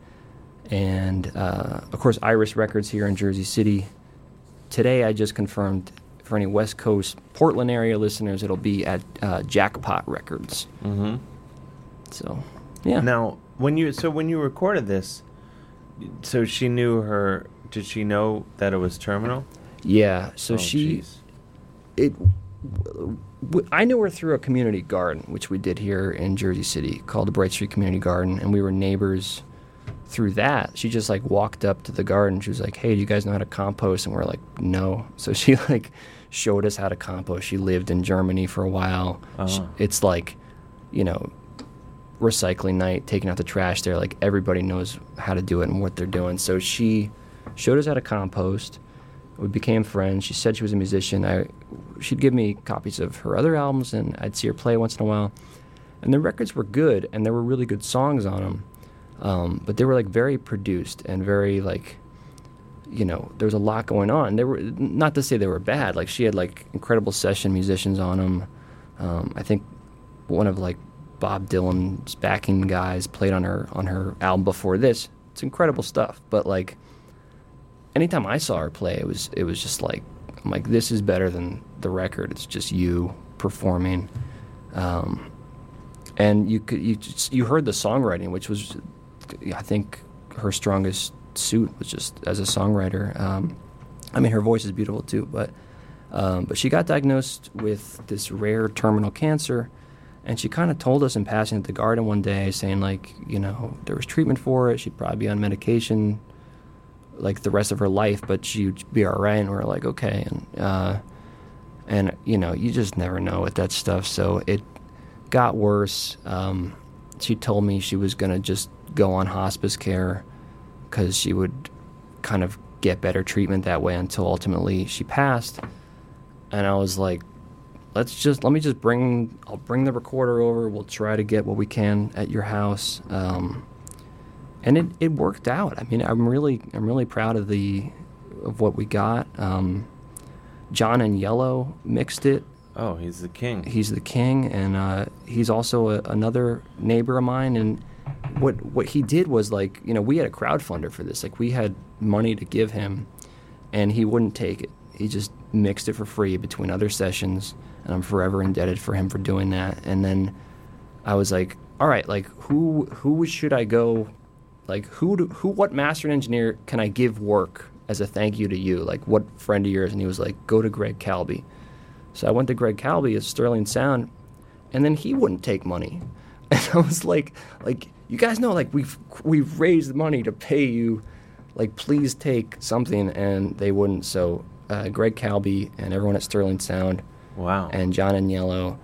[SPEAKER 15] and uh, of course Iris Records here in Jersey City. Today, I just confirmed for any West Coast Portland area listeners, it'll be at uh, Jackpot Records.
[SPEAKER 9] Mm-hmm.
[SPEAKER 15] So, yeah.
[SPEAKER 9] Now, when you so when you recorded this, so she knew her. Did she know that it was terminal?
[SPEAKER 15] Yeah. So
[SPEAKER 9] Oh,
[SPEAKER 15] she,
[SPEAKER 9] jeez.
[SPEAKER 15] it w- I knew her through a community garden, which we did here in Jersey City, called the Bright Street Community Garden, and we were neighbors through that. She just like walked up to the garden. She was like, "Hey, do you guys know how to compost?" And we're like, "No." So she like showed us how to compost. She lived in Germany for a while. She-
[SPEAKER 9] Uh-huh.
[SPEAKER 15] it's like, you know, recycling night, taking out the trash there. Like everybody knows how to do it and what they're doing. So she showed us how to compost. We became friends. She said she was a musician. I, she'd give me copies of her other albums, and I'd see her play once in a while. And the records were good, and there were really good songs on them. Um, but they were like very produced and very like, you know, there was a lot going on. There were not to say they were bad. Like she had like incredible session musicians on them. Um, I think one of like Bob Dylan's backing guys played on her on her album before this. It's incredible stuff. But like anytime I saw her play, it was it was just like I'm like this is better than the record. It's just you performing, um, and you could you just, you heard the songwriting, which was I think her strongest suit was just as a songwriter. Um, I mean, her voice is beautiful too, but um, but she got diagnosed with this rare terminal cancer, and she kind of told us in passing at the garden one day, saying like you know there was treatment for it. She'd probably be on medication like the rest of her life, but she'd be all right. And we are like, okay, and uh, and you know, you just never know with that stuff. So it got worse. Um, she told me she was gonna just go on hospice care because she would kind of get better treatment that way until ultimately she passed. And I was like, let's just let me just bring I'll bring the recorder over. We'll try to get what we can at your house. Um, and it, it worked out. I mean, I'm really I'm really proud of the of what we got. Um, John and Yellow mixed it.
[SPEAKER 9] Oh, he's the king.
[SPEAKER 15] He's the king, and uh, he's also a, another neighbor of mine. And what what he did was like you know we had a crowdfunder for this. Like we had money to give him, and he wouldn't take it. He just mixed it for free between other sessions, and I'm forever indebted for him for doing that. And then I was like, all right, like who who should I go? Like who do, who what master and engineer can I give work as a thank you to you? Like what friend of yours? And he was like, go to Greg Calby. So I went to Greg Calby at Sterling Sound, and then he wouldn't take money. And I was like, like you guys know, like we've we've raised money to pay you, like please take something, and they wouldn't. So uh, Greg Calby and everyone at Sterling Sound,
[SPEAKER 9] wow,
[SPEAKER 15] and John and Yellow,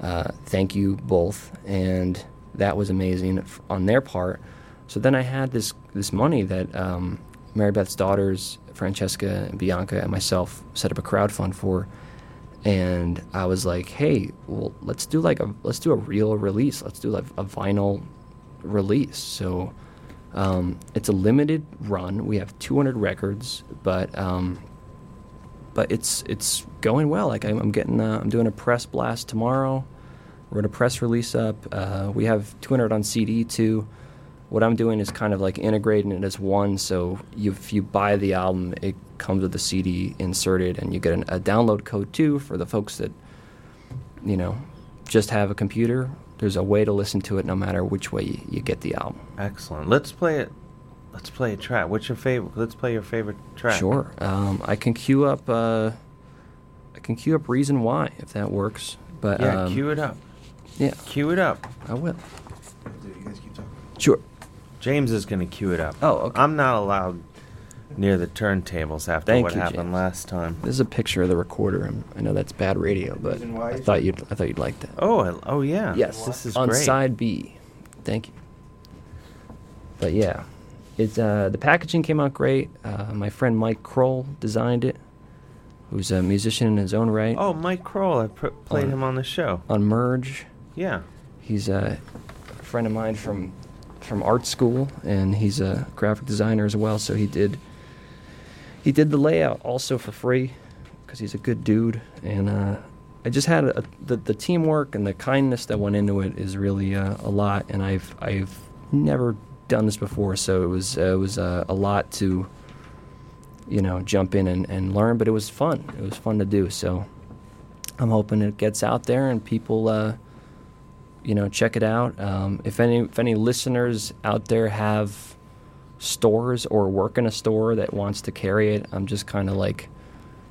[SPEAKER 15] uh, thank you both, and that was amazing f- on their part. So then I had this this money that um, Mary Beth's daughters, Francesca and Bianca, and myself set up a crowdfund for and I was like, "Hey, well, let's do like a let's do a real release. Let's do like a vinyl release." So um, it's a limited run. We have 200 records, but um, but it's it's going well. Like I'm, I'm getting uh, I'm doing a press blast tomorrow. We're gonna press release up. Uh, we have 200 on CD too. What I'm doing is kind of like integrating it as one. So you, if you buy the album, it comes with the CD inserted, and you get an, a download code too for the folks that you know just have a computer. There's a way to listen to it no matter which way you, you get the album.
[SPEAKER 9] Excellent. Let's play it. Let's play a track. What's your favorite? Let's play your favorite track.
[SPEAKER 15] Sure. Um, I can queue up. Uh, I can queue up "Reason Why" if that works. But
[SPEAKER 9] yeah,
[SPEAKER 15] um,
[SPEAKER 9] cue it up.
[SPEAKER 15] Yeah.
[SPEAKER 9] Cue it up.
[SPEAKER 15] I will.
[SPEAKER 10] You guys keep talking.
[SPEAKER 15] Sure.
[SPEAKER 9] James is going to cue it up.
[SPEAKER 15] Oh, okay.
[SPEAKER 9] I'm not allowed near the turntables after
[SPEAKER 15] Thank
[SPEAKER 9] what
[SPEAKER 15] you,
[SPEAKER 9] happened
[SPEAKER 15] James.
[SPEAKER 9] last time.
[SPEAKER 15] This is a picture of the recorder. and I know that's bad radio, but
[SPEAKER 9] Reason why
[SPEAKER 15] I
[SPEAKER 9] is-
[SPEAKER 15] thought you'd I thought you'd like that.
[SPEAKER 9] Oh, I, oh yeah.
[SPEAKER 15] Yes,
[SPEAKER 9] this is
[SPEAKER 15] on
[SPEAKER 9] great.
[SPEAKER 15] side B. Thank you. But yeah, it's uh, the packaging came out great. Uh, my friend Mike Kroll designed it, who's a musician in his own right.
[SPEAKER 9] Oh, Mike Kroll. I pr- played
[SPEAKER 15] On-
[SPEAKER 9] him on the show.
[SPEAKER 15] On Merge,
[SPEAKER 9] Yeah.
[SPEAKER 15] he's a friend of mine from from art school, and he's a graphic designer as well. So he did he did the layout also for free because he's a good dude. And uh, I just had a, the the teamwork and the kindness that went into it is really uh, a lot. And I've I've never done this before, so it was uh, it was uh, a lot to you know jump in and, and learn. But it was fun. It was fun to do. So I'm hoping it gets out there and people. Uh, you know, check it out. Um, if any if any listeners out there have stores or work in a store that wants to carry it, I'm just kind of like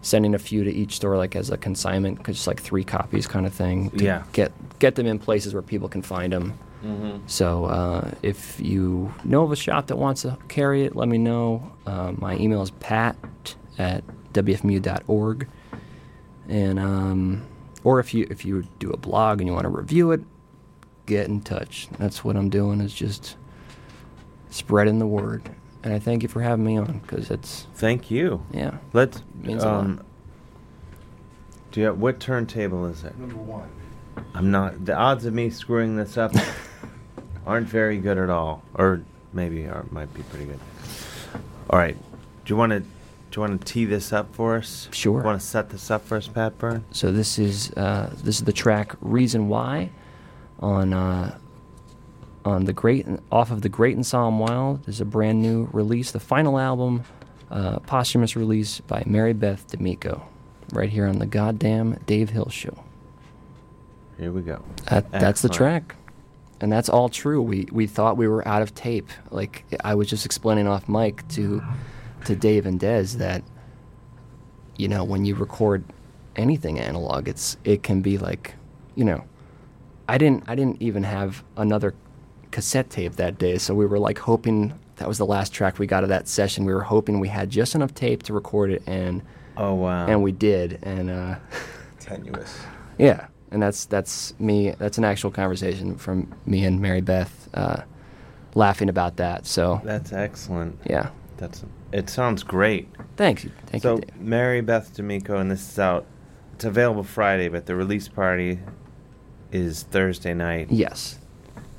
[SPEAKER 15] sending a few to each store like as a consignment, 'cause just like three copies kind of thing. to
[SPEAKER 9] Yeah.
[SPEAKER 15] Get get them in places where people can find them.
[SPEAKER 9] Mhm.
[SPEAKER 15] So uh, if you know of a shop that wants to carry it, let me know. Uh, my email is pat at wfmu.org, and um, or if you if you do a blog and you want to review it, get in touch. That's what I'm doing is just spreading the word. And I thank you for having me on because it's
[SPEAKER 9] thank you.
[SPEAKER 15] Yeah,
[SPEAKER 9] Let's.
[SPEAKER 15] means a lot.
[SPEAKER 9] um, do you have, what turntable is it?
[SPEAKER 17] Number one.
[SPEAKER 9] I'm not. The odds of me screwing this up aren't very good at all, or maybe are, might be pretty good. All right. Do you want to? Do you want to tee this up for us?
[SPEAKER 15] Sure.
[SPEAKER 9] Want to set this up for us, Pat Byrne?
[SPEAKER 15] So this is uh, this is the track "Reason Why" on uh, on the great off of the Great and Solemn Wild. This is a brand new release, the final album, uh, posthumous release by Mary Beth D'Amico, right here on the goddamn Dave Hill Show.
[SPEAKER 9] Here we go.
[SPEAKER 15] That, that's the
[SPEAKER 9] Excellent.
[SPEAKER 15] track, and that's all true. We we thought we were out of tape. Like I was just explaining off mic to to Dave and Dez that you know when you record anything analog, it's it can be like you know I didn't I didn't even have another cassette tape that day, so we were like hoping that was the last track we got of that session. We were hoping we had just enough tape to record it, and
[SPEAKER 9] oh wow,
[SPEAKER 15] and we did, and uh,
[SPEAKER 9] Tenuous.
[SPEAKER 15] yeah, and that's that's me. That's an actual conversation from me and Mary Beth, uh, laughing about that. So
[SPEAKER 9] That's excellent.
[SPEAKER 15] Yeah.
[SPEAKER 9] That's it sounds great.
[SPEAKER 15] Thank you. Thank
[SPEAKER 9] so, Mary Beth D'Amico and this is out it's available Friday, but the release party is Thursday night.
[SPEAKER 15] Yes.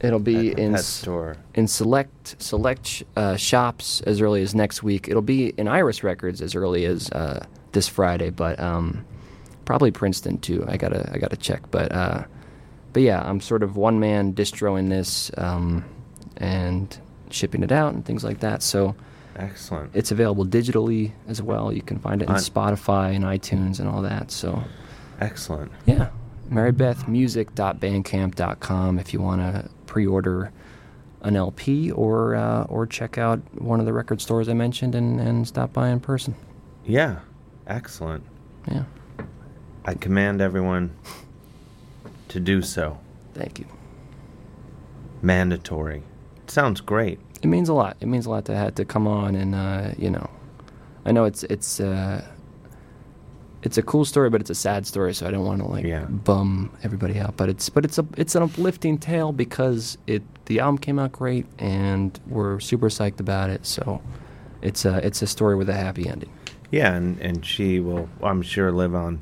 [SPEAKER 15] It'll be
[SPEAKER 9] At the
[SPEAKER 15] in
[SPEAKER 9] pet
[SPEAKER 15] s-
[SPEAKER 9] store.
[SPEAKER 15] in select select sh- uh, shops as early as next week. It'll be in Iris Records as early as uh, this Friday, but um, probably Princeton too. I gotta I gotta check, but uh, but yeah, I'm sort of one man distroing this um, and shipping it out and things like that. So
[SPEAKER 9] excellent.
[SPEAKER 15] It's available digitally as well. You can find it in
[SPEAKER 9] On-
[SPEAKER 15] Spotify and iTunes and all that. So
[SPEAKER 9] excellent.
[SPEAKER 15] Yeah. marybethmusic.bandcamp.com if you want to pre-order an LP or uh, or check out one of the record stores I mentioned and, and stop by in person.
[SPEAKER 9] Yeah. Excellent.
[SPEAKER 15] Yeah.
[SPEAKER 9] I command everyone to do so.
[SPEAKER 15] Thank you.
[SPEAKER 9] Mandatory. sounds great.
[SPEAKER 15] It means a lot. It means a lot to have to come on and uh, you know, I know it's it's uh, it's a cool story, but it's a sad story. So I don't want to like bum everybody out. But it's but it's a it's an uplifting tale because it the album came out great and we're super psyched about it. So it's a it's a story with a happy ending.
[SPEAKER 9] Yeah, and, and she will I'm sure live on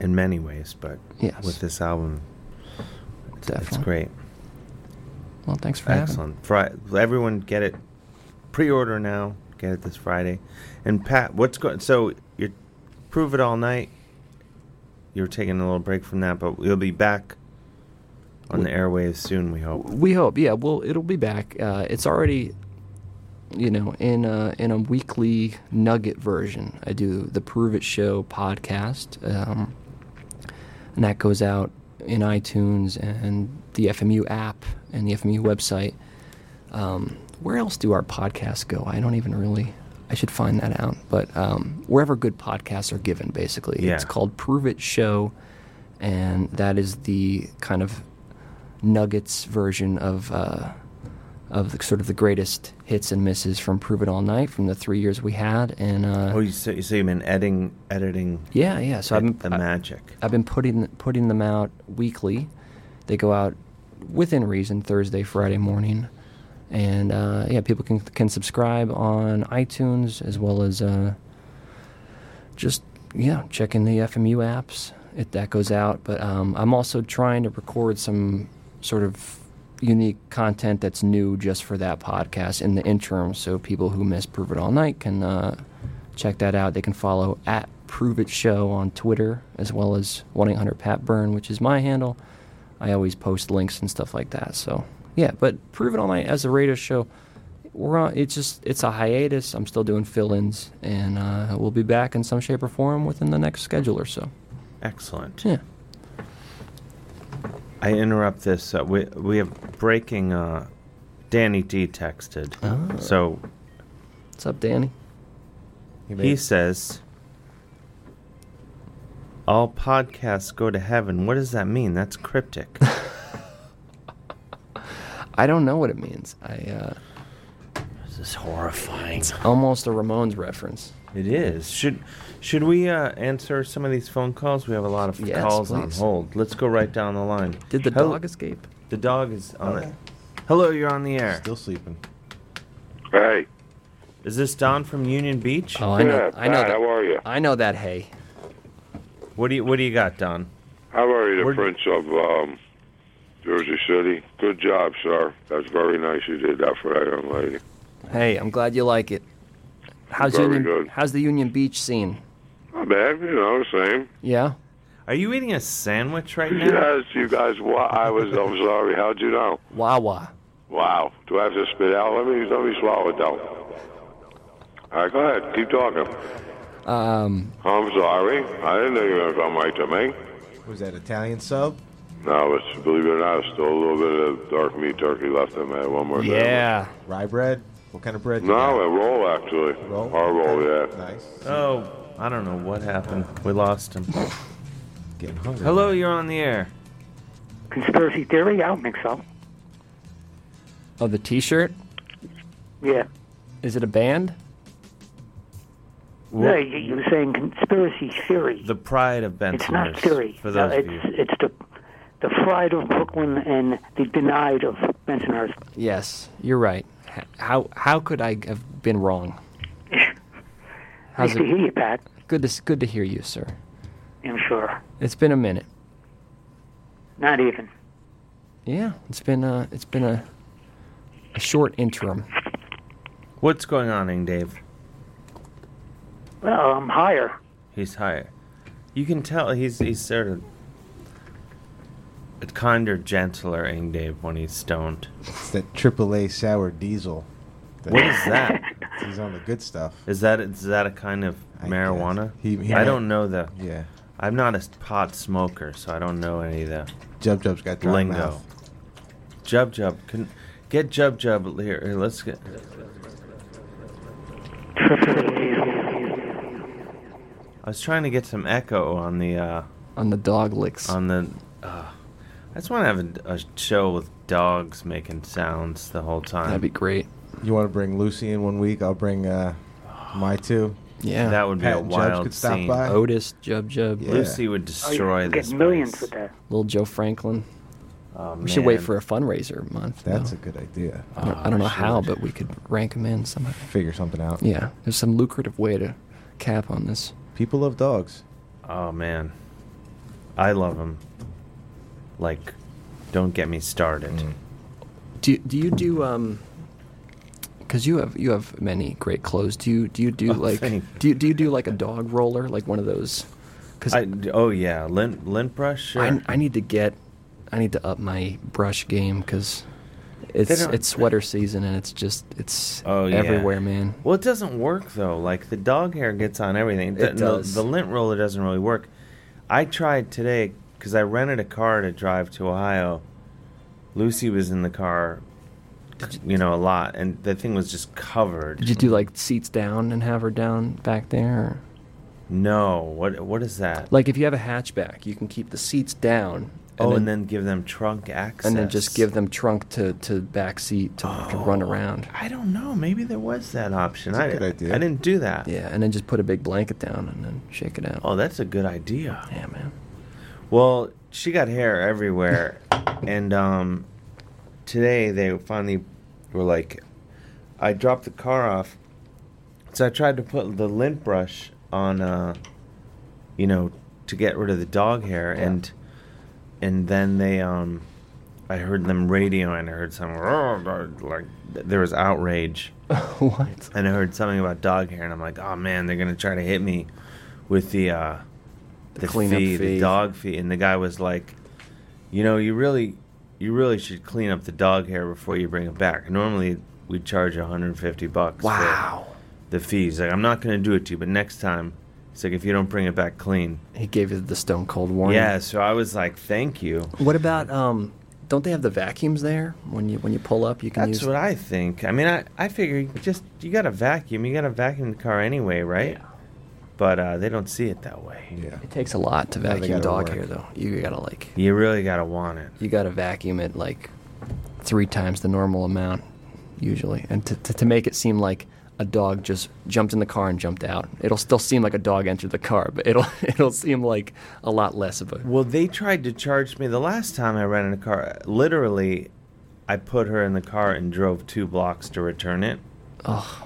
[SPEAKER 9] in many ways, but
[SPEAKER 15] Yes.
[SPEAKER 9] with this album it's, it's great.
[SPEAKER 15] Well, thanks for having me.
[SPEAKER 9] Excellent. Fri- everyone get it. Pre-order now. Get it this Friday. And Pat, what's going? So you're prove it all night. You're taking a little break from that, but we'll be back on the airwaves soon. We hope.
[SPEAKER 15] We hope, yeah. Well, it'll be back. Uh, it's already, you know, in a, in a weekly nugget version. I do the Prove It Show podcast, um, and that goes out in iTunes and the FMU app and the FMU website. Um, where else do our podcasts go? I don't even really. I should find that out. But um, wherever good podcasts are given, basically,
[SPEAKER 9] Yeah.
[SPEAKER 15] it's called Prove It Show, and that is the kind of Nuggets version of uh, of the, sort of the greatest hits and misses from Prove It All Night from the three years we had, and uh,
[SPEAKER 9] Oh, you so, you say you've been editing, editing.
[SPEAKER 15] yeah, yeah. So I've been,
[SPEAKER 9] the magic.
[SPEAKER 15] I've been putting putting them out weekly. They go out within reason Thursday, Friday morning, and uh, yeah, people can can subscribe on iTunes as well as uh, just yeah, checking the FMU apps. It, that goes out, but um, I'm also trying to record some sort of unique content that's new just for that podcast in the interim, so people who miss Prove It All Night can uh, check that out. They can follow at Prove It Show on Twitter as well as one 800 Pat Burn, which is my handle. I always post links and stuff like that. So yeah, but Prove It All Night as a radio show, we're on. It's just it's a hiatus. I'm still doing fill-ins, and uh, we'll be back in some shape or form within the next schedule or so.
[SPEAKER 9] Excellent.
[SPEAKER 15] Yeah.
[SPEAKER 9] I interrupt this. Uh, we we have breaking. Uh, Danny D texted.
[SPEAKER 15] Oh.
[SPEAKER 9] So
[SPEAKER 15] What's up, Danny?
[SPEAKER 9] He says, All podcasts go to heaven. What does that mean? That's cryptic.
[SPEAKER 15] I don't know what it means. I. Uh,
[SPEAKER 9] this is horrifying.
[SPEAKER 15] It's almost a Ramones reference.
[SPEAKER 9] It is. Should should we uh, answer some of these phone calls? We have a lot of
[SPEAKER 15] Yes,
[SPEAKER 9] calls on
[SPEAKER 15] please.
[SPEAKER 9] hold. Let's go right down the line.
[SPEAKER 15] Did the
[SPEAKER 9] Hel-
[SPEAKER 15] dog escape?
[SPEAKER 9] The dog is on
[SPEAKER 15] Okay.
[SPEAKER 9] it. Hello, you're on the air. Still sleeping.
[SPEAKER 12] Hey.
[SPEAKER 9] Is this Don from Union Beach?
[SPEAKER 15] Oh, I know.
[SPEAKER 12] Yeah,
[SPEAKER 15] I know
[SPEAKER 12] Pat,
[SPEAKER 15] that.
[SPEAKER 12] how are you?
[SPEAKER 15] I know that. Hey.
[SPEAKER 9] What do you What do you got, Don?
[SPEAKER 12] How are you, the Prince of um, Jersey City? Good job, sir. That's very nice you did that for that young lady.
[SPEAKER 15] Hey, I'm glad you like it. How's
[SPEAKER 12] Very
[SPEAKER 15] Union?
[SPEAKER 12] good.
[SPEAKER 15] How's the Union Beach scene?
[SPEAKER 12] Not bad, you know, same.
[SPEAKER 15] Yeah.
[SPEAKER 9] Are you eating a sandwich right now?
[SPEAKER 12] Yes, you guys. Wow, I was. I'm sorry. How'd you know?
[SPEAKER 15] Wawa.
[SPEAKER 12] Wow. Do I have to spit out? Let me let me swallow it down. All right, go ahead. Keep talking.
[SPEAKER 15] Um.
[SPEAKER 12] I'm sorry. I didn't know you were gonna come right to me.
[SPEAKER 17] Was that Italian sub?
[SPEAKER 12] No, it's believe it or not, still a little bit of dark meat turkey left in there. One more.
[SPEAKER 17] Rye bread? What kind of bread?
[SPEAKER 12] Thing.
[SPEAKER 17] you got?
[SPEAKER 12] No, a roll actually. Roll. Our roll, yeah.
[SPEAKER 17] Nice.
[SPEAKER 9] Oh, I don't know what happened. We lost him.
[SPEAKER 17] Getting hungry.
[SPEAKER 9] Hello, you're on the air.
[SPEAKER 3] Conspiracy theory? I don't think so.
[SPEAKER 15] Oh, the T-shirt.
[SPEAKER 3] Yeah.
[SPEAKER 15] Is it a band?
[SPEAKER 3] No, you, you were saying conspiracy theory.
[SPEAKER 9] The pride of Bensoners.
[SPEAKER 3] It's not theory.
[SPEAKER 9] For those
[SPEAKER 3] no,
[SPEAKER 9] of
[SPEAKER 3] it's
[SPEAKER 9] you.
[SPEAKER 3] it's the the fried of Brooklyn and the denied of Bensonhurst.
[SPEAKER 15] Yes, you're right. H- How how could I have been wrong?
[SPEAKER 3] Nice to hear you, Pat.
[SPEAKER 15] Good to s- good to hear you, sir.
[SPEAKER 3] I'm sure.
[SPEAKER 15] It's been a minute.
[SPEAKER 3] Not even.
[SPEAKER 15] Yeah, it's been a it's been a a short interim.
[SPEAKER 9] What's going on, Ing Dave?
[SPEAKER 3] Well, I'm higher.
[SPEAKER 9] He's higher. You can tell he's he's sort of a kinder, gentler Ing Dave when he's stoned.
[SPEAKER 17] It's that AAA sour diesel.
[SPEAKER 9] What is that?
[SPEAKER 17] He's on the good stuff.
[SPEAKER 9] Is that is that a kind of marijuana?
[SPEAKER 17] He- he
[SPEAKER 9] I
[SPEAKER 17] might-
[SPEAKER 9] don't know the.
[SPEAKER 17] yeah.
[SPEAKER 9] I'm not a pot smoker, so I don't know any of the.
[SPEAKER 17] Jub Jub's got dry
[SPEAKER 9] lingo.
[SPEAKER 17] mouth.
[SPEAKER 9] Jub Jub, can get Jub Jub here. here, Let's get. I was trying to get some echo on the. Uh,
[SPEAKER 15] on the dog licks.
[SPEAKER 9] On the. Uh, I just want to have a, a show with dogs making sounds the whole time.
[SPEAKER 15] That'd be great.
[SPEAKER 17] You want to bring Lucy in one week? I'll bring uh, my two.
[SPEAKER 9] Yeah. That would be
[SPEAKER 17] Pat
[SPEAKER 9] a
[SPEAKER 17] and Jubs
[SPEAKER 9] wild
[SPEAKER 17] could stop
[SPEAKER 9] scene.
[SPEAKER 17] by.
[SPEAKER 15] Otis, Jub Jub.
[SPEAKER 17] Yeah.
[SPEAKER 9] Lucy would destroy
[SPEAKER 3] Oh, get
[SPEAKER 9] this.
[SPEAKER 3] millions
[SPEAKER 9] place. Oh,
[SPEAKER 3] with that.
[SPEAKER 15] Little Joe Franklin. we should wait
[SPEAKER 9] man. Oh,
[SPEAKER 15] for a fundraiser month.
[SPEAKER 17] That's
[SPEAKER 15] no?
[SPEAKER 17] a good idea.
[SPEAKER 15] I don't, I don't know how, but we could rank them in somehow.
[SPEAKER 17] Figure something out.
[SPEAKER 15] Yeah, there's some lucrative way to cap on this.
[SPEAKER 17] People love dogs.
[SPEAKER 9] Oh man, I love them. Like, don't get me started.
[SPEAKER 15] Mm. Do do you do um? Because you have you have many great clothes. Do you do you do
[SPEAKER 9] Oh,
[SPEAKER 15] like
[SPEAKER 9] thank
[SPEAKER 15] do you, do you do like a dog roller like one of those? Because
[SPEAKER 9] I, oh yeah, lint lint brush.
[SPEAKER 15] I, I need to get I need to up my brush game because it's
[SPEAKER 9] don't-
[SPEAKER 15] it's sweater season and it's just it's
[SPEAKER 9] Oh, yeah.
[SPEAKER 15] everywhere, man.
[SPEAKER 9] Well, it doesn't work though. Like the dog hair gets on everything.
[SPEAKER 15] It
[SPEAKER 9] The- no,
[SPEAKER 15] does.
[SPEAKER 9] The, lint roller doesn't really work. I tried today because I rented a car to drive to Ohio. Lucy was in the car, you know, a lot, and the thing was just covered.
[SPEAKER 15] Did you do like seats down and have her down back there? Or?
[SPEAKER 9] No. What What is that?
[SPEAKER 15] Like if you have a hatchback, you can keep the seats down.
[SPEAKER 9] oh, and then give them trunk access.
[SPEAKER 15] and then just give them trunk to, to back seat to, to run around.
[SPEAKER 9] Oh, I don't know. Maybe there was that option.
[SPEAKER 15] It's a
[SPEAKER 9] I,
[SPEAKER 15] good idea.
[SPEAKER 9] I didn't do that.
[SPEAKER 15] Yeah, and then just put a big blanket down and then shake it out.
[SPEAKER 9] Oh, that's a good idea.
[SPEAKER 15] Yeah, man.
[SPEAKER 9] Well, she got hair everywhere, and um, today they finally were like, I dropped the car off, so I tried to put the lint brush on, uh, you know, to get rid of the dog hair, and and then they um, I heard them radio and I heard something like there was outrage.
[SPEAKER 15] what?
[SPEAKER 9] And I heard something about dog hair, and I'm like, oh man, they're gonna try to hit me with the uh,
[SPEAKER 15] The cleanup
[SPEAKER 9] the
[SPEAKER 15] fee.
[SPEAKER 9] dog fee. And the guy was like, you know, you really, you really should clean up the dog hair before you bring it back. Normally we charge 150 bucks. for
[SPEAKER 15] Wow.
[SPEAKER 9] The fees. Like I'm not gonna do it to you, but next time, it's like if you don't bring it back clean.
[SPEAKER 15] He gave you the stone cold warning.
[SPEAKER 9] Yeah. So I was like, thank you.
[SPEAKER 15] What about um? Don't they have the vacuums there when you when you pull up? You can
[SPEAKER 9] That's
[SPEAKER 15] use.
[SPEAKER 9] what I think. I mean, I, I figure you just you got a vacuum. You got to vacuum the car anyway, right? but uh, they don't see it that way. Yeah,
[SPEAKER 15] It takes a lot to vacuum dog hair, though. You gotta like.
[SPEAKER 9] You really gotta want it.
[SPEAKER 15] You gotta vacuum it like three times the normal amount, usually, and to, to, to make it seem like a dog just jumped in the car and jumped out. It'll still seem like a dog entered the car, but it'll it'll seem like a lot less of a.
[SPEAKER 9] Well, they tried to charge me the last time I ran in a car. Literally, I put her in the car and drove two blocks to return it.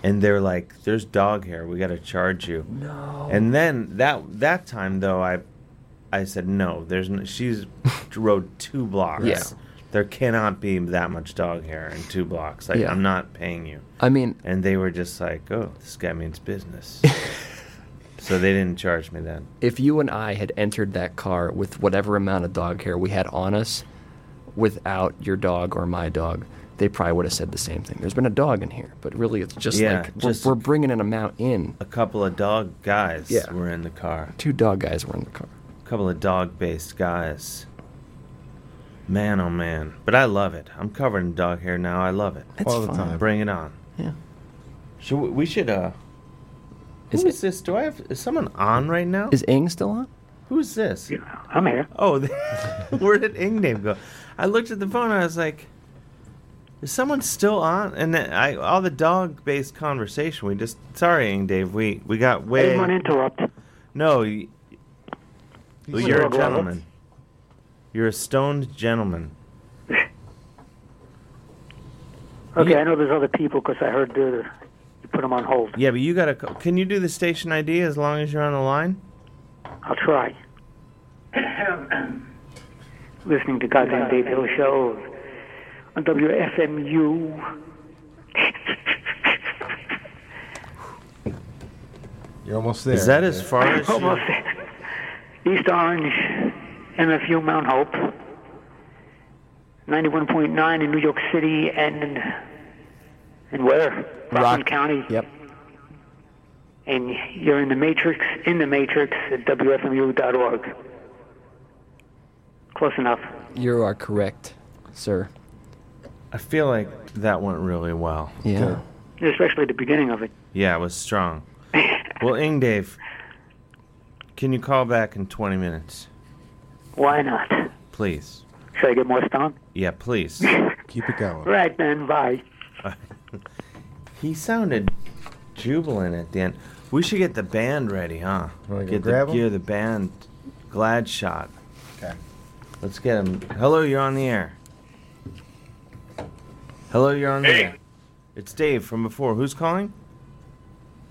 [SPEAKER 9] And they're like, "There's dog hair. We got to charge you."
[SPEAKER 15] No.
[SPEAKER 9] And then that that time though, I I said no. There's no, she's rode two blocks.
[SPEAKER 15] Yeah.
[SPEAKER 9] There cannot be that much dog hair in two blocks. Like
[SPEAKER 15] Yeah.
[SPEAKER 9] I'm not paying you.
[SPEAKER 15] I mean,
[SPEAKER 9] And they were just like, "Oh, this guy means business." so they didn't charge me then.
[SPEAKER 15] if you and I had entered that car with whatever amount of dog hair we had on us, without your dog or my dog, they probably would have said the same thing. There's been a dog in here, but really, it's just
[SPEAKER 9] Yeah,
[SPEAKER 15] like we're-
[SPEAKER 9] just-
[SPEAKER 15] we're bringing an amount in.
[SPEAKER 9] A couple of dog guys
[SPEAKER 15] Yeah.
[SPEAKER 9] were in the car.
[SPEAKER 15] Two dog guys were in the car.
[SPEAKER 9] A couple of dog based guys. Man, oh man. But I love it. I'm covered in dog hair now. I love it.
[SPEAKER 15] It's All the fine. time.
[SPEAKER 9] Bring it on.
[SPEAKER 15] Yeah.
[SPEAKER 9] Should we, we should, uh. Who is this? Do I have. Is someone on right now?
[SPEAKER 15] Is Ing still on?
[SPEAKER 9] Who's this?
[SPEAKER 3] I'm here.
[SPEAKER 9] Oh, where did Ing name go? I looked at the phone and I was like, is someone still on? And then I all the dog based conversation. We just. Sorry, Ing Dave. We, we got way.
[SPEAKER 3] Anyone interrupt?
[SPEAKER 9] No. y- Well, you're a
[SPEAKER 3] Struggle of it.
[SPEAKER 9] gentleman. You're a stoned gentleman.
[SPEAKER 3] Okay, I know there's other people because I heard the, you put them on hold.
[SPEAKER 9] Yeah, but you gotta. co- Can you do the station ID as long as you're on the line?
[SPEAKER 3] I'll try. Listening to Goddamn Dave Hill show on WFMU.
[SPEAKER 17] You're almost there.
[SPEAKER 9] Is that as far as? you-
[SPEAKER 3] Almost there. East Orange, MFU Mount Hope, 91.9 in New York City, and and where? Rockland County.
[SPEAKER 15] Yep.
[SPEAKER 3] And you're in the matrix, in the matrix at WFMU.org. Close enough.
[SPEAKER 15] You are correct, sir.
[SPEAKER 9] I feel like that went really well.
[SPEAKER 15] Yeah.
[SPEAKER 3] Especially the beginning of it.
[SPEAKER 9] Yeah, it was strong. well, Ing Dave, can you call back in 20 minutes,
[SPEAKER 3] Why not?
[SPEAKER 9] please?
[SPEAKER 3] Should I get more stoned?
[SPEAKER 9] Yeah, please. Keep it going.
[SPEAKER 3] Right then, bye.
[SPEAKER 9] He sounded jubilant at the end. We should get the band ready, huh?
[SPEAKER 17] Wanna go
[SPEAKER 9] get
[SPEAKER 17] grab
[SPEAKER 9] the
[SPEAKER 17] 'em?
[SPEAKER 9] gear, the band, glad shot.
[SPEAKER 17] Okay.
[SPEAKER 9] Let's get him. Hello, you're on the air. Hello, you're on the air. It's Dave from before. Who's calling?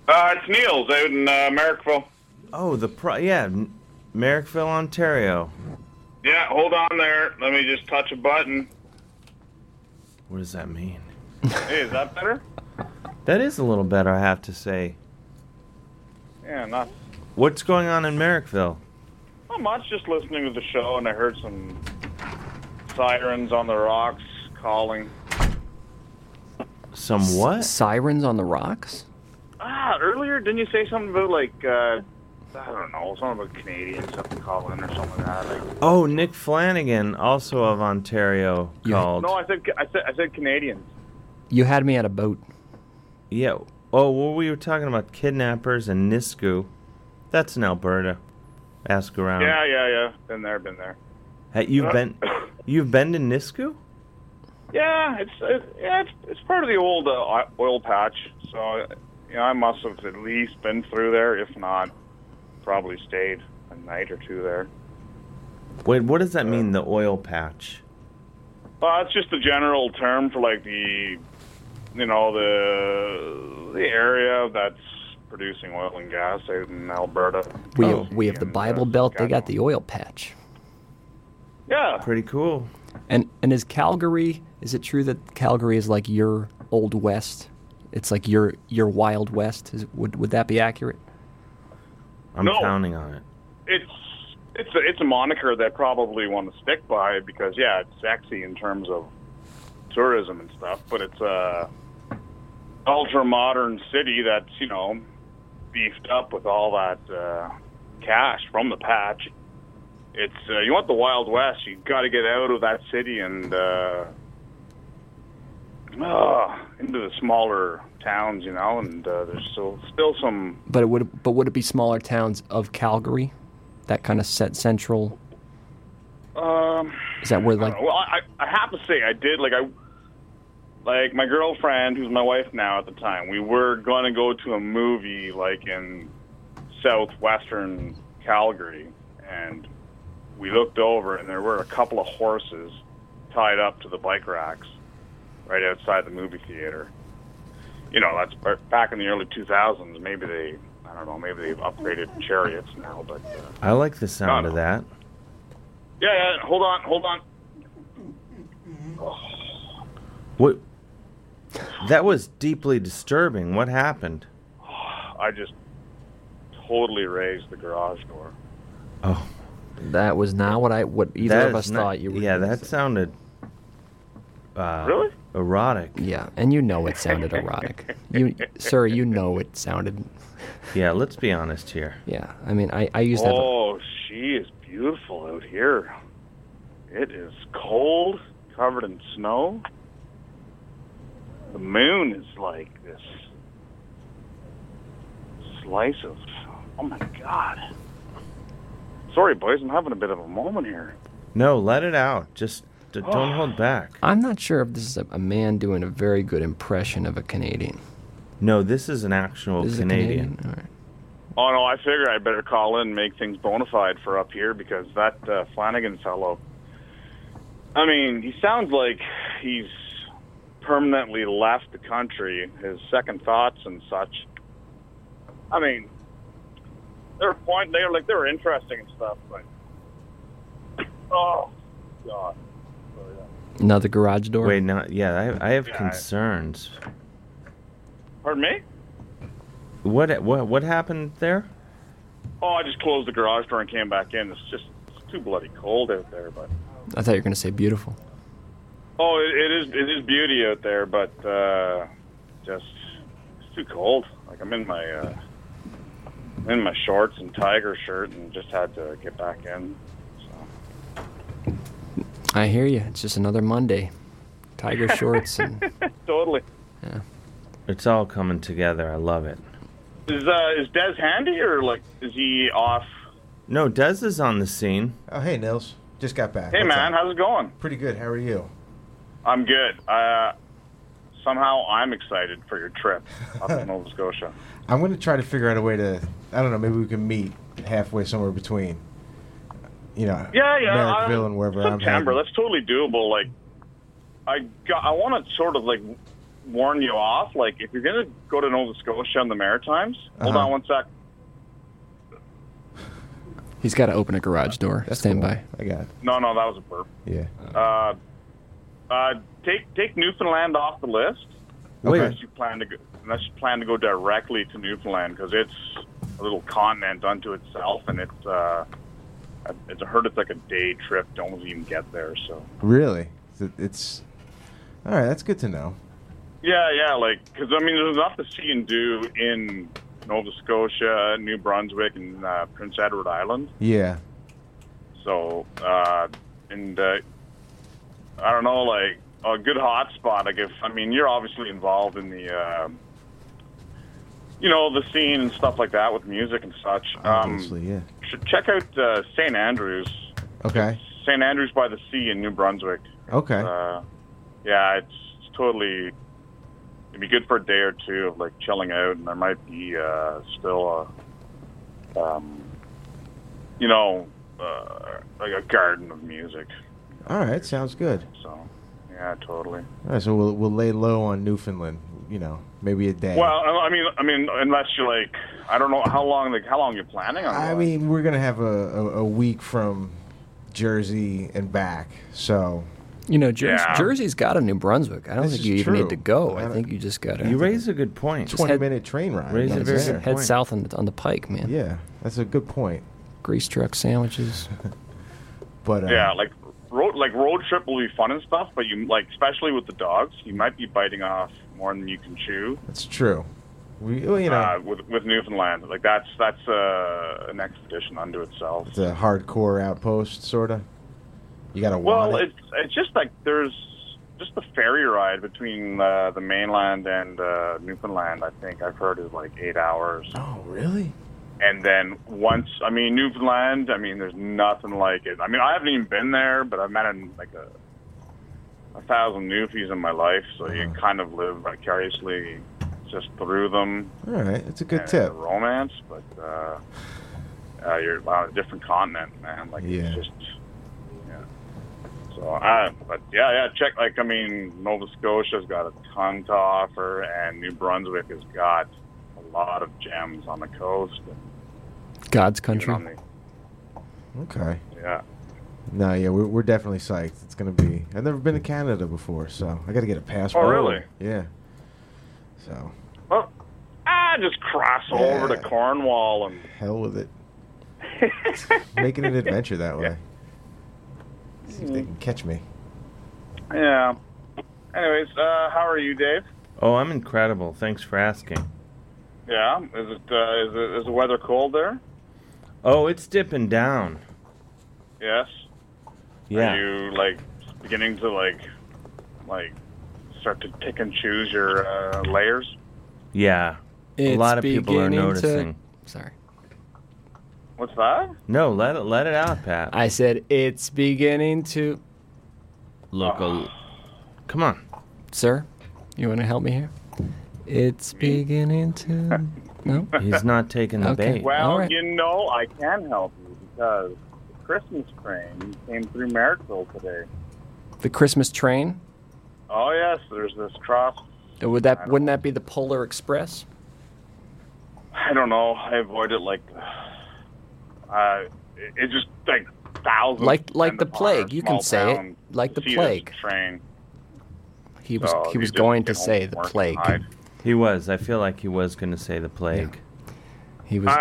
[SPEAKER 18] Uh, it's Neil's out in uh, Merrickville.
[SPEAKER 9] Oh, the pro. Yeah, M- Merrickville, Ontario.
[SPEAKER 18] Yeah, hold on there. Let me just touch a button.
[SPEAKER 9] What does that mean?
[SPEAKER 18] Hey, is that better?
[SPEAKER 9] That is a little better, I have to say.
[SPEAKER 18] Yeah, not
[SPEAKER 9] What's going on in Merrickville?
[SPEAKER 18] not much. Just listening to the show, and I heard some sirens on the rocks calling.
[SPEAKER 9] Some what?
[SPEAKER 15] sirens on the rocks?
[SPEAKER 18] Ah, earlier didn't you say something about like uh, I don't know, something about Canadians something calling or something like that? Like,
[SPEAKER 9] Oh, Nick Flanagan, also of Ontario, called.
[SPEAKER 18] no, I said I said I said Canadians.
[SPEAKER 15] You had me at a boat.
[SPEAKER 9] Yeah. Oh, well, we were talking about kidnappers and Nisku. That's in Alberta. Ask around.
[SPEAKER 18] Yeah, yeah, yeah. Been there, been there.
[SPEAKER 9] Oh.
[SPEAKER 18] Uh,
[SPEAKER 9] Hey, you've been, you've been to Nisku?
[SPEAKER 18] Yeah, it's it, yeah, it's, it's part of the old uh, o- oil patch. So, you know, I must have at least been through there. If not, probably stayed a night or two there.
[SPEAKER 9] Wait, what does that mean? The oil patch?
[SPEAKER 18] Well, it's just a general term for like the, you know, the the area that's producing oil and gas out in Alberta.
[SPEAKER 15] We
[SPEAKER 9] Oh.
[SPEAKER 15] we have the Bible Belt. They got the oil patch.
[SPEAKER 18] Yeah.
[SPEAKER 9] Pretty cool.
[SPEAKER 15] And and is Calgary? Is it true that Calgary is like your old west? It's like your your wild west. Is, would would that be accurate?
[SPEAKER 9] I'm
[SPEAKER 18] No.
[SPEAKER 9] counting on it.
[SPEAKER 18] It's it's a, it's a moniker that probably want to stick by because yeah, it's sexy in terms of tourism and stuff, but it's a ultra modern city that's you know beefed up with all that uh, cash from the patch. It's uh, you want the Wild West, you got to get out of that city and uh, uh, into the smaller towns, you know, and uh, there's still still some.
[SPEAKER 15] But it would but would it be smaller towns of Calgary, that kind of set central?
[SPEAKER 18] Um,
[SPEAKER 15] Is that where like
[SPEAKER 18] well, I, I have to say I did like I like my girlfriend, who's my wife now at the time. We were gonna go to a movie like in southwestern Calgary, and we looked over and there were a couple of horses tied up to the bike racks right outside the movie theater. You know, that's ba- back in the early 2000s. Maybe they, I don't know, maybe they've upgraded chariots now, but. Uh,
[SPEAKER 9] I like the sound of that.
[SPEAKER 18] yeah, yeah, hold on, hold on. Oh,
[SPEAKER 9] What? That was deeply disturbing. What happened?
[SPEAKER 18] I just totally raised the garage door.
[SPEAKER 15] that was not what I what either
[SPEAKER 9] Oh. That
[SPEAKER 15] of
[SPEAKER 9] is
[SPEAKER 15] us
[SPEAKER 9] not-
[SPEAKER 15] thought you were.
[SPEAKER 9] Yeah, that sounded. Uh,
[SPEAKER 18] Really?
[SPEAKER 9] Erotic.
[SPEAKER 15] Yeah, and you know it sounded erotic. You, sir, you know it sounded.
[SPEAKER 9] Yeah, let's be honest here.
[SPEAKER 15] Yeah, I mean, I I used to. Have a,
[SPEAKER 18] Oh, she is beautiful out here. It is cold, covered in snow. The moon is like this slice of. Oh my God. Sorry, boys, I'm having a bit of a moment here.
[SPEAKER 9] No, let it out. Just d- don't hold back.
[SPEAKER 15] I'm not sure if this is a, a man doing a very good impression of a Canadian.
[SPEAKER 9] No, this is an actual
[SPEAKER 15] This is a
[SPEAKER 9] Canadian.
[SPEAKER 15] Canadian?
[SPEAKER 18] Oh no, I figured I better call in and make things bona fide for up here because that uh, Flanagan fellow. I mean, he sounds like he's permanently left the country. His second thoughts and such. I mean, they're point. They're like they're interesting and stuff, but oh god.
[SPEAKER 15] Another garage door.
[SPEAKER 9] Wait, no, yeah, I, I have
[SPEAKER 18] Yeah, I-
[SPEAKER 9] concerns.
[SPEAKER 18] Pardon me?
[SPEAKER 9] What what what happened there?
[SPEAKER 18] Oh, I just closed the garage door and came back in. It's just it's too bloody cold out there, but.
[SPEAKER 15] I thought you were gonna say beautiful.
[SPEAKER 18] Oh, it, it is it is beauty out there, but uh, just it's too cold. Like I'm in my uh, I'm in my shorts and tiger shirt, and just had to get back in.
[SPEAKER 15] I hear you. It's just another Monday. Tiger shorts and
[SPEAKER 18] totally.
[SPEAKER 9] It's all coming together. I love it.
[SPEAKER 18] Is uh, is Des handy or like is he off?
[SPEAKER 9] No, Dez is on the scene.
[SPEAKER 17] Oh, hey, Nils. Just got back.
[SPEAKER 18] Hey
[SPEAKER 17] What's
[SPEAKER 18] man,
[SPEAKER 17] up?
[SPEAKER 18] how's it going?
[SPEAKER 17] Pretty good. How are you?
[SPEAKER 18] I'm good. Uh, somehow I'm excited for your trip up to Nova Scotia.
[SPEAKER 17] I'm going to try to figure out a way to. I don't know. Maybe we can meet halfway somewhere between. You know.
[SPEAKER 18] Yeah, yeah. uh,
[SPEAKER 17] Merrickville
[SPEAKER 18] I-
[SPEAKER 17] and wherever I'm.
[SPEAKER 18] September.
[SPEAKER 17] heading.
[SPEAKER 18] That's totally doable. Like, I got, I want to sort of like warn you off. Like, if you're gonna go to Nova Scotia and the Maritimes, hold
[SPEAKER 15] Uh-huh.
[SPEAKER 18] on one sec.
[SPEAKER 15] he's got to open a garage door. Stand by.
[SPEAKER 17] I got it.
[SPEAKER 18] No, no, that was a burp.
[SPEAKER 17] Yeah.
[SPEAKER 18] Uh, uh, take take Newfoundland off the list.
[SPEAKER 17] Okay.
[SPEAKER 18] Unless you plan to go, unless you plan to go directly to Newfoundland because it's a little continent unto itself, and it's uh, I- it's I heard it's like a day trip. to almost even get there. So.
[SPEAKER 17] Really? Th- It's. All right. That's good to know.
[SPEAKER 18] Yeah, yeah, like because I mean, there's enough to see and do in Nova Scotia, New Brunswick, and uh, Prince Edward Island.
[SPEAKER 17] Yeah.
[SPEAKER 18] So, uh, and uh, I don't know, like a good hot spot. Like if I mean, you're obviously involved in the, uh, you know, the scene and stuff like that with music and such. Um,
[SPEAKER 17] Obviously, yeah.
[SPEAKER 18] should check out uh, St. Andrews,
[SPEAKER 17] Okay.
[SPEAKER 18] St. Andrews by the Sea in New Brunswick.
[SPEAKER 17] Okay.
[SPEAKER 18] Uh, yeah, it's, it's totally. It'd be good for a day or two of like chilling out, and there might be uh, still a, um, you know, uh, like a garden of music.
[SPEAKER 17] All right. Sounds good.
[SPEAKER 18] So, yeah, totally.
[SPEAKER 17] All right. So we'll we'll lay low on Newfoundland. You know, maybe a day.
[SPEAKER 18] Well, I I mean, I mean, unless you're like, I don't know how long, like, how long you're planning on.
[SPEAKER 17] I
[SPEAKER 18] going.
[SPEAKER 17] mean, we're gonna have a, a, a week from Jersey and back, so
[SPEAKER 15] You know, Jersey,
[SPEAKER 17] Yeah.
[SPEAKER 15] Jersey's got a New Brunswick. I don't
[SPEAKER 17] This
[SPEAKER 15] think
[SPEAKER 17] is
[SPEAKER 15] you even need
[SPEAKER 17] true.
[SPEAKER 15] to go.
[SPEAKER 17] I
[SPEAKER 15] I
[SPEAKER 17] don't-
[SPEAKER 15] think you just got to.
[SPEAKER 17] You
[SPEAKER 9] raise a good point.
[SPEAKER 17] Twenty-minute train ride.
[SPEAKER 15] Raise
[SPEAKER 17] That's
[SPEAKER 15] a very
[SPEAKER 17] it.
[SPEAKER 15] good head south on the, on the pike, man.
[SPEAKER 17] Yeah, that's a good point.
[SPEAKER 15] Grease truck sandwiches.
[SPEAKER 17] but uh,
[SPEAKER 18] yeah, like road, like road trip will be fun and stuff, but you like, especially with the dogs, you might be biting off more than you can chew.
[SPEAKER 17] That's true. We, well, you know,
[SPEAKER 18] uh, with, with Newfoundland. Like that's that's uh, an expedition unto itself.
[SPEAKER 17] it's a hardcore outpost, sorta. You gotta
[SPEAKER 18] Well,
[SPEAKER 17] want it.
[SPEAKER 18] it's it's just like there's just the ferry ride between uh, the mainland and uh, Newfoundland, I think I've heard is like eight hours.
[SPEAKER 17] Oh, really?
[SPEAKER 18] And then once, I mean, Newfoundland, I mean, there's nothing like it. I mean, I haven't even been there, but I've met in, like a, a thousand Newfies in my life, so you
[SPEAKER 17] Uh-huh.
[SPEAKER 18] kind of live vicariously just through them.
[SPEAKER 17] All right, it's a good
[SPEAKER 18] and
[SPEAKER 17] tip.
[SPEAKER 18] the romance, but uh, uh, you're on a different continent, man. Like
[SPEAKER 17] Yeah.
[SPEAKER 18] it's just yeah. So I, but yeah, yeah. Check like I mean, Nova Scotia's got a ton to offer, and New Brunswick has got a lot of gems on the coast.
[SPEAKER 15] God's country.
[SPEAKER 18] On the,
[SPEAKER 17] Okay.
[SPEAKER 18] yeah.
[SPEAKER 17] No, yeah, we're, we're definitely psyched. It's gonna be. I've never been to Canada before, so I got to get a passport.
[SPEAKER 18] Oh, really?
[SPEAKER 17] Yeah. So
[SPEAKER 18] Well, I just cross over to Cornwall and
[SPEAKER 17] hell with it. Making an adventure that way. See if they can catch me.
[SPEAKER 18] yeah. Anyways, uh, how are you, Dave?
[SPEAKER 9] Oh, I'm incredible. Thanks for asking.
[SPEAKER 18] Yeah. Is it uh, is it is the weather cold there?
[SPEAKER 9] Oh, it's dipping down.
[SPEAKER 18] Yes.
[SPEAKER 9] Yeah.
[SPEAKER 18] Are you like beginning to like like start to pick and choose your uh, layers?
[SPEAKER 9] Yeah. a
[SPEAKER 15] It's
[SPEAKER 9] lot of people are
[SPEAKER 15] beginning to-
[SPEAKER 9] noticing.
[SPEAKER 15] Sorry.
[SPEAKER 18] What's that?
[SPEAKER 9] No, let it let it out, Pat.
[SPEAKER 15] I said it's beginning to.
[SPEAKER 9] Look, a, come on,
[SPEAKER 15] sir. You want to help me here? It's beginning to. No.
[SPEAKER 9] He's not taking the bait.
[SPEAKER 18] Well, you know I can help you because the Christmas train came through Marysville today.
[SPEAKER 15] The Christmas train.
[SPEAKER 18] Oh yes, there's this cross.
[SPEAKER 15] Uh, Would that wouldn't that be the Polar Express?
[SPEAKER 18] I don't know. I avoid it like uh, it, it just like thousands.
[SPEAKER 15] Like like
[SPEAKER 18] spend
[SPEAKER 15] the
[SPEAKER 18] upon
[SPEAKER 15] plague.
[SPEAKER 18] our
[SPEAKER 15] You can
[SPEAKER 18] small
[SPEAKER 15] say
[SPEAKER 18] town
[SPEAKER 15] it. Like the
[SPEAKER 18] to see this
[SPEAKER 15] plague.
[SPEAKER 18] Train.
[SPEAKER 15] He was
[SPEAKER 18] So
[SPEAKER 15] he
[SPEAKER 18] you
[SPEAKER 15] was
[SPEAKER 18] just
[SPEAKER 15] going to
[SPEAKER 18] Oh, get home
[SPEAKER 15] say
[SPEAKER 18] from
[SPEAKER 15] the
[SPEAKER 18] work and
[SPEAKER 15] plague.
[SPEAKER 18] hide.
[SPEAKER 9] He was. I feel like he was going to say the plague.
[SPEAKER 15] He was.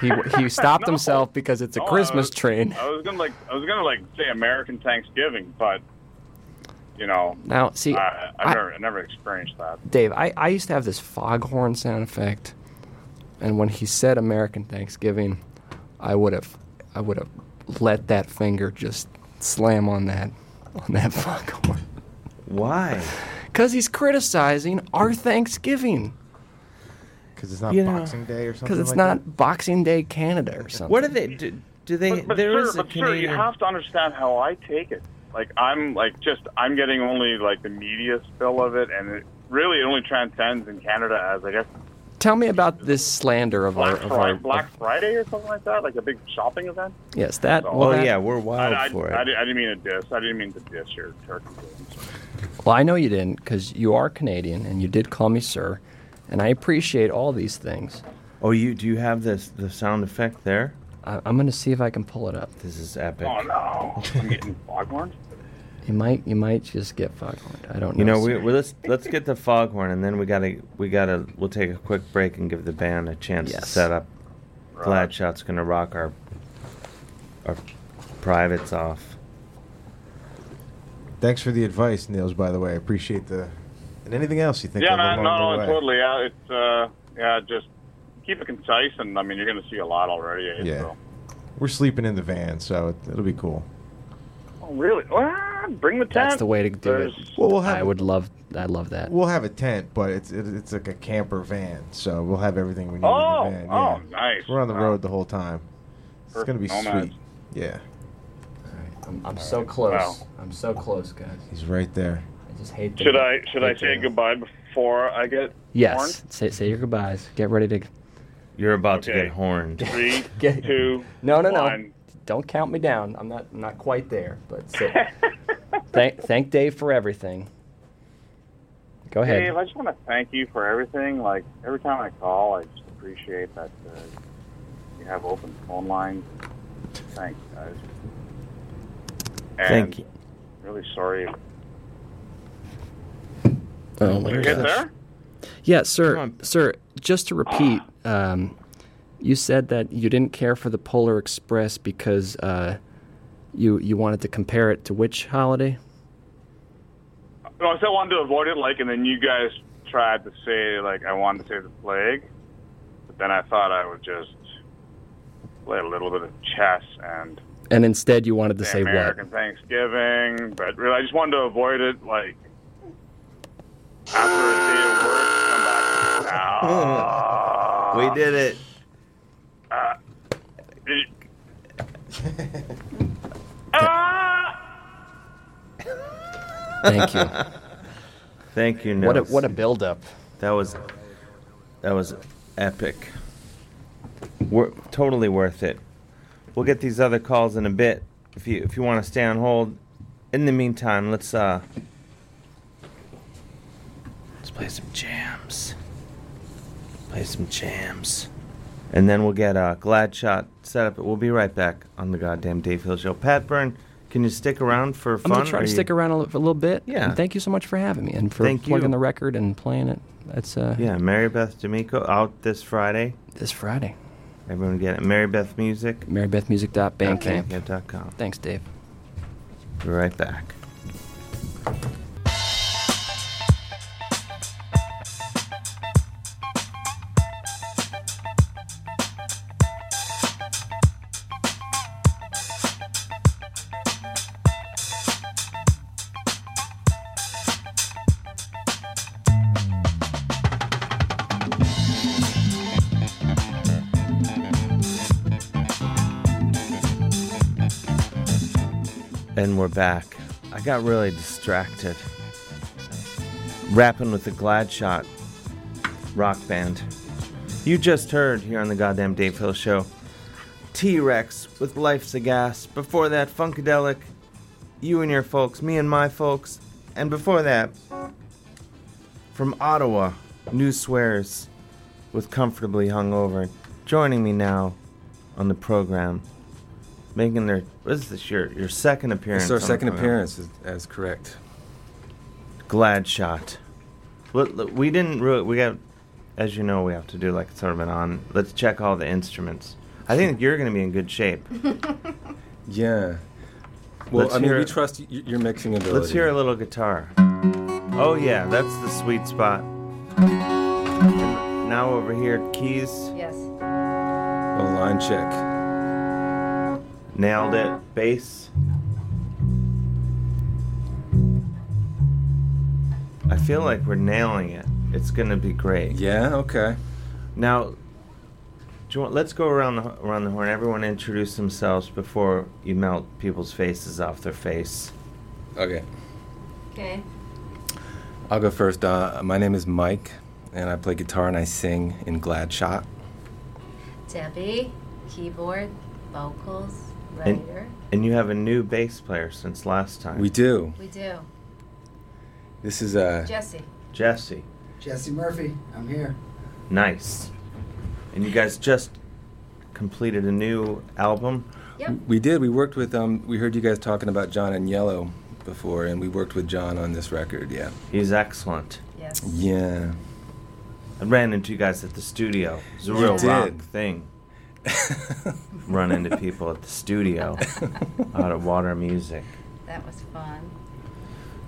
[SPEAKER 15] he he stopped himself because it's a
[SPEAKER 18] No, Oh, I
[SPEAKER 15] Christmas
[SPEAKER 18] was-
[SPEAKER 15] train.
[SPEAKER 18] I was gonna like I was gonna like say American Thanksgiving, but you know.
[SPEAKER 15] Now, see,
[SPEAKER 18] I, I've
[SPEAKER 15] I-
[SPEAKER 18] never I never experienced that.
[SPEAKER 15] Dave, I, I used to have this foghorn sound effect, and when he said American Thanksgiving, I would have I would have let that finger just slam on that on that foghorn.
[SPEAKER 9] Why?
[SPEAKER 15] Because he's criticizing our Thanksgiving.
[SPEAKER 17] Because it's not
[SPEAKER 15] You know,
[SPEAKER 17] Boxing Day or something.
[SPEAKER 15] Because it's
[SPEAKER 17] like
[SPEAKER 15] not
[SPEAKER 17] that?
[SPEAKER 15] Boxing Day Canada or something.
[SPEAKER 9] What are they? Do, do they?
[SPEAKER 18] But
[SPEAKER 9] there
[SPEAKER 18] sir,
[SPEAKER 9] is a
[SPEAKER 18] but sir, you
[SPEAKER 9] Canadian.
[SPEAKER 18] have to understand how I take it. Like I'm like just I'm getting only like the media spill of it, and it really it only transcends in Canada as I guess
[SPEAKER 15] Tell me about this slander of our
[SPEAKER 18] Black,
[SPEAKER 15] of
[SPEAKER 18] Fri-
[SPEAKER 15] our.
[SPEAKER 18] Black Friday or something like that, like a big shopping event.
[SPEAKER 15] yes, that.
[SPEAKER 18] So-
[SPEAKER 17] Oh,
[SPEAKER 15] well, that-
[SPEAKER 18] I, I, I, di- I didn't mean to diss. I didn't mean to diss your turkey. I'm sorry.
[SPEAKER 15] Well, I know you didn't because you are Canadian and you did call me sir, and I appreciate all these things.
[SPEAKER 9] Oh, you do you have this the sound effect there?
[SPEAKER 15] I, I'm gonna see if I can pull it up.
[SPEAKER 9] This is epic.
[SPEAKER 18] Oh no, I'm getting foghorned.
[SPEAKER 15] You might you might just get foghorned. I don't know.
[SPEAKER 9] You know, we,
[SPEAKER 15] sir.
[SPEAKER 9] we let's let's get the foghorn, and then we gotta we gotta we'll take a quick break and give the band a chance to
[SPEAKER 15] Yes.
[SPEAKER 9] set up. Vlad Shot's gonna rock our our privates off.
[SPEAKER 17] Thanks for the advice, Niels. By the way, I appreciate the. And anything else you think?
[SPEAKER 18] yeah,
[SPEAKER 17] of
[SPEAKER 18] man, no,
[SPEAKER 17] along
[SPEAKER 18] no,
[SPEAKER 17] the way?
[SPEAKER 18] totally. Yeah, it's uh, yeah, just keep it concise, and I mean, you're gonna see a lot already. eh?
[SPEAKER 17] Yeah.
[SPEAKER 18] So.
[SPEAKER 17] We're sleeping in the van, so it, it'll be cool.
[SPEAKER 18] Oh, really? Ah, bring the tent.
[SPEAKER 15] That's the way to do it.
[SPEAKER 18] There's-
[SPEAKER 17] Well, we'll have
[SPEAKER 15] I
[SPEAKER 17] it.
[SPEAKER 15] would love I love that.
[SPEAKER 17] We'll have a tent, but it's it, it's like a camper van, so we'll have everything we need
[SPEAKER 18] Oh,
[SPEAKER 17] in the van.
[SPEAKER 18] oh,
[SPEAKER 17] yeah.
[SPEAKER 18] nice.
[SPEAKER 17] We're on the road the whole time. It's gonna be
[SPEAKER 18] Perfect nomad.
[SPEAKER 17] sweet. Yeah,
[SPEAKER 15] I'm, I'm so close.
[SPEAKER 18] Wow.
[SPEAKER 15] I'm so close, guys.
[SPEAKER 17] he's right there.
[SPEAKER 15] I just hate. the-
[SPEAKER 18] Should I should I say goodbye before I get
[SPEAKER 15] Yes. Say, say your goodbys. Get ready to.
[SPEAKER 9] You're about to
[SPEAKER 15] Okay.
[SPEAKER 9] get horned.
[SPEAKER 18] horned? Three,
[SPEAKER 15] Get-
[SPEAKER 18] two.
[SPEAKER 15] No, no,
[SPEAKER 18] one.
[SPEAKER 15] no. Don't count me down. I'm not I'm not quite there, but say, thank thank Dave for everything. Go ahead.
[SPEAKER 18] Dave, I just want to thank you for everything. Like every time I call, I just appreciate that uh, you have open phone lines. Thanks, guys. And
[SPEAKER 9] Thank you.
[SPEAKER 18] Really sorry.
[SPEAKER 15] Oh
[SPEAKER 18] Did you get there?
[SPEAKER 15] Yeah, sir. Sir, just to repeat, um, you said that you didn't care for the Polar Express because uh, you you wanted to compare it to which holiday?
[SPEAKER 18] No, I said I wanted to avoid it, like, and then you guys tried to say, like, I wanted to say the plague, but then I thought I would just play a little bit of chess and
[SPEAKER 15] And instead, you wanted to say
[SPEAKER 18] American Thanksgiving, but really, I just wanted to avoid it, like, after a day of work, come back. "Ah."
[SPEAKER 9] we did it.
[SPEAKER 18] Uh, did you- Ah!
[SPEAKER 15] Thank you.
[SPEAKER 9] Thank you.
[SPEAKER 15] What a-
[SPEAKER 9] Nels.
[SPEAKER 15] what a buildup.
[SPEAKER 9] That was that was epic. We're totally worth it. We'll get these other calls in a bit. If you if you want to stay on hold, in the meantime, let's uh let's play some jams. Play some jams. And then we'll get a glad shot set up. We'll be right back on the goddamn Dave Hill show. Pat Byrne, can you stick around for
[SPEAKER 15] I'm
[SPEAKER 9] fun?
[SPEAKER 15] gonna try
[SPEAKER 9] or
[SPEAKER 15] to
[SPEAKER 9] you-
[SPEAKER 15] stick around a, li- for a little bit.
[SPEAKER 9] Yeah.
[SPEAKER 15] And thank you so much for having me and for
[SPEAKER 9] Thank you.
[SPEAKER 15] plugging the record and playing it. That's uh.
[SPEAKER 9] Yeah, Mary Beth D'Amico out this Friday.
[SPEAKER 15] This Friday.
[SPEAKER 9] Everyone get it. Mary Beth Music.
[SPEAKER 15] MaryBethMusic.bandcamp.
[SPEAKER 9] Bandcamp.com.
[SPEAKER 15] Thanks, Dave.
[SPEAKER 9] Be right back. And we're back. I got really distracted. Rapping with the Glad Shot rock band. You just heard here on the goddamn Dave Hill show T Rex with Life's a Gas. Before that, Funkadelic, You and Your Folks, Me and My Folks. And before that, from Ottawa, New Swears with Comfortably Hungover. Joining me now on the program, making their, what is this, your, your second appearance?
[SPEAKER 19] It's our
[SPEAKER 9] on the
[SPEAKER 19] second
[SPEAKER 9] program.
[SPEAKER 19] appearance, is, as correct.
[SPEAKER 9] Glad shot. Well, look, we didn't really. We got, as you know, we have to do like sort of an on. Let's check all the instruments. I think you're going to be in good shape.
[SPEAKER 19] yeah. Well,
[SPEAKER 9] Let's
[SPEAKER 19] I mean,
[SPEAKER 9] hear-
[SPEAKER 19] we trust y- y- your mixing ability.
[SPEAKER 9] Let's hear a little guitar. Oh yeah, that's the sweet spot. Now over here, keys.
[SPEAKER 20] Yes.
[SPEAKER 19] a line check.
[SPEAKER 9] Nailed it. Bass. I feel like we're nailing it. It's gonna be great.
[SPEAKER 19] Yeah. Okay.
[SPEAKER 9] Now, do you want, let's go around the around the horn. Everyone introduce themselves before you melt people's faces off their face.
[SPEAKER 19] Okay.
[SPEAKER 20] Okay.
[SPEAKER 19] I'll go first. Uh, my name is Mike, and I play guitar and I sing in Glad Shot.
[SPEAKER 20] Debbie, keyboard, vocals,
[SPEAKER 9] And,
[SPEAKER 20] writer.
[SPEAKER 9] and you have a new bass player since last time.
[SPEAKER 19] We do.
[SPEAKER 20] we do.
[SPEAKER 19] This is uh,
[SPEAKER 20] Jesse.
[SPEAKER 9] Jesse.
[SPEAKER 21] Jesse Murphy, I'm here.
[SPEAKER 9] Nice. And you guys just completed a new album.
[SPEAKER 20] Yep.
[SPEAKER 19] We did. We worked with um. We heard you guys talking about John and Yellow before, and we worked with John on this record. Yeah.
[SPEAKER 9] He's excellent.
[SPEAKER 20] Yes.
[SPEAKER 19] Yeah.
[SPEAKER 9] I ran into you guys at the studio. It's a
[SPEAKER 19] You
[SPEAKER 9] real
[SPEAKER 19] did.
[SPEAKER 9] rock thing. Run into people at the studio out at Water Music.
[SPEAKER 20] That was fun.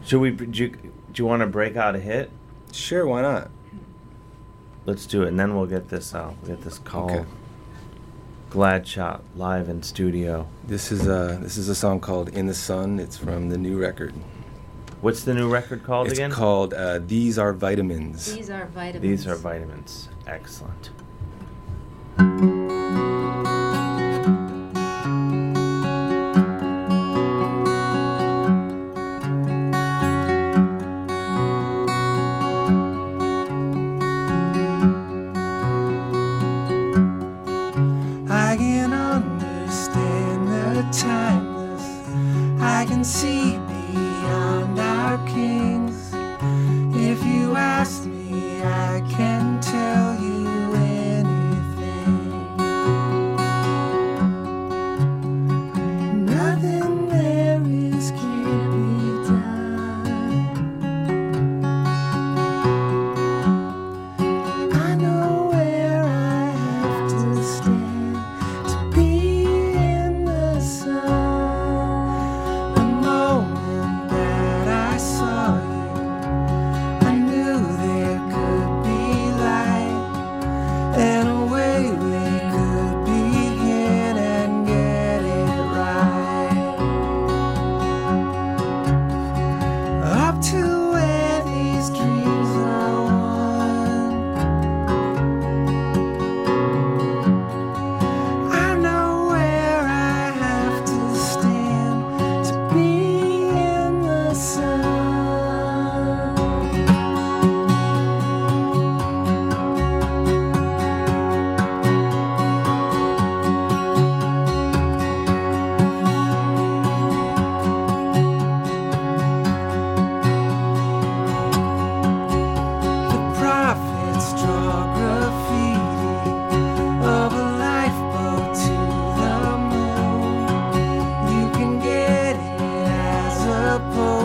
[SPEAKER 9] Should we? Do you, do you want to break out a hit?
[SPEAKER 19] Sure, why not?
[SPEAKER 9] Let's do it, and then we'll get this out. We'll get this call.
[SPEAKER 19] Okay.
[SPEAKER 9] Glad shot live in studio.
[SPEAKER 19] This is uh. This is a song called "In the Sun." It's from the new record.
[SPEAKER 9] What's the new record called
[SPEAKER 19] it's
[SPEAKER 9] again?
[SPEAKER 19] called uh, "These Are Vitamins."
[SPEAKER 20] These are vitamins.
[SPEAKER 9] These are vitamins. Excellent.
[SPEAKER 1] I can understand the timeless. I can see beyond our kings. If you ask me, I can tell you anything.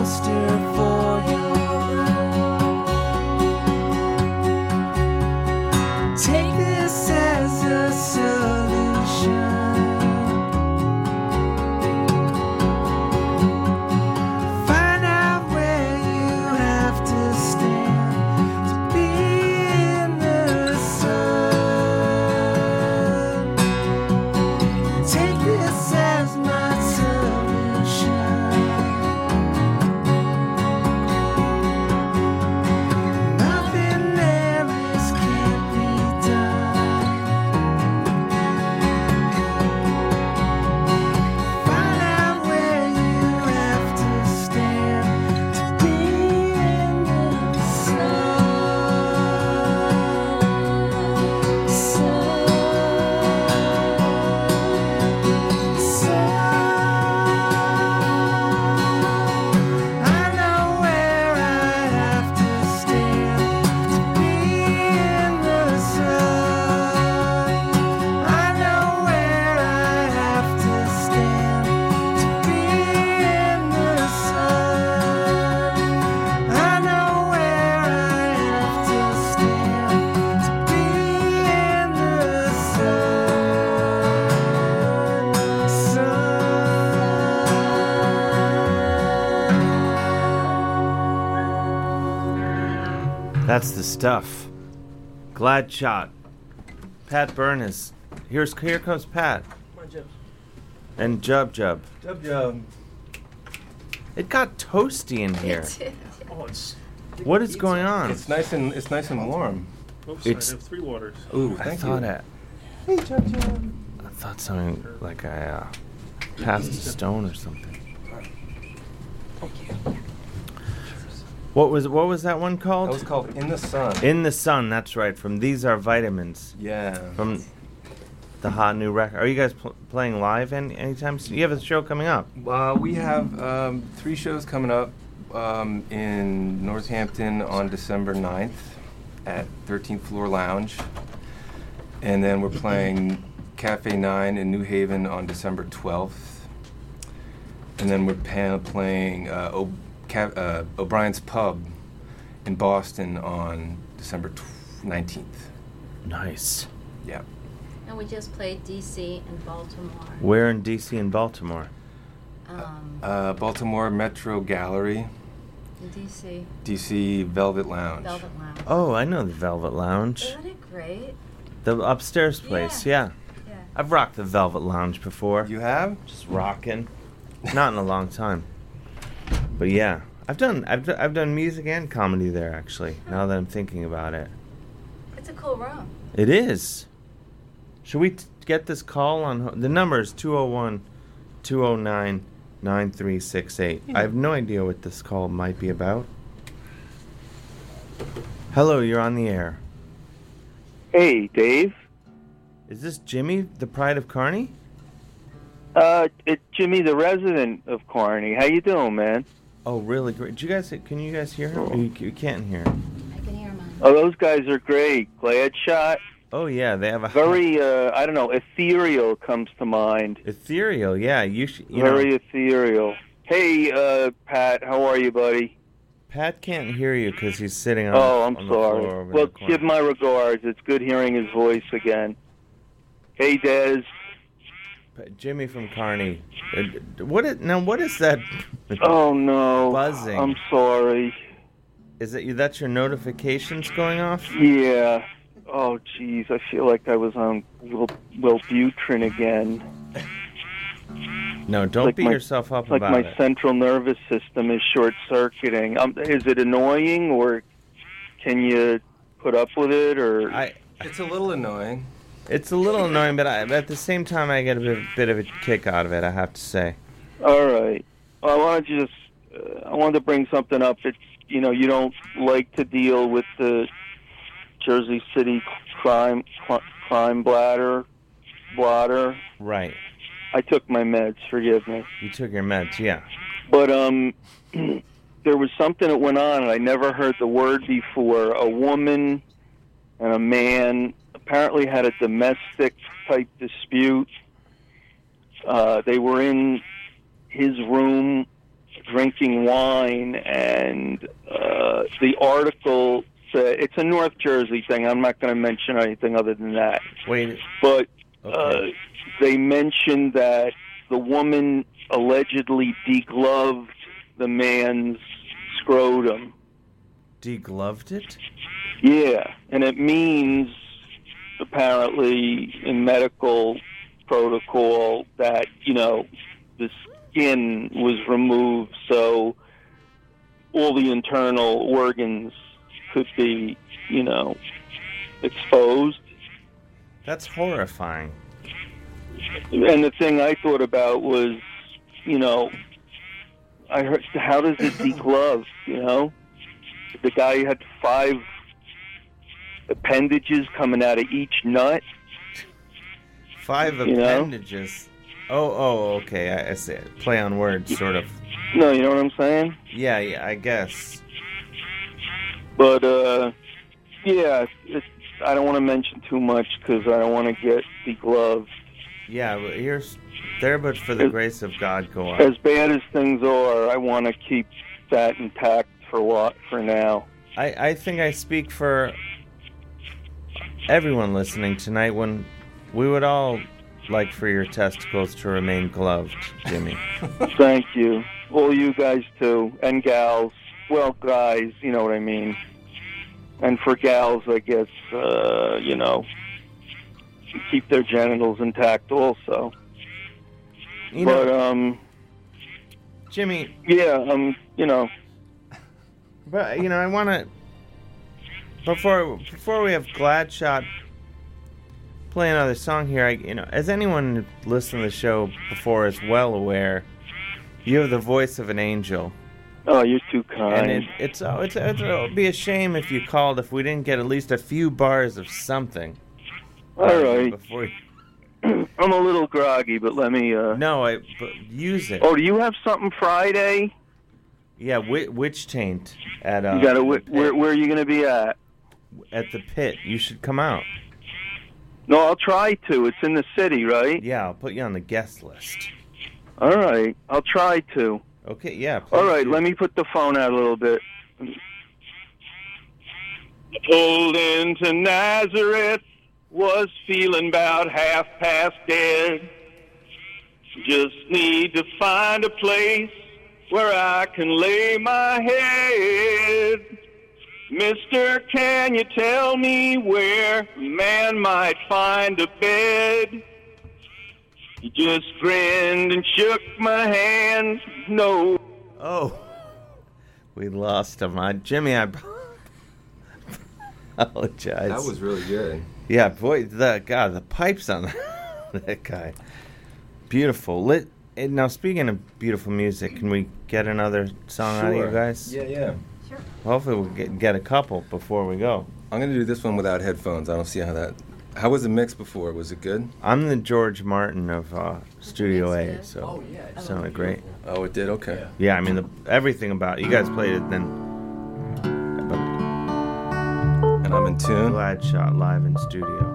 [SPEAKER 1] sister for you. Take this as a solution. Find out where you have to stand to be in the sun. Take this as my solution. Nothing there is can't be done. Find out where you have to stand to be in the sun. Sun. Sun. I know where I have to stand to be in the sun. I know where I have to stand to be in the sun. I know where I have to stand to be in the sun.
[SPEAKER 9] That's the stuff. Glad shot. Pat Byrne is here's here comes Pat and Jub Jub.
[SPEAKER 17] Dub Jub.
[SPEAKER 2] um,
[SPEAKER 9] It got toasty in here.
[SPEAKER 2] Oh, it's.
[SPEAKER 9] What is going on?
[SPEAKER 19] It's nice and it's nice and warm.
[SPEAKER 2] Oops,
[SPEAKER 9] It's-
[SPEAKER 2] I have three waters.
[SPEAKER 9] Ooh, I thought it.
[SPEAKER 17] Hey, Jub Jub.
[SPEAKER 9] I thought something like I uh, passed a stone or something. What was what was that one called?
[SPEAKER 19] That was called In the Sun.
[SPEAKER 9] In the sun. That's right. From these are vitamins.
[SPEAKER 19] Yeah.
[SPEAKER 9] From the hot new record. Are you guys pl- playing live any anytime? soon? You have a show coming up.
[SPEAKER 19] Uh, we have um, three shows coming up um, in Northampton on December 9th at 13th Floor Lounge. And then we're playing Cafe 9 in New Haven on December 12th. And then we're pa- playing uh, o- Ca- uh, O'Brien's Pub in Boston on December tw- 19th.
[SPEAKER 9] Nice.
[SPEAKER 19] Yeah.
[SPEAKER 20] And we just played DC and Baltimore.
[SPEAKER 9] Where in D.C. and Baltimore?
[SPEAKER 20] Um,
[SPEAKER 19] Uh, Baltimore Metro Gallery,
[SPEAKER 20] in DC.
[SPEAKER 19] DC Velvet Lounge.
[SPEAKER 20] Velvet Lounge.
[SPEAKER 9] Oh, I know the Velvet Lounge.
[SPEAKER 20] Isn't it great?
[SPEAKER 9] The upstairs place, yeah.
[SPEAKER 20] Yeah.
[SPEAKER 9] I've rocked the Velvet Lounge before.
[SPEAKER 19] You have?
[SPEAKER 9] Just rocking. Not in a long time. But yeah, I've done I've, d- I've done music and comedy there actually. Now that I'm thinking about it.
[SPEAKER 20] It's a cool room.
[SPEAKER 9] It is. Should we t- get this call on ho- the number is 201 209 9368. I have no idea what this call might be about. Hello, you're on the air.
[SPEAKER 22] Hey, Dave.
[SPEAKER 9] Is this Jimmy, the Pride of Carney?
[SPEAKER 22] Uh, it's Jimmy, the resident of Carney. How you doing, man?
[SPEAKER 9] Oh, really great. Did you guys can you guys hear him? You, you can't hear him.
[SPEAKER 22] Oh, those guys are great. Glad shot.
[SPEAKER 9] Oh yeah, they have a
[SPEAKER 22] Very, uh, I don't know, ethereal comes to mind.
[SPEAKER 9] Ethereal, yeah. You sh- you know-
[SPEAKER 22] Very ethereal. Hey, uh, Pat, how are you, buddy?
[SPEAKER 9] Pat can't hear you cuz he's sitting on
[SPEAKER 22] oh, I'm
[SPEAKER 9] on the floor
[SPEAKER 22] sorry.
[SPEAKER 9] over in
[SPEAKER 22] Well,
[SPEAKER 9] the corner.
[SPEAKER 22] give my regards. It's good hearing his voice again. Hey, Des.
[SPEAKER 9] P- Jimmy from Carney. Uh, d- What is now what is that?
[SPEAKER 22] Oh no.
[SPEAKER 9] Buzzing.
[SPEAKER 22] I'm sorry.
[SPEAKER 9] Is it that's your notifications going off?
[SPEAKER 22] Yeah. Oh, jeez. I feel like I was on Wil- Wilbutrin again.
[SPEAKER 9] No, don't
[SPEAKER 22] Like
[SPEAKER 9] beat
[SPEAKER 22] my-
[SPEAKER 9] yourself up
[SPEAKER 22] It's like
[SPEAKER 9] about
[SPEAKER 22] my
[SPEAKER 9] it.
[SPEAKER 22] central nervous system is short circuiting. Um, is it annoying, or can you put up with it? Or
[SPEAKER 9] I,
[SPEAKER 19] It's a little annoying.
[SPEAKER 9] It's a little annoying, but I, at the same time I get a bit, bit of a kick out of it, I have to say.
[SPEAKER 22] all right. Well, I want to just uh, I wanted to bring something up that you know you don't like to deal with the Jersey City crime cl- crime bladder blotter.
[SPEAKER 9] Right.
[SPEAKER 22] I took my meds. Forgive me.
[SPEAKER 9] You took your meds, yeah.
[SPEAKER 22] But um, there was something that went on, and I never heard the word before. A woman and a man apparently had a domestic type dispute. Uh, they were in his room drinking wine, and uh, the article said it's a North Jersey thing. I'm not going to mention anything other than that.
[SPEAKER 9] Wait.
[SPEAKER 22] But uh, they mentioned that the woman allegedly degloved the man's scrotum.
[SPEAKER 9] Degloved it?
[SPEAKER 22] Yeah, and it means apparently in medical protocol that you know the skin was removed so all the internal organs could be you know exposed
[SPEAKER 9] That's horrifying.
[SPEAKER 22] and the thing i thought about was you know i heard how does it deglove you know the guy had five appendages coming out of each nut
[SPEAKER 9] Five
[SPEAKER 22] You know?
[SPEAKER 9] appendages. Oh, oh, okay. I, I see. it. Play on words, sort of.
[SPEAKER 22] no you know what i'm saying
[SPEAKER 9] Yeah, yeah. I guess.
[SPEAKER 22] But uh, yeah, it's, I don't want to mention too much because I don't want to get the glove.
[SPEAKER 9] Yeah, well, here's there, but for the grace of God, go on.
[SPEAKER 22] As bad as things are, I want to keep that intact for what for now.
[SPEAKER 9] I, I think I speak for everyone listening tonight when we would all like for your testicles to remain gloved, Jimmy.
[SPEAKER 22] Thank you, all you guys too, and gals. Well, guys, you know what I mean. And for gals, I guess uh, you know, keep their genitals intact also.
[SPEAKER 9] You
[SPEAKER 22] but
[SPEAKER 9] know,
[SPEAKER 22] um,
[SPEAKER 9] Jimmy.
[SPEAKER 22] Yeah, um, you know,
[SPEAKER 9] But you know, I want to before before we have Glad Shot play another song here. I you know, as anyone listening to the show before is well aware, you have the voice of an angel.
[SPEAKER 22] oh, you're too kind.
[SPEAKER 9] And it, it's, oh, it's, it's it would be a shame if you called if we didn't get at least a few bars of something.
[SPEAKER 22] All right.
[SPEAKER 9] Before you,
[SPEAKER 22] I'm a little groggy, but let me. Uh...
[SPEAKER 9] No, I but use it.
[SPEAKER 22] Oh, do you have something Friday?
[SPEAKER 9] yeah, wi- witch taint at uh,
[SPEAKER 22] you got to. Where, where are you going to be at?
[SPEAKER 9] at the pit. You should come out.
[SPEAKER 22] No, I'll try to. It's in the city, right?
[SPEAKER 9] Yeah, I'll put you on the guest list.
[SPEAKER 22] All right, I'll try to.
[SPEAKER 9] Okay, yeah.
[SPEAKER 22] All right, let me put the phone out a little bit. Pulled into Nazareth, was feeling about half past dead. Just need to find a place where I can lay my head. Mister, can you tell me where a man might find a bed? He just grinned and shook my hand. No.
[SPEAKER 9] Oh. We lost him. I, Jimmy, I apologize.
[SPEAKER 19] That was really good.
[SPEAKER 9] Yeah, boy, the God, the pipes on that guy. Beautiful. Lit. And now, speaking of beautiful music, can we get another song out of you
[SPEAKER 19] Sure.
[SPEAKER 9] guys?
[SPEAKER 19] Yeah, yeah.
[SPEAKER 20] Sure.
[SPEAKER 9] Hopefully, we'll get, get a couple before we go.
[SPEAKER 19] I'm gonna do this one without headphones. I don't see how that. How was the mix before? Was it good?
[SPEAKER 9] I'm the George Martin of uh, Studio A, so it sounded great.
[SPEAKER 19] Oh, it did. Okay.
[SPEAKER 9] Yeah, I mean, the, everything about you guys played it then.
[SPEAKER 19] And I'm in tune.
[SPEAKER 9] Glad shot live in studio.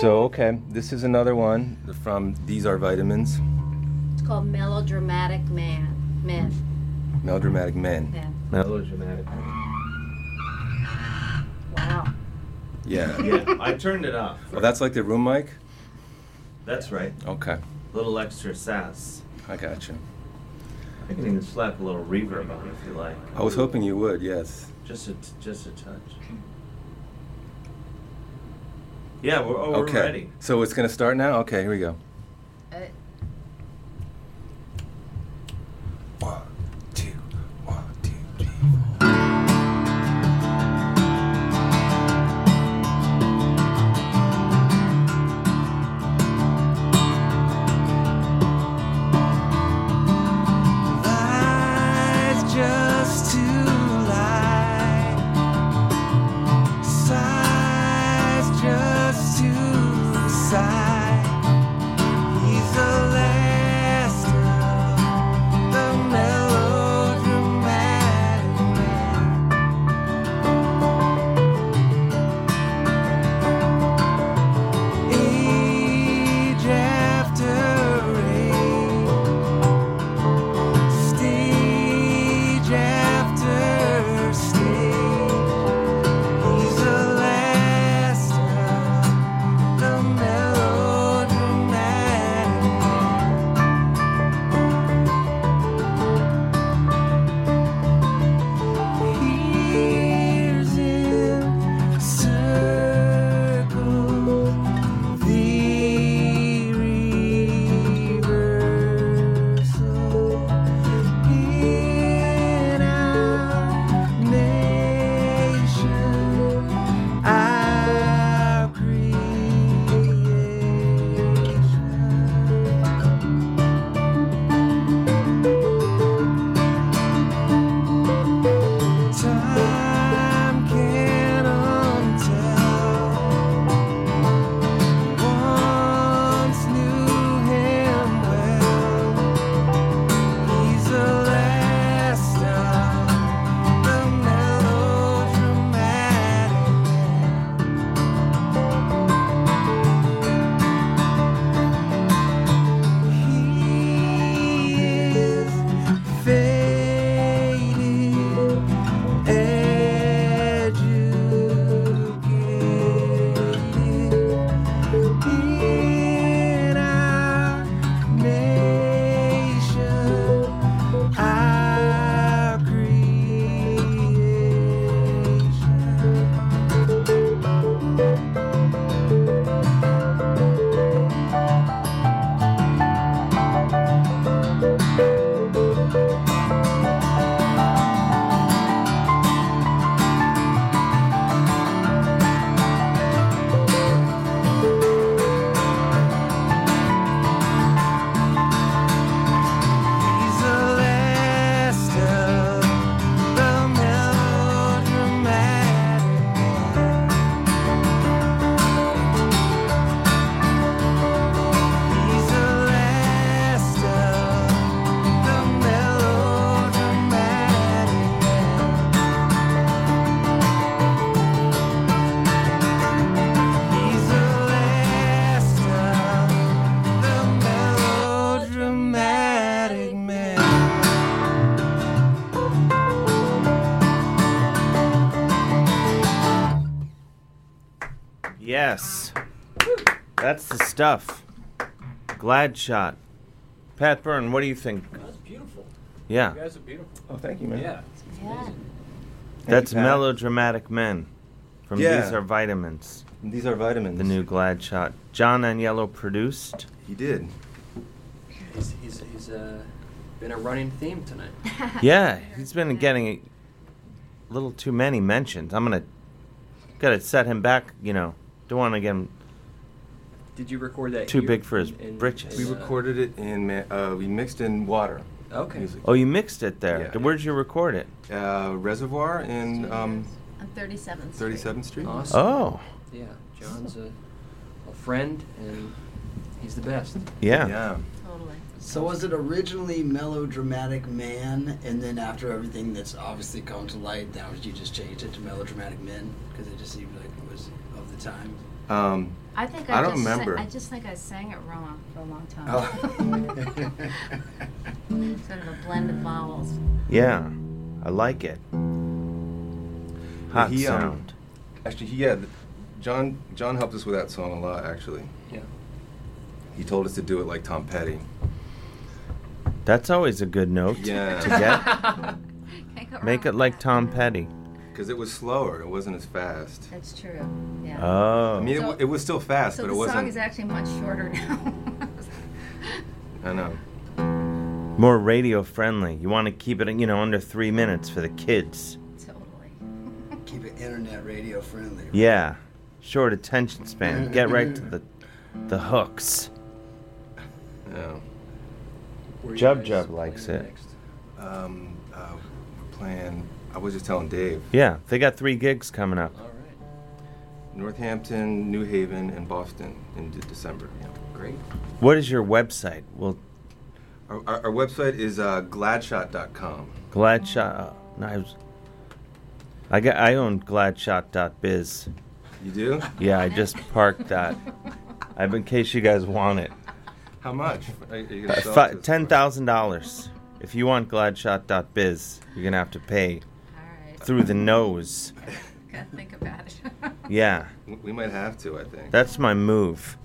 [SPEAKER 19] So okay, this is another one from These Are Vitamins,
[SPEAKER 20] It's called melodramatic man. Men.
[SPEAKER 19] Melodramatic Men.
[SPEAKER 20] Yeah.
[SPEAKER 9] Melodramatic.
[SPEAKER 20] Wow.
[SPEAKER 19] Yeah.
[SPEAKER 9] I turned it off.
[SPEAKER 19] Oh, that's like the room mic.
[SPEAKER 9] That's right.
[SPEAKER 19] Okay,
[SPEAKER 9] Little extra sass.
[SPEAKER 19] I got you.
[SPEAKER 9] I can even slap a little reverb on if you like.
[SPEAKER 19] I was hoping you would. Yes.
[SPEAKER 9] Just a t- just a touch. Yeah, we're, oh,
[SPEAKER 19] okay.
[SPEAKER 9] we're ready.
[SPEAKER 19] So it's gonna start now. Okay, here we go.
[SPEAKER 20] Uh,
[SPEAKER 1] Lies just to lie. Sighs just to sigh.
[SPEAKER 9] Yes. That's the stuff. Glad shot. Pat Byrne, what do you think?
[SPEAKER 2] That's beautiful.
[SPEAKER 9] Yeah.
[SPEAKER 2] You guys are beautiful.
[SPEAKER 9] Oh, thank you, man.
[SPEAKER 2] Yeah. It's amazing.
[SPEAKER 9] That's
[SPEAKER 19] Pat.
[SPEAKER 9] Melodramatic Men from
[SPEAKER 19] Yeah.
[SPEAKER 9] These Are Vitamins.
[SPEAKER 19] These Are Vitamins.
[SPEAKER 9] The new Glad shot. John Aniello produced.
[SPEAKER 19] He did.
[SPEAKER 2] He's, he's, he's uh, been a running theme tonight.
[SPEAKER 9] Yeah, he's been getting a little too many mentions. I'm going to gotta set him back, you know. Don't want to get him
[SPEAKER 2] Did you record that?
[SPEAKER 9] too
[SPEAKER 2] here?
[SPEAKER 9] big for his
[SPEAKER 2] in- uh,
[SPEAKER 9] britches.
[SPEAKER 19] We recorded it in, ma- uh, we mixed in water.
[SPEAKER 2] Okay.
[SPEAKER 9] Oh, you mixed it there. Where'd you record it?
[SPEAKER 19] Uh, Reservoir in um,
[SPEAKER 20] On 37th Street.
[SPEAKER 19] 37th Street.
[SPEAKER 2] Awesome.
[SPEAKER 9] Oh.
[SPEAKER 2] Yeah, John's a, a friend, and he's the best.
[SPEAKER 9] Yeah.
[SPEAKER 19] Yeah.
[SPEAKER 20] Totally.
[SPEAKER 21] So was it originally melodramatic man, and then after everything that's obviously come to light, now you just changed it to melodramatic men because it just seemed like it was of the time.
[SPEAKER 19] Um,
[SPEAKER 20] I think
[SPEAKER 19] I
[SPEAKER 20] I,
[SPEAKER 19] don't
[SPEAKER 20] just
[SPEAKER 19] remember.
[SPEAKER 20] Sang, I just think I sang it wrong for a long time. sort of a blend of vowels.
[SPEAKER 9] Yeah, I like it. Hot
[SPEAKER 19] um,
[SPEAKER 9] sound.
[SPEAKER 19] actually, he, yeah, th- John John helped us with that song a lot. Actually,
[SPEAKER 2] Yeah.
[SPEAKER 19] he told us to do it like Tom Petty.
[SPEAKER 9] That's always a good note
[SPEAKER 19] Yeah.
[SPEAKER 9] to get. Make it like Tom Petty.
[SPEAKER 19] Because it was slower. It wasn't as fast.
[SPEAKER 20] That's true. Yeah.
[SPEAKER 9] Oh.
[SPEAKER 19] Um, I mean, it,
[SPEAKER 20] So-
[SPEAKER 19] wa- it was still fast,
[SPEAKER 20] so
[SPEAKER 19] but
[SPEAKER 20] the
[SPEAKER 19] it
[SPEAKER 20] song
[SPEAKER 19] wasn't.
[SPEAKER 20] is actually much shorter now.
[SPEAKER 19] I know.
[SPEAKER 9] More radio friendly. You want to keep it, you know, under three minutes for the kids.
[SPEAKER 21] Keep it internet radio friendly.
[SPEAKER 9] Yeah. Short attention span. Get right to the the hooks.
[SPEAKER 19] Yeah.
[SPEAKER 9] Jub Jub likes it.
[SPEAKER 19] Um, uh, we're playing. I was just telling Dave.
[SPEAKER 9] Yeah, they got three gigs coming up.
[SPEAKER 19] Northampton, New Haven, and Boston in de- December. Yeah. Great.
[SPEAKER 9] What is your website? Well,
[SPEAKER 19] Our, our, our website is uh, gladshot.com.
[SPEAKER 9] Gladshot. Oh, no, I was. I got. I own Gladshot.biz.
[SPEAKER 19] You do?
[SPEAKER 9] Yeah, I just parked that. I've in case you guys want it.
[SPEAKER 19] How much? Are you
[SPEAKER 9] Uh,
[SPEAKER 19] gonna sell
[SPEAKER 9] fi-
[SPEAKER 19] it to us?
[SPEAKER 9] Ten thousand dollars. If you want Gladshot.biz, you're gonna have to pay through the nose.
[SPEAKER 20] Gotta think about it.
[SPEAKER 9] Yeah,
[SPEAKER 19] W- We might have to, I think.
[SPEAKER 9] that's my move.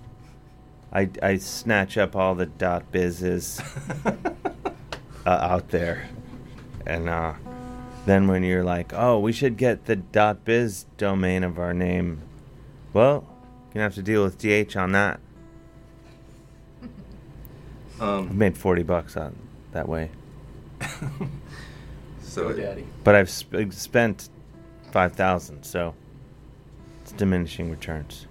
[SPEAKER 9] I, I snatch up all the dot bizes uh, out there, and uh, then when you're like, oh, we should get the dot biz domain of our name, well, you're gonna have to deal with DH on that.
[SPEAKER 19] Um,
[SPEAKER 9] I've made forty bucks on that way.
[SPEAKER 19] So it- GoDaddy.
[SPEAKER 9] but I've sp- spent five thousand, so it's diminishing returns,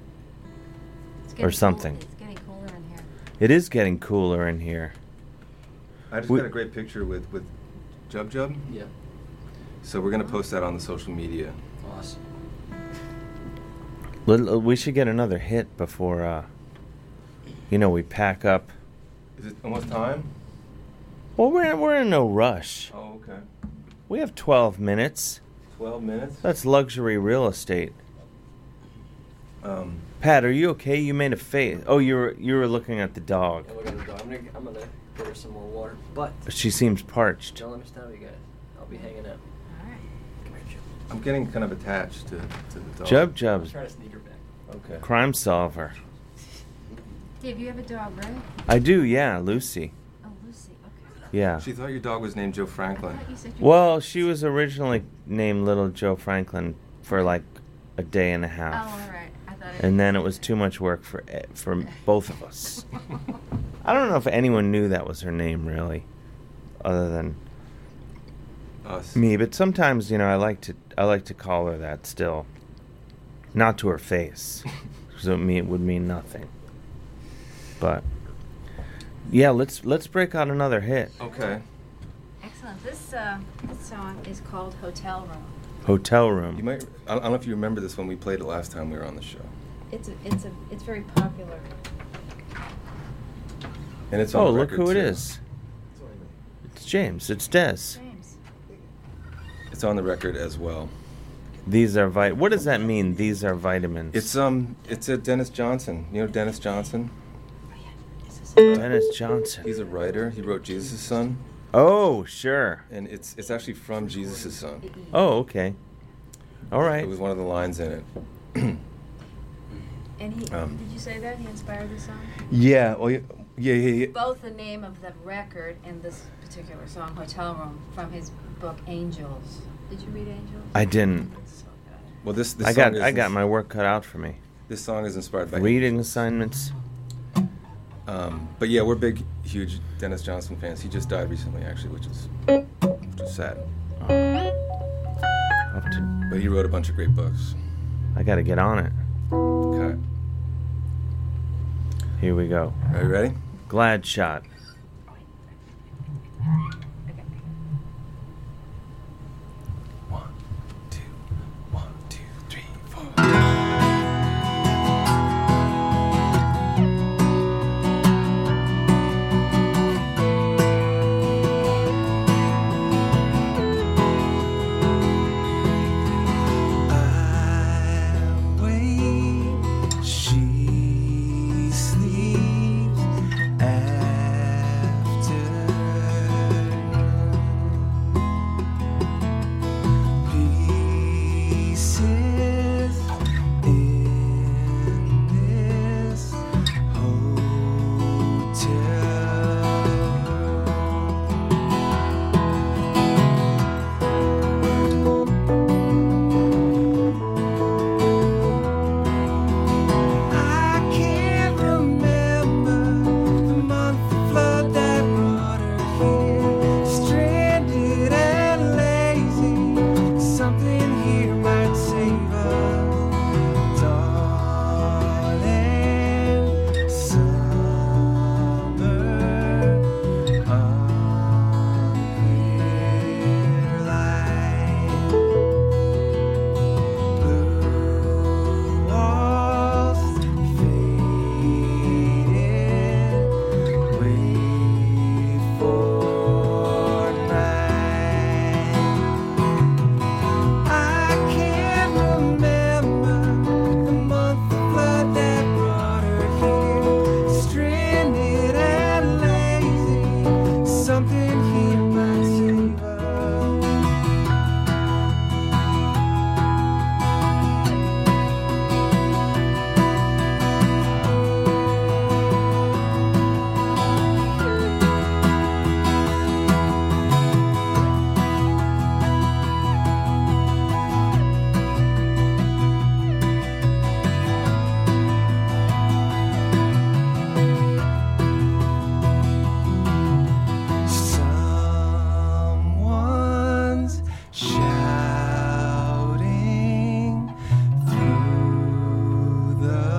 [SPEAKER 20] It's getting
[SPEAKER 9] or something.
[SPEAKER 20] Cool. It's getting cooler in here.
[SPEAKER 9] It is getting cooler in here.
[SPEAKER 19] I just
[SPEAKER 9] We-
[SPEAKER 19] got a great picture with with Jub Jub.
[SPEAKER 2] Yeah.
[SPEAKER 19] So we're gonna post that on the social media.
[SPEAKER 2] Awesome.
[SPEAKER 9] Let- uh, We should get another hit before, uh, you know, we pack up.
[SPEAKER 19] Is it almost time?
[SPEAKER 9] Well, we're we're in no rush.
[SPEAKER 19] Oh, okay.
[SPEAKER 9] We have twelve minutes.
[SPEAKER 19] Twelve minutes.
[SPEAKER 9] That's luxury real estate.
[SPEAKER 19] Um,
[SPEAKER 9] Pat, are you okay? You made a face. Oh, you were you were looking at the dog.
[SPEAKER 2] Yeah, look at the dog. I'm gonna, I'm gonna get her some more water. But
[SPEAKER 9] She seems parched.
[SPEAKER 2] don't let me stop you guys. I'll be hanging out. All right. Come here, Jim.
[SPEAKER 19] I'm getting kind of attached to, to the dog.
[SPEAKER 9] Jub Jub's
[SPEAKER 2] Try to sneak her back.
[SPEAKER 19] Okay.
[SPEAKER 9] crime solver.
[SPEAKER 20] Dave, you have a dog, right?
[SPEAKER 9] I do, yeah, Lucy.
[SPEAKER 20] Oh, Lucy. Okay.
[SPEAKER 9] Yeah.
[SPEAKER 19] She thought your dog was named Joe Franklin.
[SPEAKER 20] I thought you said you
[SPEAKER 9] Well, she was originally named Little Joe Franklin for like a day and a half.
[SPEAKER 20] Oh, all right. I thought it-
[SPEAKER 9] And then it was too much work for e- for both of us. I don't know if anyone knew that was her name really, other than
[SPEAKER 19] Us.
[SPEAKER 9] me. But sometimes, you know, I like to I like to call her that still, not to her face, so it, mean, it would mean nothing. But yeah, let's let's break out another hit.
[SPEAKER 19] Okay.
[SPEAKER 20] Excellent. This, uh, this song is called Hotel Room.
[SPEAKER 9] Hotel room.
[SPEAKER 19] You might. I I don't know if you remember this when we played it last time we were on the show.
[SPEAKER 20] It's a, it's a, it's very popular.
[SPEAKER 19] And it's on
[SPEAKER 9] oh, look
[SPEAKER 19] record,
[SPEAKER 9] who it
[SPEAKER 19] too.
[SPEAKER 9] is. It's James. It's Des.
[SPEAKER 19] It's on the record as well.
[SPEAKER 9] These are vit. What does that mean? These are vitamins.
[SPEAKER 19] It's um. It's a Dennis Johnson. You know Dennis Johnson.
[SPEAKER 9] Dennis Johnson.
[SPEAKER 19] He's a writer. He wrote Jesus' Son,
[SPEAKER 9] Oh, sure.
[SPEAKER 19] and it's it's actually from Jesus' Son.
[SPEAKER 9] Oh, okay. All right.
[SPEAKER 19] It was one of the lines in it.
[SPEAKER 20] And he,
[SPEAKER 4] Um,
[SPEAKER 20] did you say that? He inspired the song?
[SPEAKER 4] Yeah. Well, yeah, yeah, yeah.
[SPEAKER 20] Both the name of the record and this particular song, Hotel Room, from his book Angels. Did you read Angels?
[SPEAKER 9] I didn't.
[SPEAKER 19] Well, this, this
[SPEAKER 9] I got
[SPEAKER 19] song
[SPEAKER 9] I
[SPEAKER 19] is-
[SPEAKER 9] got my work cut out for me.
[SPEAKER 19] This song is inspired by
[SPEAKER 9] reading assignments.
[SPEAKER 19] Um, but yeah, we're big, huge Dennis Johnson fans. He just died recently, actually, which is which is sad.
[SPEAKER 9] Oh,
[SPEAKER 19] But he wrote a bunch of great books.
[SPEAKER 9] I got to get on it.
[SPEAKER 19] Okay.
[SPEAKER 9] Here we go.
[SPEAKER 19] Are you ready?
[SPEAKER 9] Glad shot.
[SPEAKER 1] Wait, she sleeps after pieces in this hotel. I can't remember the month the flood that brought her here, stranded and lazy. Something here might save us, darling. Summer on clear light. Walls faded, wait for night. I can't remember the month the flood that brought her here, stranded and lazy. Something here might save us. Someone's shouting through the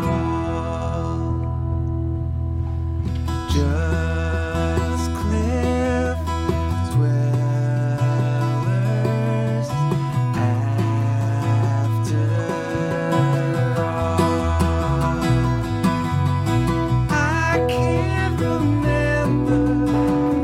[SPEAKER 1] wall. Just cliff dwellers after all. I can't remember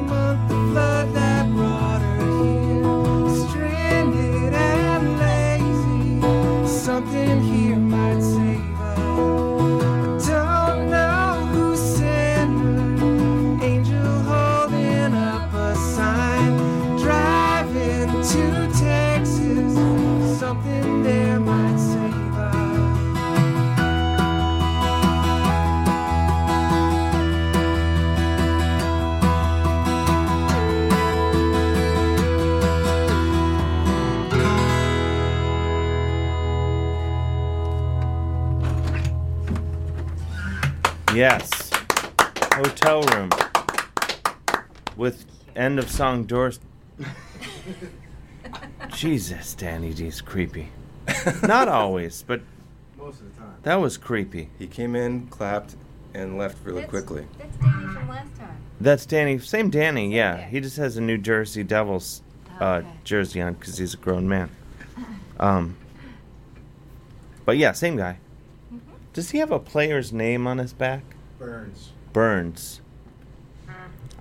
[SPEAKER 1] but the flood that brought her here, stranded and lazy. Something here might save us. I don't know who sent her. Angel holding up a sign, driving to Texas. Something there might save us.
[SPEAKER 9] Yes. Hotel room. With end of song Doris. Jesus, Danny D's creepy. Not always, but
[SPEAKER 10] Most of the time.
[SPEAKER 9] that was creepy.
[SPEAKER 19] He came in, clapped, and left really quickly.
[SPEAKER 20] That's Danny from last time.
[SPEAKER 9] That's Danny. Same Danny, yeah. He just has a New Jersey Devils uh, jersey on because he's a grown man. Um, but yeah, same guy. Mm-hmm. Does he have a player's name on his back?
[SPEAKER 10] Burns.
[SPEAKER 9] Burns.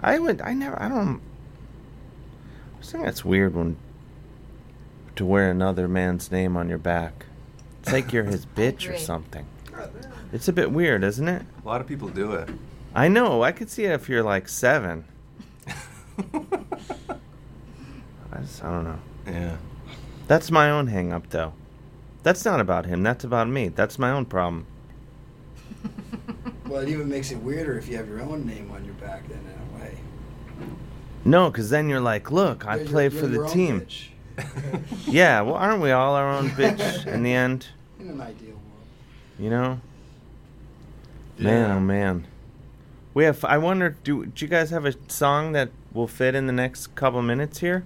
[SPEAKER 9] I would. I never. I don't. I think that's weird when to wear another man's name on your back. It's like you're his bitch or
[SPEAKER 19] agree.
[SPEAKER 9] something. It's a bit weird, isn't it?
[SPEAKER 19] A lot of people do it.
[SPEAKER 9] I know. I could see it if you're like seven. I just, I don't know.
[SPEAKER 19] Yeah.
[SPEAKER 9] That's my own hang up, though. That's not about him. That's about me. That's my own problem.
[SPEAKER 21] Well, it even makes it weirder if you have your own name on your back, then in a way.
[SPEAKER 9] No, because then you're like, look, I
[SPEAKER 21] You're-
[SPEAKER 9] play
[SPEAKER 21] you're-
[SPEAKER 9] for
[SPEAKER 21] you're
[SPEAKER 9] the
[SPEAKER 21] our own
[SPEAKER 9] team.
[SPEAKER 21] bitch.
[SPEAKER 9] yeah, well, aren't we all our own bitch in the end?
[SPEAKER 21] In an ideal world.
[SPEAKER 9] You know? Man, oh man. We have. I wonder. Do do you guys have a song that will fit in the next couple minutes here?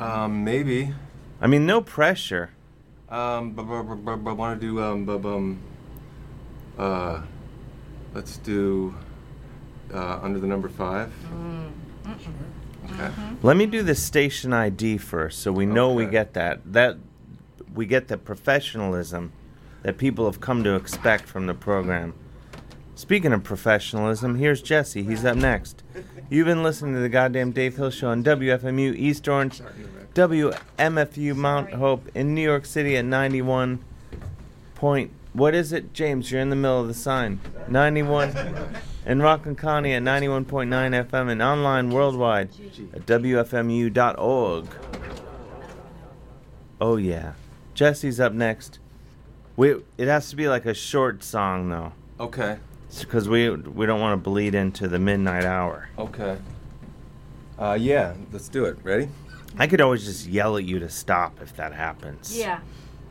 [SPEAKER 19] Um, maybe.
[SPEAKER 9] I mean, no pressure.
[SPEAKER 19] Um, but I want to do um, bu- bum, uh, let's do uh, under the number five. Okay.
[SPEAKER 9] Let me do the station ID first, so we know we get that. That we get the professionalism that people have come to expect from the program. Speaking of professionalism, here's Jesse. He's up next. You've been listening to the goddamn Dave Hill Show on WFMU East Orange, WMFU Mount Hope in New York City at 91 point. What is it, James? You're in the middle of the sign. 91 in Rockland County at 91.9 FM and online worldwide at WFMU.org. Oh, yeah. Jesse's up next. We, it has to be like a short song, though.
[SPEAKER 19] Okay.
[SPEAKER 9] Because we, we don't want to bleed into the midnight hour.
[SPEAKER 19] Okay. Uh, yeah, let's do it. Ready?
[SPEAKER 9] I could always just yell at you to stop if that happens.
[SPEAKER 20] Yeah,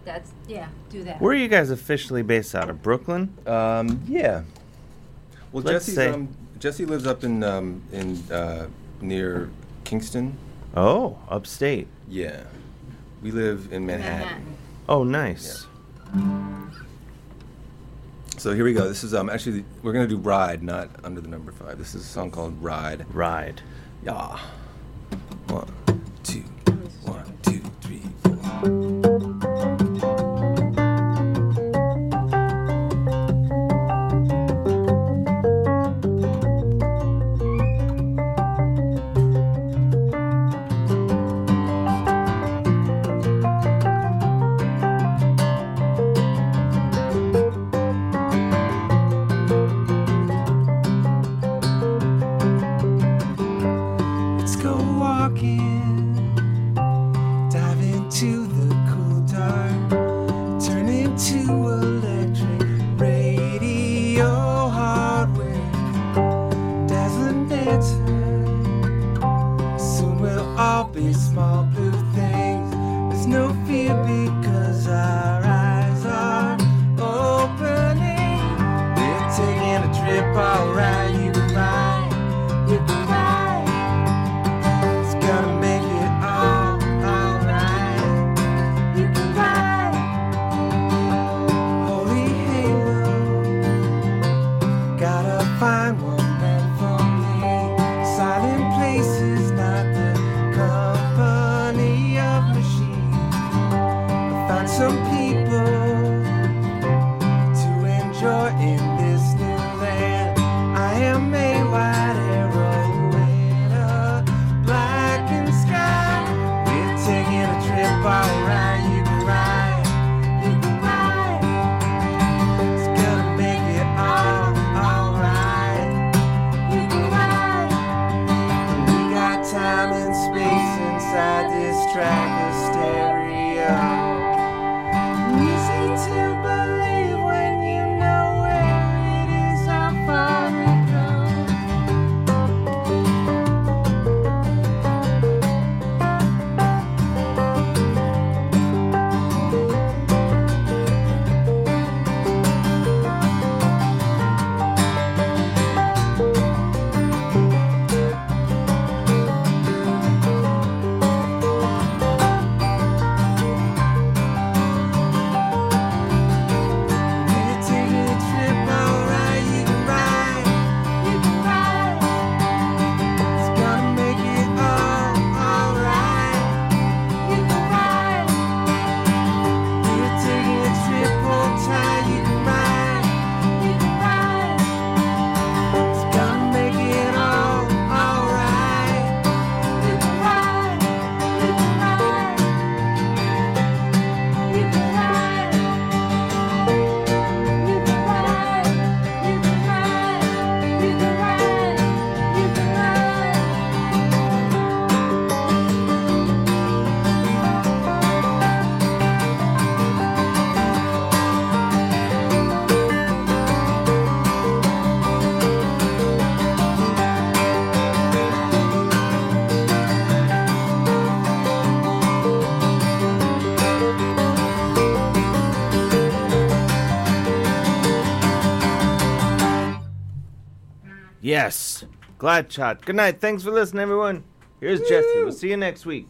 [SPEAKER 20] that's yeah. Do that.
[SPEAKER 9] Where are you guys officially based out of? Brooklyn?
[SPEAKER 19] Um, yeah. Well,
[SPEAKER 9] Let's
[SPEAKER 19] Jesse's,
[SPEAKER 9] say-
[SPEAKER 19] um, Jesse lives up in um, in uh, near Kingston.
[SPEAKER 9] Oh, upstate.
[SPEAKER 19] Yeah. We live in Manhattan.
[SPEAKER 9] Oh, nice.
[SPEAKER 19] So here we go. This is um actually we're gonna do Ride, not Under the Number Five. This is a song called Ride.
[SPEAKER 9] Ride.
[SPEAKER 19] Yeah. One, two, one, two, three.
[SPEAKER 1] Let's go walking, dive into the cool dark, turn into electric radio hardware, dazzling dancing. Soon we'll all be small blue things. There's no fear because our eyes are opening. We're taking a trip, alright, you can ride, you can ride. It's gonna make it all alright. You can ride. Holy halo. Gotta find one meant for me. Silent places, not the company of machines. But find some people to enjoy in this new land. I am a wide arrow in a blackened sky. We're taking a trip, alright. You can ride, you can ride. It's gonna make it all alright. You can ride. We got time and space inside this track of stereo. Easy to believe when you know where it is, how far it goes.
[SPEAKER 9] Yes. Glad shot. Good night. Thanks for listening, everyone. Here's Jesse. We'll see you next week.